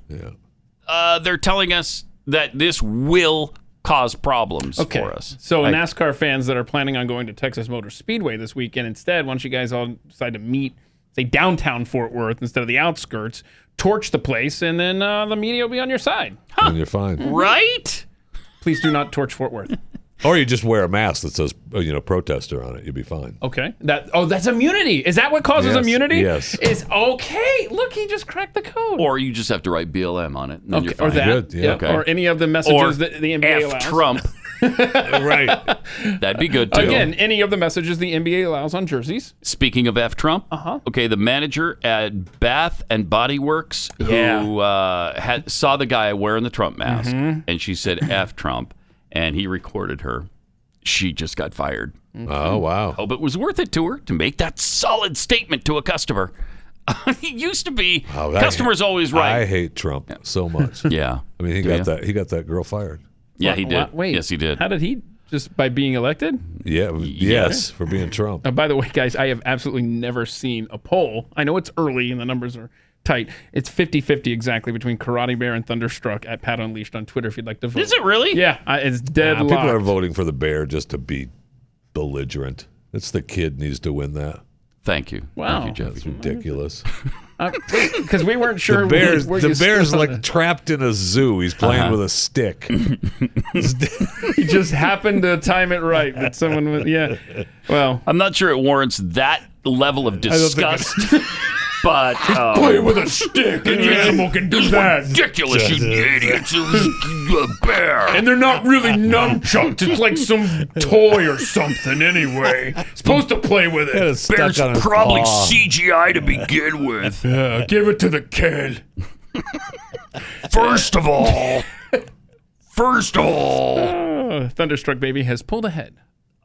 S2: uh, they're telling us that this will cause problems
S3: Okay.
S2: for us.
S3: So
S2: I-
S3: NASCAR fans that are planning on going to Texas Motor Speedway this weekend, instead, why don't you guys all decide to meet, say downtown Fort Worth instead of the outskirts, torch the place, and then uh, the media will be on your side.
S7: And you're fine.
S2: right? *laughs*
S3: Please do not torch Fort Worth.
S7: Or you just wear a mask that says, uh, you know, protester on it. You'd be fine.
S3: Okay. That oh, that's immunity. Is that what causes
S7: Yes,
S3: immunity?
S7: yes.
S3: It's okay. Look, he just cracked the code.
S2: Or you just have to write BLM on it. And then
S3: Okay,
S2: you're
S3: or
S2: fine.
S3: that, yeah, or any of the messages
S2: Or
S3: that the NBA
S2: F
S3: allows.
S2: Trump.
S7: right.
S2: That'd be good too.
S3: Again, any of the messages the NBA allows on jerseys.
S2: Speaking of F. Trump, uh-huh. okay, the manager at Bath and Body Works who uh, had, saw the guy wearing the Trump mask,
S3: Mhm.
S2: and she
S3: *clears throat*
S2: said F. Trump, and he recorded her. She just got fired.
S7: Oh, wow.
S2: Hope it was worth it to her to make that solid statement to a customer. *laughs* it used to be
S7: Oh, that-
S2: customers always right.
S7: I hate Trump
S3: *laughs*
S7: so much.
S2: yeah.
S7: I mean, he
S2: Do
S7: got
S2: you?
S7: that. He got that girl fired.
S2: yeah, he
S3: Wha-
S2: did.
S3: wha- Wait.
S2: Yes, he did.
S3: How did he just by being elected?
S7: Yeah. Yes, for being Trump.
S3: Uh, by the way, guys, I have absolutely never seen a poll. I know it's early and the numbers are tight. It's 50-50 exactly between Karate Bear and Thunderstruck at Pat Unleashed on Twitter if you'd like to vote.
S2: Is it really?
S3: Yeah, I, it's dead
S7: Nah, people
S3: locked.
S7: are voting for the bear just to be belligerent. It's the kid needs to win that.
S2: Thank you.
S3: Wow.
S7: Thank you, Jeff. That's ridiculous.
S3: Uh, Because we weren't sure.
S7: the bear's,
S3: where you
S7: the
S3: stood
S7: bear's
S3: on
S7: like
S3: it.
S7: trapped in a zoo. He's playing
S2: Uh-huh.
S7: with a stick.
S3: he just happened to time it right that someone was yeah. Well,
S2: I'm not sure it warrants that level of
S3: don't think it-
S2: disgust. *laughs*
S3: *laughs*
S2: But um,
S7: stick.
S2: An animal
S7: can
S2: do that. Ridiculous, you idiots! It was a bear.
S3: And they're not really nunchucks. It's like some toy or something, anyway. Supposed to play with
S7: it. Yeah, it's stuck Bear's on his probably paw.
S2: CGI to begin with.
S3: Yeah, give it to the kid.
S2: First of
S3: *laughs*
S2: all, first of all,
S3: Uh, Thunderstruck Baby has pulled ahead.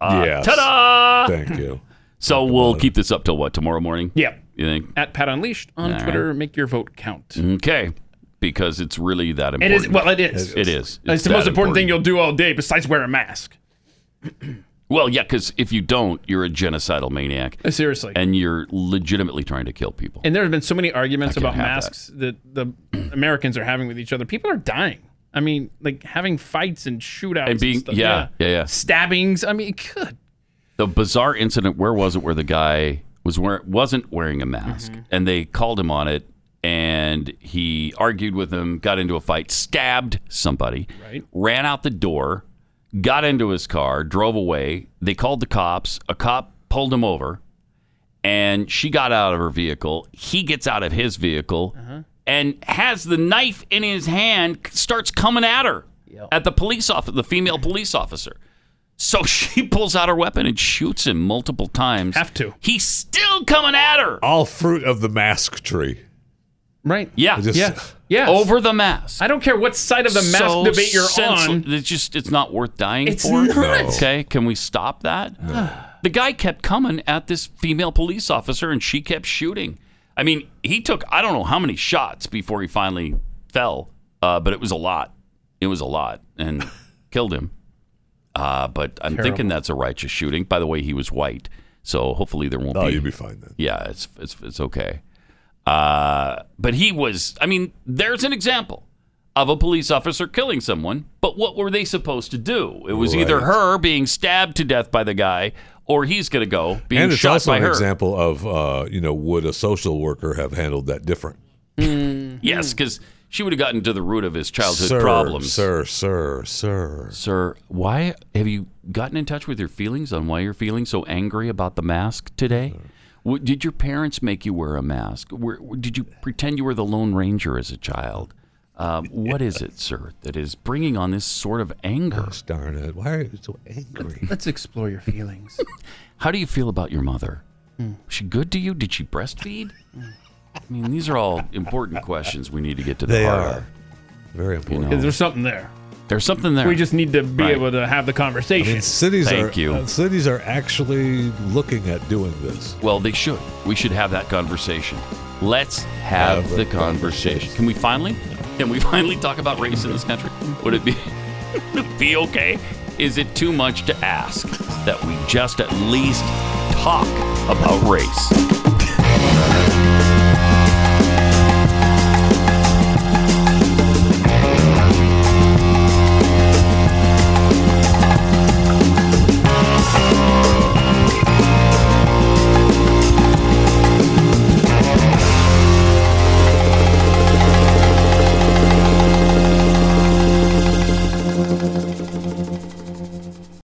S2: Uh,
S7: *laughs* Yes.
S2: ta-da!
S7: Thank you.
S2: So we'll keep this up till what tomorrow morning.
S3: Yep.
S2: You think?
S3: At Pat Unleashed on
S2: All
S3: Twitter, make your vote count.
S2: Okay, because it's really that
S3: It
S2: important.
S3: is well, it is.
S2: It is.
S3: It's, the
S2: that
S3: most important thing you'll do all day besides wear a mask.
S2: Well, yeah, because if you don't, you're a genocidal maniac,
S3: Uh, Seriously.
S2: and you're legitimately trying to kill people.
S3: And there have been so many arguments
S2: I can't
S3: about
S2: have
S3: masks that, the *clears throat* Americans are having with each other. People are dying. I mean, like having fights and shootouts
S2: And being
S3: stuff.
S2: yeah, yeah, yeah.
S3: stabbings. I mean, good.
S2: the bizarre incident where was it where the guy was wear, wasn't wearing a mask and they called him on it and he argued with them got into a fight stabbed somebody
S3: Right.
S2: ran out the door got into his car drove away they called the cops a cop pulled him over and she got out of her vehicle he gets out of his vehicle and has the knife in his hand starts coming at her at the police officer the female police officer so *laughs* she pulls out her weapon and shoots him multiple times.
S3: Have to. Oh,
S2: He's still coming at her.
S7: All fruit of the mask tree.
S3: Right.
S2: Yeah.
S7: Just-
S3: Yeah. Yes.
S2: Over the mask.
S3: I don't care what side of the mask
S2: So
S3: debate you're
S2: senseless.
S3: on.
S2: It's just it's not worth dying
S3: It's
S2: for.
S3: not. No.
S2: Okay, can we stop that? The guy kept coming at this female police officer and she kept shooting. I mean, he took I don't know how many shots before he finally fell, uh, but it was a lot. It was a lot and *laughs* killed him. Uh, but I'm thinking that's a righteous shooting. By the way, he was white, so hopefully there won't
S7: Oh,
S2: be.
S7: you'd be fine then.
S2: Yeah, it's it's it's okay. Uh, but he was. I mean, there's an example of a police officer killing someone. But what were they supposed to do? It was either
S7: Right.
S2: her being stabbed to death by the guy, or he's going to go being
S7: and it's
S2: shot
S7: also
S2: by
S7: an
S2: her.
S7: example of, uh, you know, would a social worker have handled that different?
S2: Yes, because she would have gotten to the root of his childhood
S7: sir,
S2: problems.
S7: Sir, sir, sir.
S2: Sir, why have you gotten in touch with your feelings on why you're feeling so angry about the mask today? W Did your parents make you wear a mask? Were, did you pretend you were the Lone Ranger as a child?
S7: *laughs*
S2: Um, what is it, sir, that is bringing on this sort of anger?
S7: Darn it. Why are you so angry?
S3: Let's explore your feelings.
S2: How do you feel about your mother?
S7: Hmm.
S2: Was she good to you? Did she breastfeed? I mean, these are all important questions we need to get to the
S7: They
S2: heart
S7: are.
S2: of.
S7: Very
S2: You
S7: important.
S2: know,
S3: Is there something there?
S2: there's something there.
S3: We just need to be
S2: Right.
S3: able to have the
S7: I
S3: conversation.
S7: mean, cities
S2: Thank
S7: are
S2: you.
S7: uh, cities are actually looking at doing this.
S2: Well, they should. We should have that conversation. Let's have,
S7: Have a
S2: the conversation. Can we finally? Can we *laughs* finally talk about race in this country? Would it be *laughs* would it be okay? Is it too much to ask that we just at least talk about race?